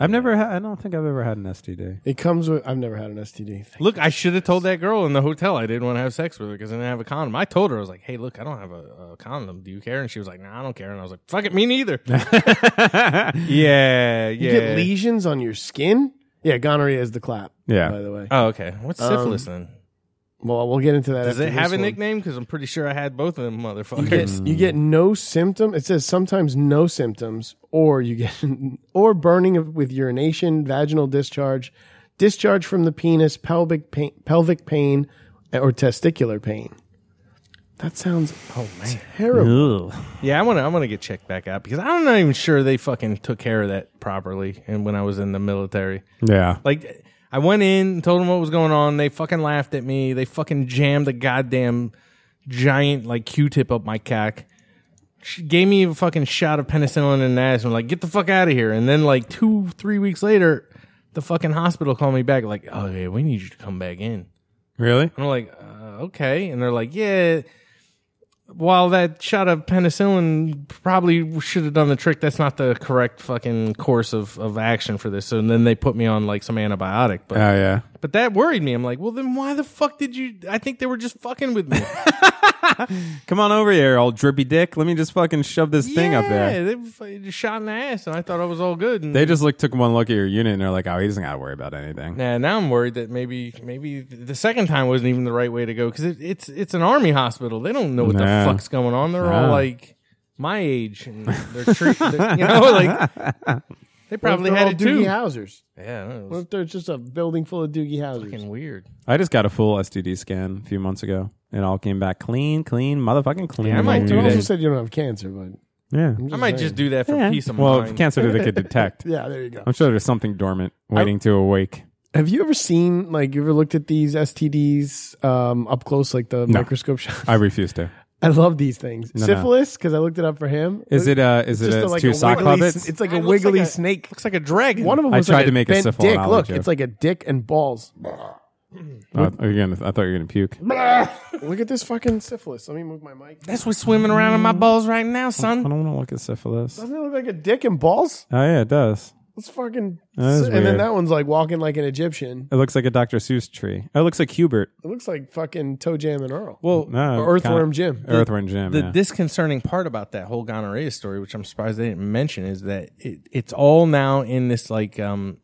Speaker 5: I've never. Ha- I don't think I've ever had an STD.
Speaker 7: It comes with. I've never had an STD.
Speaker 2: Look, I should have told that girl in the hotel I didn't want to have sex with her because I didn't have a condom. I told her I was like, "Hey, look, I don't have a, a condom. Do you care?" And she was like, "No, nah, I don't care." And I was like, "Fuck it, me neither." <laughs> yeah. Yeah.
Speaker 7: You get lesions on your skin? Yeah, gonorrhea is the clap.
Speaker 5: Yeah.
Speaker 7: By the way.
Speaker 2: Oh, okay. What's syphilis then?
Speaker 7: Well, we'll get into that.
Speaker 2: Does
Speaker 7: after
Speaker 2: it have
Speaker 7: this
Speaker 2: a
Speaker 7: one.
Speaker 2: nickname? Because I'm pretty sure I had both of them, motherfuckers.
Speaker 7: You get, you get no symptom. It says sometimes no symptoms, or you get <laughs> or burning of- with urination, vaginal discharge, discharge from the penis, pelvic pain, pelvic pain, or testicular pain. That sounds oh man terrible.
Speaker 2: <laughs> Yeah, I want to. I want to get checked back out because I'm not even sure they fucking took care of that properly. And when I was in the military,
Speaker 5: Yeah.
Speaker 2: like I went in, and told them what was going on. They fucking laughed at me. They fucking jammed a goddamn giant like Q-tip up my cock. She gave me a fucking shot of penicillin in the ass and like get the fuck out of here. And then like two, three weeks later, the fucking hospital called me back like, oh yeah, we need you to come back in.
Speaker 5: Really?
Speaker 2: And I'm like, uh, okay. And they're like, yeah. While that shot of penicillin probably should have done the trick, that's not the correct fucking course of, of action for this. So then they put me on like some antibiotic, but
Speaker 5: Oh yeah.
Speaker 2: but that worried me. I'm like, well then why the fuck did you? I think they were just fucking with
Speaker 5: <laughs>
Speaker 2: me.
Speaker 5: Come on over here, old drippy dick. Let me just fucking shove this thing up
Speaker 2: Yeah,
Speaker 5: there.
Speaker 2: they f- just shot in the ass, and I thought I was all good. And
Speaker 5: They just like took one look at your unit and they're like, oh, he doesn't got to worry about anything.
Speaker 2: Nah, now I'm worried that maybe maybe the second time wasn't even the right way to go because it, it's it's an army hospital. They don't know what
Speaker 5: Nah.
Speaker 2: the fuck's going on. They're all <laughs>
Speaker 5: Nah.
Speaker 2: like my age and they're treating you know like They probably
Speaker 7: What if
Speaker 2: had it
Speaker 7: they're all
Speaker 2: too.
Speaker 7: Doogie Housers.
Speaker 2: Yeah, I don't know, it
Speaker 7: What
Speaker 2: was
Speaker 7: if there's just a building full of Doogie Housers?
Speaker 2: fucking weird.
Speaker 5: I just got a full STD scan a few months ago. It all came back clean, clean, motherfucking clean.
Speaker 2: Yeah, I might do
Speaker 7: You
Speaker 2: that.
Speaker 7: also said you don't have cancer, but
Speaker 5: Yeah.
Speaker 7: I'm
Speaker 2: I might
Speaker 7: saying.
Speaker 2: just do that for
Speaker 5: Yeah.
Speaker 2: peace of
Speaker 5: well,
Speaker 2: mind.
Speaker 5: cancer that they could <laughs> detect.
Speaker 7: Yeah, there you go.
Speaker 5: I'm sure there's something dormant waiting to awake.
Speaker 7: Have you ever seen like you ever looked at these STDs um, up close, like the microscope <laughs> shot?
Speaker 5: I refuse to.
Speaker 7: I love these things.
Speaker 5: no.
Speaker 7: Syphilis, because I looked it up for him.
Speaker 5: Is it uh is it
Speaker 7: just
Speaker 5: a,
Speaker 7: a, like
Speaker 5: two
Speaker 7: a
Speaker 5: sock
Speaker 7: wiggly,
Speaker 5: puppets?
Speaker 7: It's like
Speaker 2: It
Speaker 7: a
Speaker 2: looks
Speaker 7: wiggly
Speaker 2: like a-
Speaker 7: snake.
Speaker 2: Looks like a dragon.
Speaker 7: One of them
Speaker 5: I
Speaker 7: was
Speaker 5: tried
Speaker 7: like
Speaker 5: to
Speaker 7: a
Speaker 5: make a
Speaker 7: bent
Speaker 5: syphilon
Speaker 7: dick. Look,
Speaker 5: joke.
Speaker 7: it's like a dick and balls.
Speaker 5: Oh, are you gonna- I thought you were gonna puke.
Speaker 7: Look at this fucking syphilis. Let me move my mic.
Speaker 2: That's what's swimming around in my balls right now,
Speaker 5: I
Speaker 2: son.
Speaker 5: don't want to look at syphilis. Oh
Speaker 7: Doesn't it look like a dick and balls?
Speaker 5: yeah, it does.
Speaker 7: It's fucking.
Speaker 5: That is
Speaker 7: and then
Speaker 5: weird.
Speaker 7: that one's like walking like an Egyptian.
Speaker 5: It looks like a Dr. Seuss tree. It looks like Hubert.
Speaker 7: It looks like fucking Toe Jam and Earl.
Speaker 2: Well,
Speaker 5: No,
Speaker 7: Or Earthworm
Speaker 5: kinda-
Speaker 7: Jim.
Speaker 5: Earthworm Jim.
Speaker 2: the
Speaker 5: yeah.
Speaker 2: disconcerting part about that whole gonorrhea story, which I'm surprised they didn't mention, is that it, it's all now in this like um,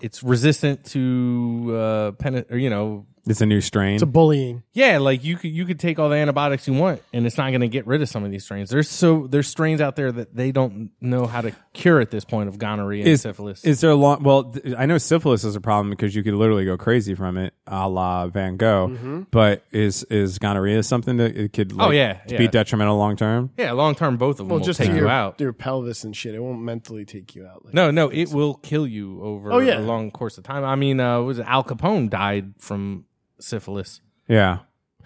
Speaker 2: it's resistant to uh, pen or you know
Speaker 5: it's a new strain.
Speaker 7: It's a bullying.
Speaker 2: yeah, like you could you could take all the antibiotics you want, and it's not going to get rid of some of these strains. There's so there's strains out there that they don't know how to cure at this point of gonorrhea and
Speaker 5: is,
Speaker 2: syphilis.
Speaker 5: Is there a long? Well, th- I know syphilis is a problem because you could literally go crazy from it, a la Van Gogh. But is is gonorrhea something that it could? Like,
Speaker 2: Mm-hmm. Oh, yeah,
Speaker 5: be
Speaker 2: yeah.
Speaker 5: detrimental long term.
Speaker 2: yeah, long term, both of them
Speaker 7: Well,
Speaker 2: will
Speaker 7: just
Speaker 2: take
Speaker 7: to
Speaker 2: you
Speaker 7: your,
Speaker 2: out.
Speaker 7: your pelvis and shit. It won't mentally take you out. Like,
Speaker 2: No, no, it will kill you over
Speaker 7: Oh, yeah.
Speaker 2: a long course of time. I mean, uh, was it Al Capone died from syphilis?
Speaker 5: Yeah,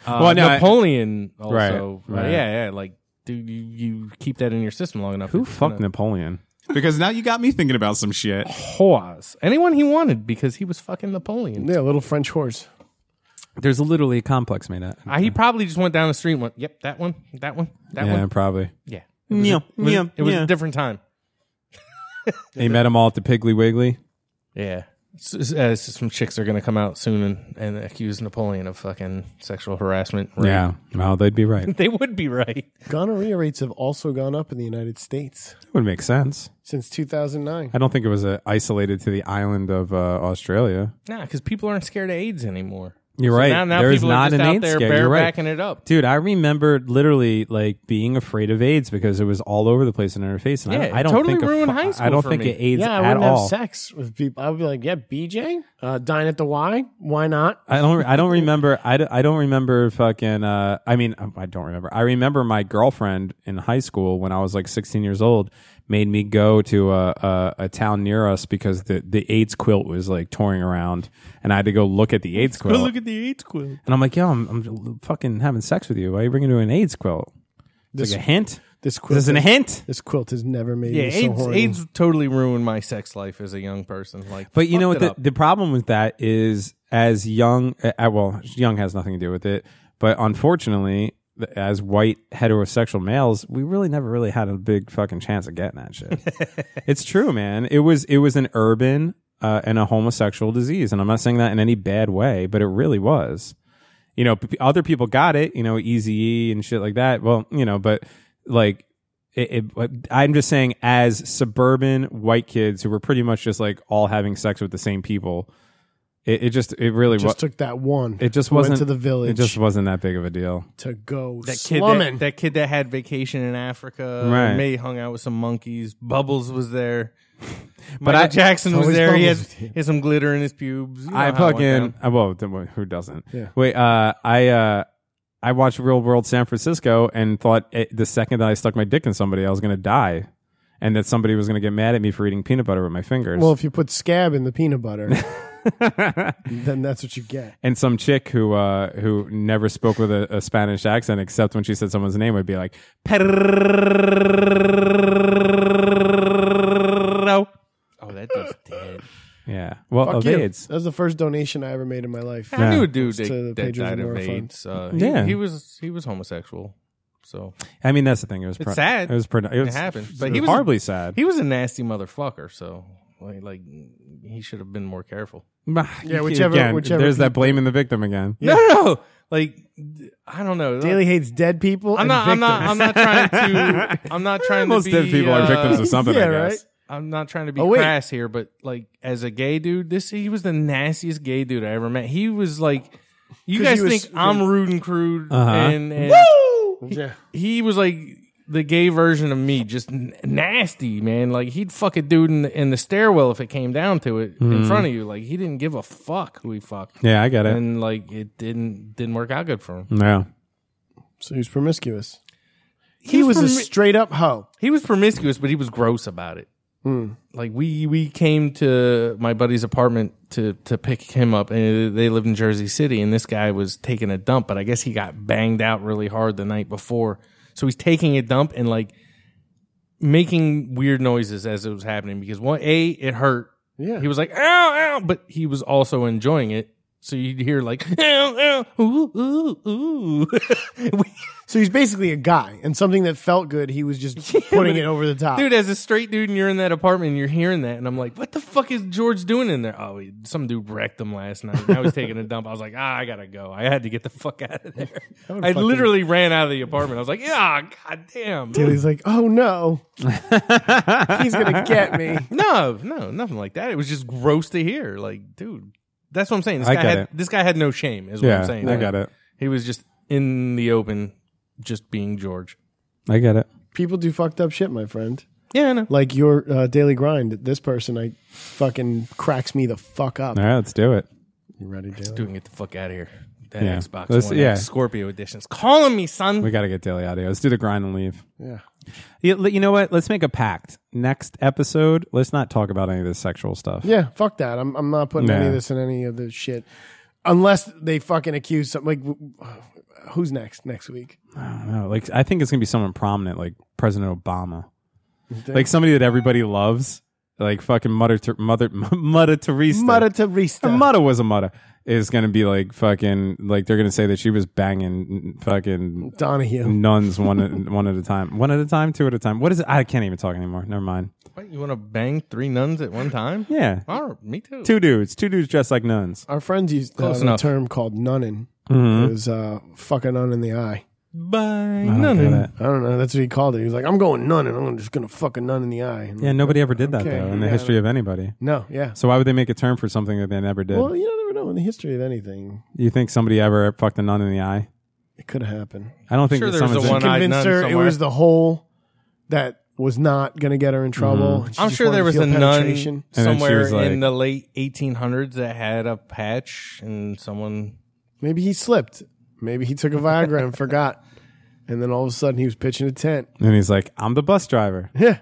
Speaker 2: Uh,
Speaker 5: Well, no, I-
Speaker 2: Napoleon also.
Speaker 5: Right, right.
Speaker 2: Uh, yeah, yeah. Like, dude, you, you keep that in your system long enough.
Speaker 5: who
Speaker 2: it's
Speaker 5: fucked
Speaker 2: gonna-
Speaker 5: Napoleon?
Speaker 8: Because now you got me thinking about some
Speaker 2: <laughs>
Speaker 8: shit.
Speaker 2: Whores. Anyone he wanted because he was fucking Napoleon.
Speaker 7: Yeah, little French horse.
Speaker 5: There's literally a complex made up.
Speaker 2: Uh, he probably just went down the street and went, yep, that one, that one, that
Speaker 5: yeah,
Speaker 2: one.
Speaker 5: probably.
Speaker 2: Yeah. It
Speaker 5: Yeah,
Speaker 2: was,
Speaker 5: yeah,
Speaker 2: it was
Speaker 5: yeah.
Speaker 2: a different time.
Speaker 5: He met them all at the Piggly Wiggly.
Speaker 2: Yeah. S- s- uh, s- some chicks are going to come out soon and, and accuse Napoleon of fucking sexual harassment. rape.
Speaker 5: Yeah, well, they'd be right.
Speaker 2: <laughs> They would be right.
Speaker 7: Gonorrhea rates have also gone up in the United States
Speaker 5: That would make sense.
Speaker 7: since 2009.
Speaker 5: I don't think it was uh, isolated to the island of uh, Australia.
Speaker 2: Nah, because people aren't scared of AIDS anymore.
Speaker 5: You're
Speaker 2: So
Speaker 5: right.
Speaker 2: Now, now
Speaker 5: There is
Speaker 2: people
Speaker 5: not
Speaker 2: are just
Speaker 5: an
Speaker 2: out
Speaker 5: AIDS
Speaker 2: there
Speaker 5: scare. You're right.
Speaker 2: barebacking it up.
Speaker 5: Dude, I remember literally like being afraid of AIDS because it was all over the place in her face, and
Speaker 2: Yeah,
Speaker 5: I, don't- I
Speaker 2: it
Speaker 5: don't
Speaker 2: totally
Speaker 5: think it
Speaker 2: ruined
Speaker 5: fu-
Speaker 2: high school
Speaker 5: I don't
Speaker 2: for
Speaker 5: think
Speaker 2: me.
Speaker 5: it aids
Speaker 7: yeah, I
Speaker 5: at
Speaker 7: wouldn't
Speaker 5: all.
Speaker 7: have sex with people. I would be like, yeah, <laughs> BJ, uh, dine at the Y. Why not?
Speaker 5: I don't. I
Speaker 2: <laughs>
Speaker 5: don't remember. I, don't- I don't remember fucking. Uh, I mean, I don't remember. I remember my girlfriend in high school when I was like 16 years old made me go to a, a, a town near us because the, the AIDS quilt was like touring around, and I had to go look at the AIDS quilt.
Speaker 2: at the AIDS quilt.
Speaker 5: and I'm like, yo, I'm, I'm fucking having sex with you. Why are you bringing to an AIDS quilt? It's
Speaker 7: This-
Speaker 5: like a hint.
Speaker 7: This
Speaker 5: This
Speaker 7: quilt,
Speaker 5: is a hint.
Speaker 7: this quilt has never made
Speaker 2: Yeah,
Speaker 7: me so
Speaker 2: AIDS,
Speaker 7: horny.
Speaker 2: AIDS totally ruined my sex life as a young person. Like,
Speaker 5: But you know what?
Speaker 2: fucked it
Speaker 5: The,
Speaker 2: up.
Speaker 5: the problem with that is, as young, uh, uh, well, young has nothing to do with it. But unfortunately, th- as white heterosexual males, we really never really had a big fucking chance of getting
Speaker 2: <laughs>
Speaker 5: that shit. it's true, man. It was it was an urban uh, and a homosexual disease, and I'm not saying that in any bad way, but it really was. You know, p- other people got it. You know, Easy and shit like that. Well, you know, but like it, it, I'm just saying, as suburban white kids who were pretty much just like all having sex with the same people, it, it just it really was.
Speaker 7: Just took that one.
Speaker 5: It just
Speaker 7: who went
Speaker 5: wasn't
Speaker 7: to the village
Speaker 5: It just wasn't that big of a deal.
Speaker 7: to go
Speaker 2: that kid
Speaker 7: slumming.
Speaker 2: that, that kid that had vacation in Africa,
Speaker 5: Right.
Speaker 2: May hung out with some monkeys. Bubbles was there. Michael
Speaker 5: I-
Speaker 2: Jackson was
Speaker 7: always
Speaker 2: there. He had,
Speaker 7: Bubbles.
Speaker 2: he had some glitter in his pubes. You know
Speaker 5: I
Speaker 2: how it went
Speaker 5: fucking
Speaker 2: down.
Speaker 5: uh, well, th- well, who doesn't?
Speaker 7: Yeah.
Speaker 5: Wait, uh, I uh, I watched Real World San Francisco and thought eh, the second that I stuck my dick in somebody, I was gonna die, and that somebody was gonna get mad at me for eating peanut butter with my fingers.
Speaker 7: well, if you put scab in the
Speaker 5: <laughs>
Speaker 7: peanut butter, then that's what you get.
Speaker 5: and some chick who uh, who never spoke with a, a Spanish accent except when she said someone's name would be like
Speaker 2: Pedro. Oh, that dude's <laughs> dead.
Speaker 5: Yeah. Well,
Speaker 7: Fuck
Speaker 5: of
Speaker 7: you.
Speaker 5: AIDS.
Speaker 7: That was the first donation I ever made in my life.
Speaker 2: I knew a dude
Speaker 7: To the
Speaker 2: that, that
Speaker 7: Pedro
Speaker 2: died of
Speaker 7: Zamora Fund.
Speaker 2: AIDS. Uh, he-
Speaker 5: Yeah.
Speaker 2: he was he was homosexual. So
Speaker 5: I mean, that's the thing. It was
Speaker 2: It's
Speaker 5: pro-
Speaker 2: sad.
Speaker 5: It was pretty. It, was,
Speaker 2: happened.
Speaker 5: But
Speaker 2: But
Speaker 5: it was
Speaker 2: he was-
Speaker 5: horribly sad.
Speaker 2: He was a nasty motherfucker, so like, like he should have been more careful.
Speaker 5: <sighs> yeah.
Speaker 7: whichever- whichever
Speaker 5: There's that blaming the victim again.
Speaker 2: No, no, no. like I don't know.
Speaker 7: Daily hates dead people.
Speaker 2: I'm
Speaker 7: and
Speaker 2: not. I'm not. I'm
Speaker 7: victims.
Speaker 2: not trying
Speaker 5: <laughs>
Speaker 2: to. I'm not trying
Speaker 5: Most
Speaker 2: to be.
Speaker 5: dead people
Speaker 2: uh,
Speaker 5: are victims of <laughs> something.
Speaker 7: yeah,
Speaker 5: I guess.
Speaker 7: right?
Speaker 2: I'm not trying to be
Speaker 7: Oh, wait.
Speaker 2: crass here, but like as a gay dude, this he was the nastiest gay dude I ever met. He was like, you
Speaker 7: 'Cause
Speaker 2: guys
Speaker 7: he was-
Speaker 2: think I'm rude and crude,
Speaker 5: Uh-huh.
Speaker 2: and, and
Speaker 7: Yeah.
Speaker 2: he was like, the gay version of me, just n- nasty, man. Like he'd fuck a dude in the, in the stairwell if it came down to it in front of you. Like he didn't give a fuck who he fucked.
Speaker 5: Mm-hmm. Yeah, I get it.
Speaker 2: And like it didn't didn't work out good for him.
Speaker 5: Yeah.
Speaker 7: So he was promiscuous. He was
Speaker 2: permi-
Speaker 7: a straight up hoe.
Speaker 2: he was promiscuous, but he was gross about it. Like we we came to my buddy's apartment to to pick him up, and they lived in Jersey City, and this guy was taking a dump, but I guess he got banged out really hard the night before, so he's taking a dump and like making weird noises as it was happening because one a it hurt.
Speaker 7: Yeah.
Speaker 2: He was like ow ow, but he was also enjoying it. So you'd hear like <laughs> ow ow ooh ooh ooh. <laughs>
Speaker 7: So he's basically a guy, and something that felt good, he
Speaker 2: <laughs>
Speaker 7: was just putting it over the top.
Speaker 2: Dude, as a straight dude and you're in that apartment and you're hearing that, and I'm like, what the fuck is George doing in there? Oh, he, some dude wrecked him last night. Now he's taking a dump. I was like, ah, I gotta go. I had to get the fuck out of
Speaker 5: <laughs>
Speaker 2: there. I literally ran out of the apartment. I was like, yeah, goddamn.
Speaker 7: And he's like, oh no, he's gonna get me.
Speaker 2: No, no, nothing like that. It was just gross to hear. Like, dude, that's what I'm saying. This
Speaker 5: I
Speaker 2: guy
Speaker 5: get
Speaker 2: had
Speaker 5: it.
Speaker 2: this guy had no shame, is what
Speaker 5: Yeah.
Speaker 2: I'm saying.
Speaker 5: I got it.
Speaker 2: He was just in the open, just being George.
Speaker 5: I get it.
Speaker 7: People do fucked up shit, my friend.
Speaker 2: Yeah, I know.
Speaker 7: Like your uh, daily grind. This person, I fucking cracks me the fuck up.
Speaker 5: All right, let's do it.
Speaker 7: You ready, Daily?
Speaker 2: Dude, get the fuck out of here. That
Speaker 5: Yeah.
Speaker 2: Xbox
Speaker 5: Let's-
Speaker 2: One
Speaker 5: yeah.
Speaker 2: X Scorpio edition. It's calling me, son.
Speaker 5: We got to get daily audio. Let's do the grind and leave.
Speaker 7: Yeah.
Speaker 5: You, you know what? Let's make a pact. Next episode, let's not talk about any of this sexual stuff.
Speaker 7: Yeah, fuck that. I'm I'm not putting any
Speaker 5: Nah.
Speaker 7: of this in any of this shit, unless they fucking accuse some. Like, w- who's next next week?
Speaker 5: No, like I think it's gonna be someone prominent, like President Obama, like somebody that everybody loves, like fucking Mother Ter- Mother <laughs> Mother Teresa.
Speaker 7: Mother Teresa.
Speaker 5: Mother was a mother. Is gonna be like fucking like they're gonna say that she was banging fucking
Speaker 7: Donahue.
Speaker 5: nuns one at- <laughs> one at a time, one at a time, two at a time. What is it? I can't even talk anymore. Never mind.
Speaker 2: What, you want to bang three nuns at one time?
Speaker 5: Yeah,
Speaker 2: Oh, me too.
Speaker 5: two dudes, two dudes dressed like nuns.
Speaker 7: Our friends used uh,
Speaker 2: Close
Speaker 7: a
Speaker 2: enough.
Speaker 7: term called nunning.
Speaker 5: Mm-hmm.
Speaker 7: It was uh, fuck a nun in the eye.
Speaker 2: Bang.
Speaker 5: I don't get it.
Speaker 7: I don't know. That's what he called it. He was like, I'm going nunning. I'm just going to fuck a nun in the eye. And
Speaker 5: Yeah, nobody ever did that
Speaker 7: Okay,
Speaker 5: though in the
Speaker 7: yeah.
Speaker 5: history of anybody.
Speaker 7: No, yeah.
Speaker 5: So why would they make a term for something that they never did?
Speaker 7: Well, you don't ever know in the history of anything.
Speaker 5: you think somebody ever fucked a nun in the eye?
Speaker 7: It could have happened.
Speaker 5: I don't think
Speaker 2: Sure,
Speaker 5: that
Speaker 2: there's
Speaker 5: someone's
Speaker 2: a
Speaker 7: He
Speaker 2: One-eyed nun
Speaker 7: convinced her it
Speaker 2: somewhere.
Speaker 7: was the hole that was not going to get her in trouble. and she
Speaker 2: I'm
Speaker 7: just
Speaker 2: sure
Speaker 7: wanted
Speaker 2: there
Speaker 7: to
Speaker 2: was
Speaker 7: feel
Speaker 2: a nun
Speaker 7: penetration.
Speaker 5: she
Speaker 2: somewhere
Speaker 5: was like-
Speaker 2: in the late 1800s that had a patch, and someone.
Speaker 7: Maybe he slipped. Maybe he took a Viagra and forgot. And then all of a sudden he was pitching a tent.
Speaker 5: And he's like, I'm the bus driver.
Speaker 7: Yeah.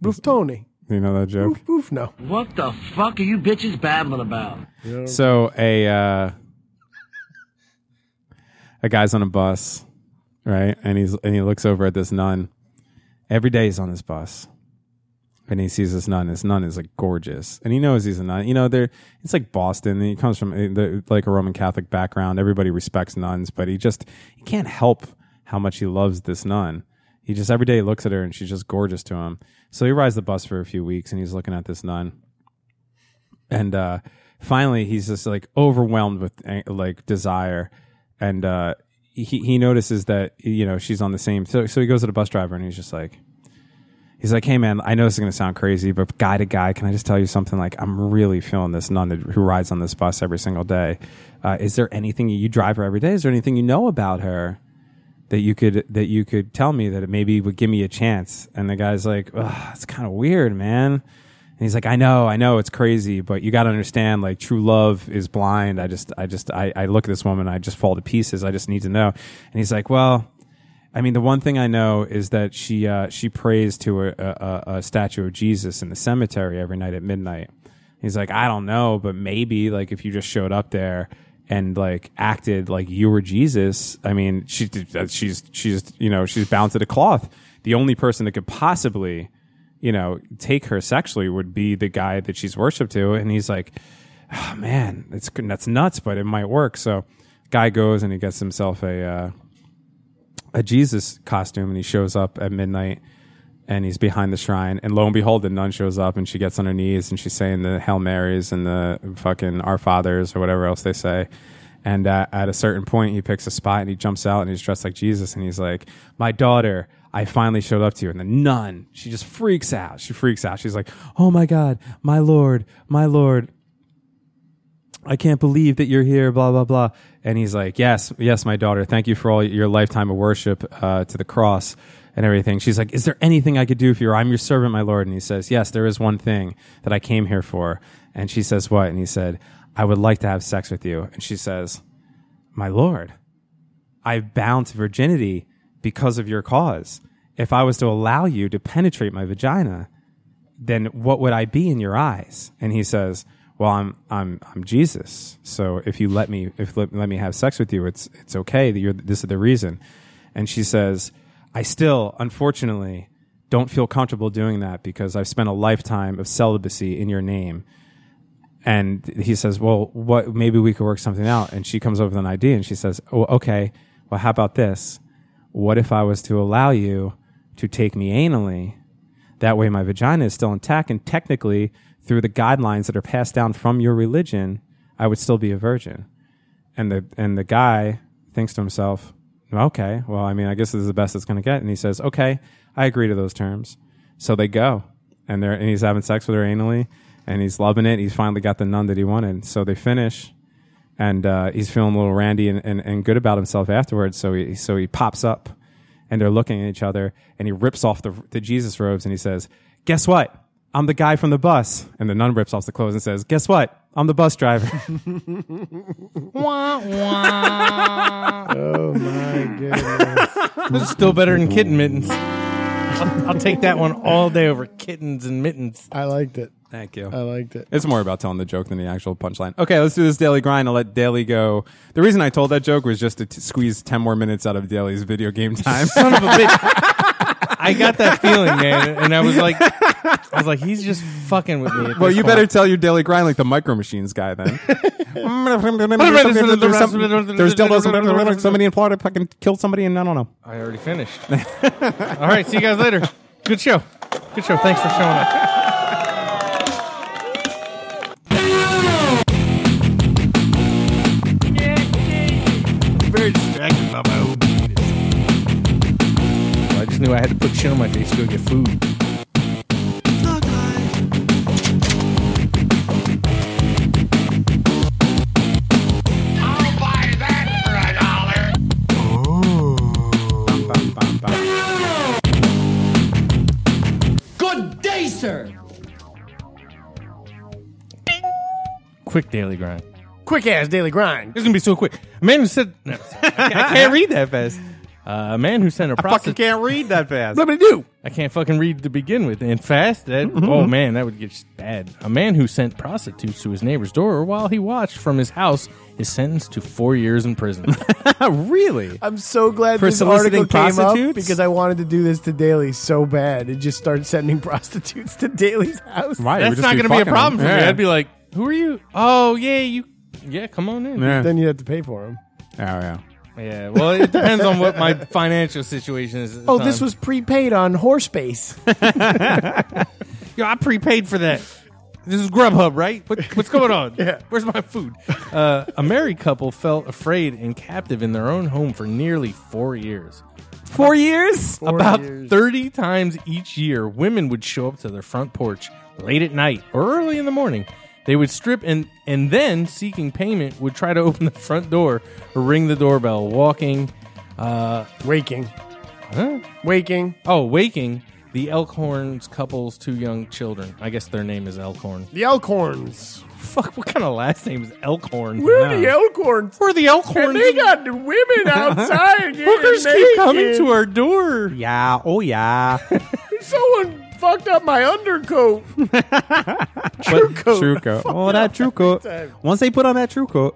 Speaker 7: Boof Tony.
Speaker 5: You know that
Speaker 7: <laughs>
Speaker 5: joke?
Speaker 7: Boof, boof, no.
Speaker 9: What the fuck are you bitches babbling about?
Speaker 5: So a uh, a guy's on a bus, right? And he's and he looks over at this nun. Every day he's on this bus. And he sees this nun. This nun is like gorgeous, and he knows he's a nun. You know, they're it's like Boston. He comes from uh, the, like a Roman Catholic background. Everybody respects nuns, but he just he can't help how much he loves this nun. He just every day he looks at her, and she's just gorgeous to him. So he rides the bus for a few weeks, and he's looking at this nun and uh finally he's just like overwhelmed with eh, like desire and uh he he notices that you know she's on the same so so he goes to the bus driver and he's just like he's like hey man i know this is going to sound crazy but guy to guy can i just tell you something like i'm really feeling this nun that- who rides on this bus every single day uh, is there anything you drive her every day is there anything you know about her that you could that you could tell me that it maybe would give me a chance and the guy's like Ugh, it's kind of weird man and he's like, I know, I know, it's crazy, but you got to understand, like, true love is blind. I just, I just, I, I look at this woman, I just fall to pieces. I just need to know. And he's like, well, I mean, the one thing I know is that she, uh, she prays to a, a, a- a statue of Jesus in the cemetery every night at midnight. He's like, I don't know, but maybe, like, if you just showed up there and like acted like you were Jesus, I mean, she, she's, she's, you know, she's bound to the cloth. The only person that could possibly you know, take her sexually would be the guy that she's worshipped to. And he's like, oh, man, it's, that's nuts, but it might work. So guy goes and he gets himself a, uh, a Jesus costume and he shows up at midnight and he's behind the shrine. And lo and behold, the nun shows up and she gets on her knees and she's saying the Hail Marys and the fucking Our Fathers or whatever else they say. And uh, at a certain point, he picks a spot and he jumps out and he's dressed like Jesus and he's like, My daughter, I finally showed up to you. And the nun, she just freaks out. She freaks out. She's like, Oh my God, my Lord, my Lord. I can't believe that you're here, blah, blah, blah. And he's like, Yes, yes, my daughter, thank you for all your lifetime of worship uh, to the cross. and everything. She's like, "Is there anything I could do for you? I'm your servant, my lord." And he says, "Yes, there is one thing that I came here for." And she says, "What?" And he said, "I would like to have sex with you." And she says, "My lord, I've bound to virginity because of your cause. If I was to allow you to penetrate my vagina, then what would I be in your eyes?" And he says, "Well, I'm I'm I'm Jesus. So if you let me if let, let me have sex with you, it's it's okay. That you're this is the reason." And she says, "I still, unfortunately, don't feel comfortable doing that because I've spent a lifetime of celibacy in your name." and he says, "Well, what? Maybe we could work something out." And she comes up with an idea, and she says, "Oh, okay. Well, how about this? What if I was to allow you to take me anally? That way, my vagina is still intact, and technically, through the guidelines that are passed down from your religion, I would still be a virgin." And the and the guy thinks to himself, "Okay, well, I mean, I guess this is the best it's going to get." And he says, "Okay, I agree to those terms." So they go, and they're and he's having sex with her anally, and he's loving it. He's finally got the nun that he wanted. So they finish, and uh, he's feeling a little randy and, and, and good about himself afterwards. So he so he pops up, and they're looking at each other, and he rips off the the Jesus robes, and he says, "Guess what? I'm the guy from the bus." And the nun rips off the clothes and says, "Guess what? I'm the bus
Speaker 2: <laughs>
Speaker 5: driver."
Speaker 7: Oh my goodness.
Speaker 2: This is still better than kitten mittens. I'll, I'll take that one all day over kittens and mittens.
Speaker 7: I liked it.
Speaker 5: Thank you.
Speaker 7: I liked it.
Speaker 5: It's more about telling the joke than the actual punchline. Okay, let's do this daily grind. I'll let Daily go. The reason I told that joke was just to t- squeeze 10 more minutes out of Daily's video game time.
Speaker 2: Son of a bitch. I got that feeling, man, and I was like, I was like, he's just fucking with me. at
Speaker 5: well,
Speaker 2: this
Speaker 5: you
Speaker 2: point.
Speaker 5: better tell your Daily grind like the Micro Machines guy <laughs> then. there's, some, there's dildos. Somebody in Florida fucking killed somebody, and I don't know.
Speaker 2: I already finished. All right, see you guys later. Good show. Good show. Thanks for showing up. Very distracted by my own penis. I just knew I had to put shit on my face to go get food.
Speaker 3: I'll buy that for a dollar.
Speaker 5: Um,
Speaker 3: Good day, sir.
Speaker 2: Quick daily grind.
Speaker 7: Quick ass daily grind.
Speaker 2: It's gonna be so quick. A man who said, no, <laughs> I can't- I can't read that fast. Uh, a man who sent a prostitute.
Speaker 5: can't read that fast.
Speaker 2: Let me do. I can't fucking read to begin with. And fast, that oh man, that would get sh- bad. A man who sent prostitutes to his neighbor's door while he watched from his house is sentenced to four years in <laughs> prison.
Speaker 5: really?
Speaker 7: I'm so glad
Speaker 5: For
Speaker 7: this
Speaker 5: soliciting
Speaker 7: article came up
Speaker 5: prostitutes?
Speaker 7: because I wanted to do this to Daily so bad. It just started sending <laughs> prostitutes to Daily's house.
Speaker 5: Right.
Speaker 2: That's not
Speaker 5: going to
Speaker 2: gonna be a problem for me. I'd be like, "Who are you? Oh yeah, you. Yeah, come on <laughs> in.
Speaker 5: yeah.
Speaker 7: Then you'd have to pay for them.
Speaker 5: Oh, yeah.
Speaker 2: Yeah. Well, it depends on what <laughs> my financial situation is. at the
Speaker 7: Oh, this
Speaker 2: time.
Speaker 7: was prepaid on Horsepace.
Speaker 2: Yo, I prepaid for that. This is Grubhub, right? What, <laughs> what's going on?
Speaker 7: Yeah.
Speaker 2: Where's my food? <laughs> Uh, a married couple felt afraid and captive in their own home for nearly four years.
Speaker 5: Four years?
Speaker 2: About
Speaker 7: years.
Speaker 2: 30 times each year, women would show up to their front porch late at night or early in the morning. They would strip and, and then, seeking payment, would try to <laughs> open the front door or ring the doorbell, walking.
Speaker 7: Waking.
Speaker 2: Huh?
Speaker 7: Waking.
Speaker 2: Oh, waking the Elkhorn's couple's two young children. I guess their name is Elkhorn.
Speaker 7: The Elkhorns.
Speaker 2: Fuck, what kind of last name is Elkhorn?
Speaker 7: We're the Elkhorns.
Speaker 2: We're the Elkhorns.
Speaker 7: And they got the <laughs> women outside. getting
Speaker 2: hookers keep
Speaker 7: naked.
Speaker 2: coming to our door.
Speaker 5: Yeah.
Speaker 2: <laughs>
Speaker 5: Oh, yeah.
Speaker 7: Someone fucked up my
Speaker 5: <laughs>
Speaker 7: undercoat.
Speaker 5: Truco. Truco. Oh, that Truco. Once they put on that Truco,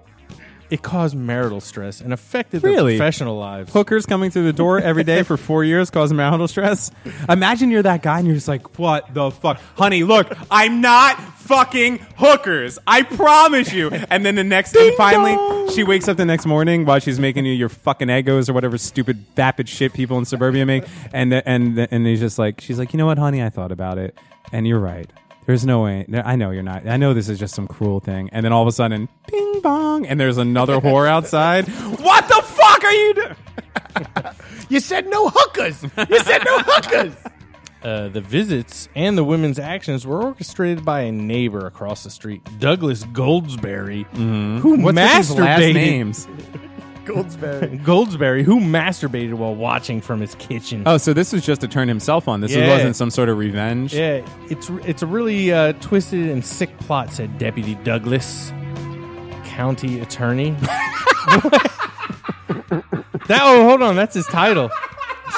Speaker 2: It caused marital stress and affected
Speaker 5: Really?
Speaker 2: their professional lives.
Speaker 5: hookers coming through the door every day for four years causing marital stress. Imagine you're that guy and you're just like, what the fuck? Honey, look, I'm not fucking hookers. I promise you. And then the next and finally, she wakes up the next morning while she's making you your fucking egos or whatever stupid vapid shit people in suburbia make. And, the- and, the- and he's just like, she's like, you know what, honey? I thought about it. And you're right. There's no way. there- I know you're not. I know this is just some cruel thing. And then all of a sudden, ping bong, and there's another whore outside. <laughs> What the fuck are you doing?
Speaker 7: You said no hookers. You said
Speaker 5: <laughs>
Speaker 7: no hookers.
Speaker 2: <laughs> Uh, the visits and the women's actions were orchestrated by a neighbor across the street, Douglas Goldsberry, who
Speaker 8: Mm-hmm.
Speaker 5: What's with these
Speaker 2: masturbated
Speaker 5: last names?
Speaker 7: Goldsberry.
Speaker 2: Goldsberry, who masturbated while watching from his kitchen.
Speaker 5: Oh, so this was just to turn himself on. This
Speaker 2: Yeah.
Speaker 5: wasn't some sort of revenge.
Speaker 2: Yeah, it's it's a really uh, twisted and sick plot," said Deputy Douglas, County Attorney. <laughs> that oh, hold on, that's his title.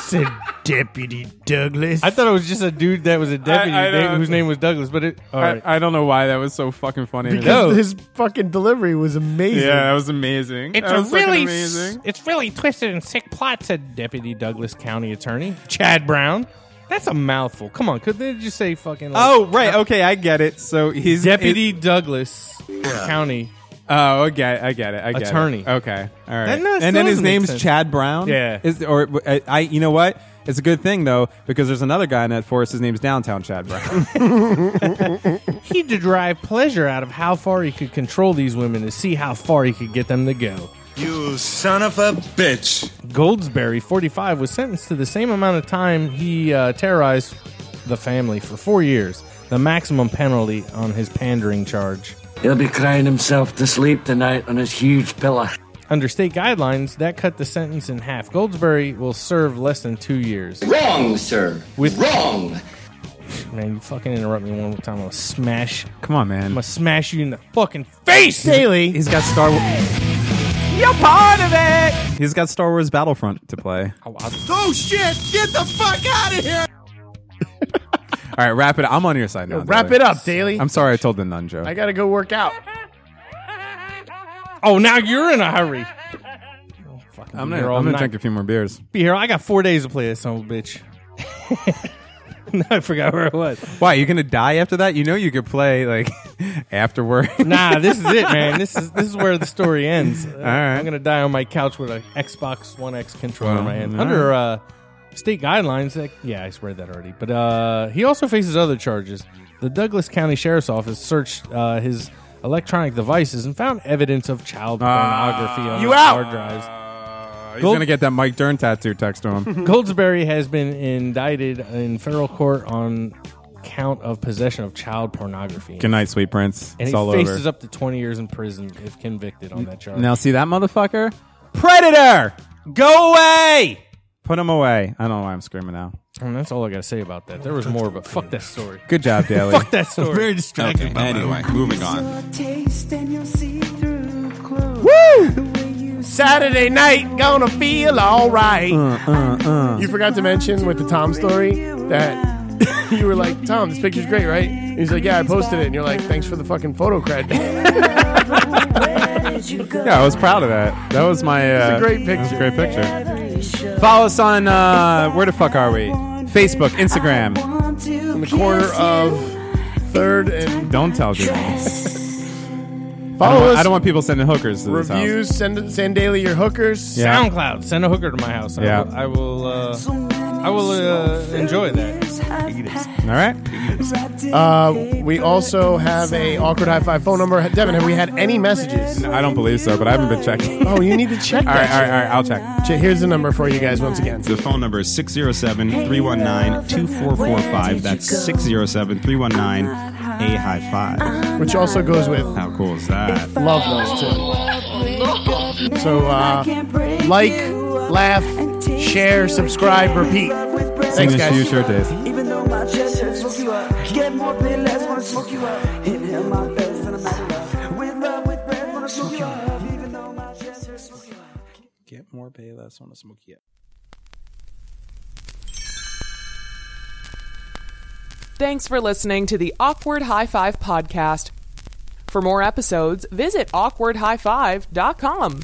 Speaker 2: Said Deputy Douglas. I thought it was just a dude that was a deputy
Speaker 5: I
Speaker 2: na-
Speaker 5: know.
Speaker 2: whose name was Douglas, but it uh, all right.
Speaker 5: I, I don't know why that was so fucking funny. to me.
Speaker 2: No.
Speaker 7: Because his fucking delivery was amazing.
Speaker 5: Oh. Yeah, that was amazing.
Speaker 2: It's
Speaker 5: That
Speaker 2: a
Speaker 5: was fucking
Speaker 2: really, s-
Speaker 5: amazing.
Speaker 2: it's really twisted and sick plot," said Deputy Douglas County Attorney Chad Brown. That's a mouthful. Come on, could they just say fucking? Like,
Speaker 5: Oh right, okay, I get it. So he's
Speaker 2: Deputy Douglas County.
Speaker 5: oh, okay, I get it. I get it.
Speaker 2: Attorney.
Speaker 5: Okay, all right.
Speaker 2: That- no, it
Speaker 5: and
Speaker 2: still
Speaker 5: then his
Speaker 2: doesn't make
Speaker 5: name's
Speaker 2: sense.
Speaker 5: Chad Brown.
Speaker 2: Yeah.
Speaker 5: Is or I, I- You know what? It's a good thing though because there's another guy in that forest. His name's Downtown Chad <laughs> Brown.
Speaker 2: He derived pleasure out of how far he could control these women to see how far he could get them to go.
Speaker 10: You son of a bitch.
Speaker 2: Goldsberry, 45, was sentenced to the same amount of time he uh, terrorized the family for four years, the maximum penalty on his pandering charge.
Speaker 9: He'll be crying himself to sleep tonight on his huge pillow.
Speaker 2: Under state guidelines, that cut the sentence in half. Goldsberry will serve less than two years.
Speaker 3: Wrong, sir.
Speaker 2: With-
Speaker 3: Wrong.
Speaker 2: Man, you fucking interrupt me one more time. I'm gonna smash. I'm
Speaker 5: Come on, man.
Speaker 2: gonna smash you in the fucking face, Daily.
Speaker 5: He's got Star. Wars. You're part of it. He's got Star Wars Battlefront to play.
Speaker 10: Oh shit! Get the fuck out of here!
Speaker 5: All right, wrap it. I'm on your side now.
Speaker 7: Wrap
Speaker 5: Daly.
Speaker 7: it up, Daily.
Speaker 5: I'm sorry, I told the nun joke.
Speaker 7: I gotta go work out.
Speaker 2: Oh, now you're in a hurry.
Speaker 5: I'm
Speaker 2: be
Speaker 5: gonna,
Speaker 2: here all
Speaker 5: I'm gonna
Speaker 2: night.
Speaker 5: drink a few more beers.
Speaker 2: be here. I got four days to play this son of a bitch. <laughs> no, I forgot where I was.
Speaker 5: Why? You're gonna die after that? You know you could play like <laughs> afterward. <laughs>
Speaker 2: Nah, this is it, man. This is this is where the story <laughs> ends. All
Speaker 5: right.
Speaker 2: I'm gonna die on my couch with an Xbox One X controller in my hand.
Speaker 5: all
Speaker 2: Under uh, state guidelines, that, yeah, I read that already. But uh, he also faces other charges. The Douglas County Sheriff's Office searched uh, his electronic devices and found evidence of child
Speaker 7: Ah.
Speaker 2: pornography on his hard drives.
Speaker 5: Uh, he's
Speaker 2: Gold-
Speaker 5: gonna get that Mike Dern tattoo text to <laughs> him.
Speaker 2: Goldsberry has been indicted in federal court on count of possession of child pornography.
Speaker 5: Good night, sweet prince.
Speaker 2: and
Speaker 5: it's
Speaker 2: he
Speaker 5: all
Speaker 2: faces
Speaker 5: over.
Speaker 2: up to 20 years in prison if convicted on that charge.
Speaker 5: Now see that motherfucker? Predator! Go away! Put him away. I don't know why I'm screaming now.
Speaker 2: And that's all I got to say about that. There was more, but fuck that
Speaker 5: <laughs>
Speaker 2: story.
Speaker 5: Good job, Daly.
Speaker 2: Fuck that story.
Speaker 1: Very distracted by my
Speaker 8: Anyway, moving on.
Speaker 7: Saturday night, gonna feel alright. You forgot to mention with the Tom story that <laughs> you were like, Tom, this picture's great, right? And he's like, Yeah, I posted it. And you're like, Thanks for the fucking photo cred. <laughs> It's
Speaker 5: yeah, I was proud of that. That was my. Uh,
Speaker 7: a great
Speaker 5: That was a
Speaker 7: picture.
Speaker 5: great picture. Follow us on uh, where the fuck are we? Facebook, Instagram.
Speaker 7: In the corner of third and
Speaker 5: Don't tell people. I don't,
Speaker 7: follow
Speaker 5: want, I
Speaker 7: us.
Speaker 5: don't want people sending hookers to this house.
Speaker 7: Reviews, send, send daily your hookers.
Speaker 5: Yeah.
Speaker 2: SoundCloud, send a hooker to my house. I
Speaker 5: Yeah.
Speaker 2: will- I will. Uh, I will uh, enjoy that.
Speaker 5: All right.
Speaker 7: Uh, we also have a awkward high five phone number. Devin, have we had any messages?
Speaker 5: I don't believe so, but I haven't been checking. all
Speaker 7: Oh, you need to check
Speaker 5: right, all right,
Speaker 7: that.
Speaker 5: all right. I'll check.
Speaker 7: Ch- Here's the number for you guys once again.
Speaker 8: The phone number is 607 319 2445. That's 607 319 A High Five.
Speaker 7: Which also goes with
Speaker 8: How cool is that?
Speaker 7: love those too. So uh, like, laugh, share, subscribe, repeat. Thanks,
Speaker 5: Sing this to you
Speaker 7: guys.
Speaker 5: short days.
Speaker 10: Even though my chest hurts, smoke you up. Get more pain, less wanna smoke you up. Inhale my best and I'm out of love. With love, with breath, wanna smoke you up. Even though my chest hurts, smoke you up.
Speaker 5: Get more pay less on a smoky.
Speaker 11: Thanks for listening to the Awkward High Five podcast. For more episodes, visit awkwardhighfive.com.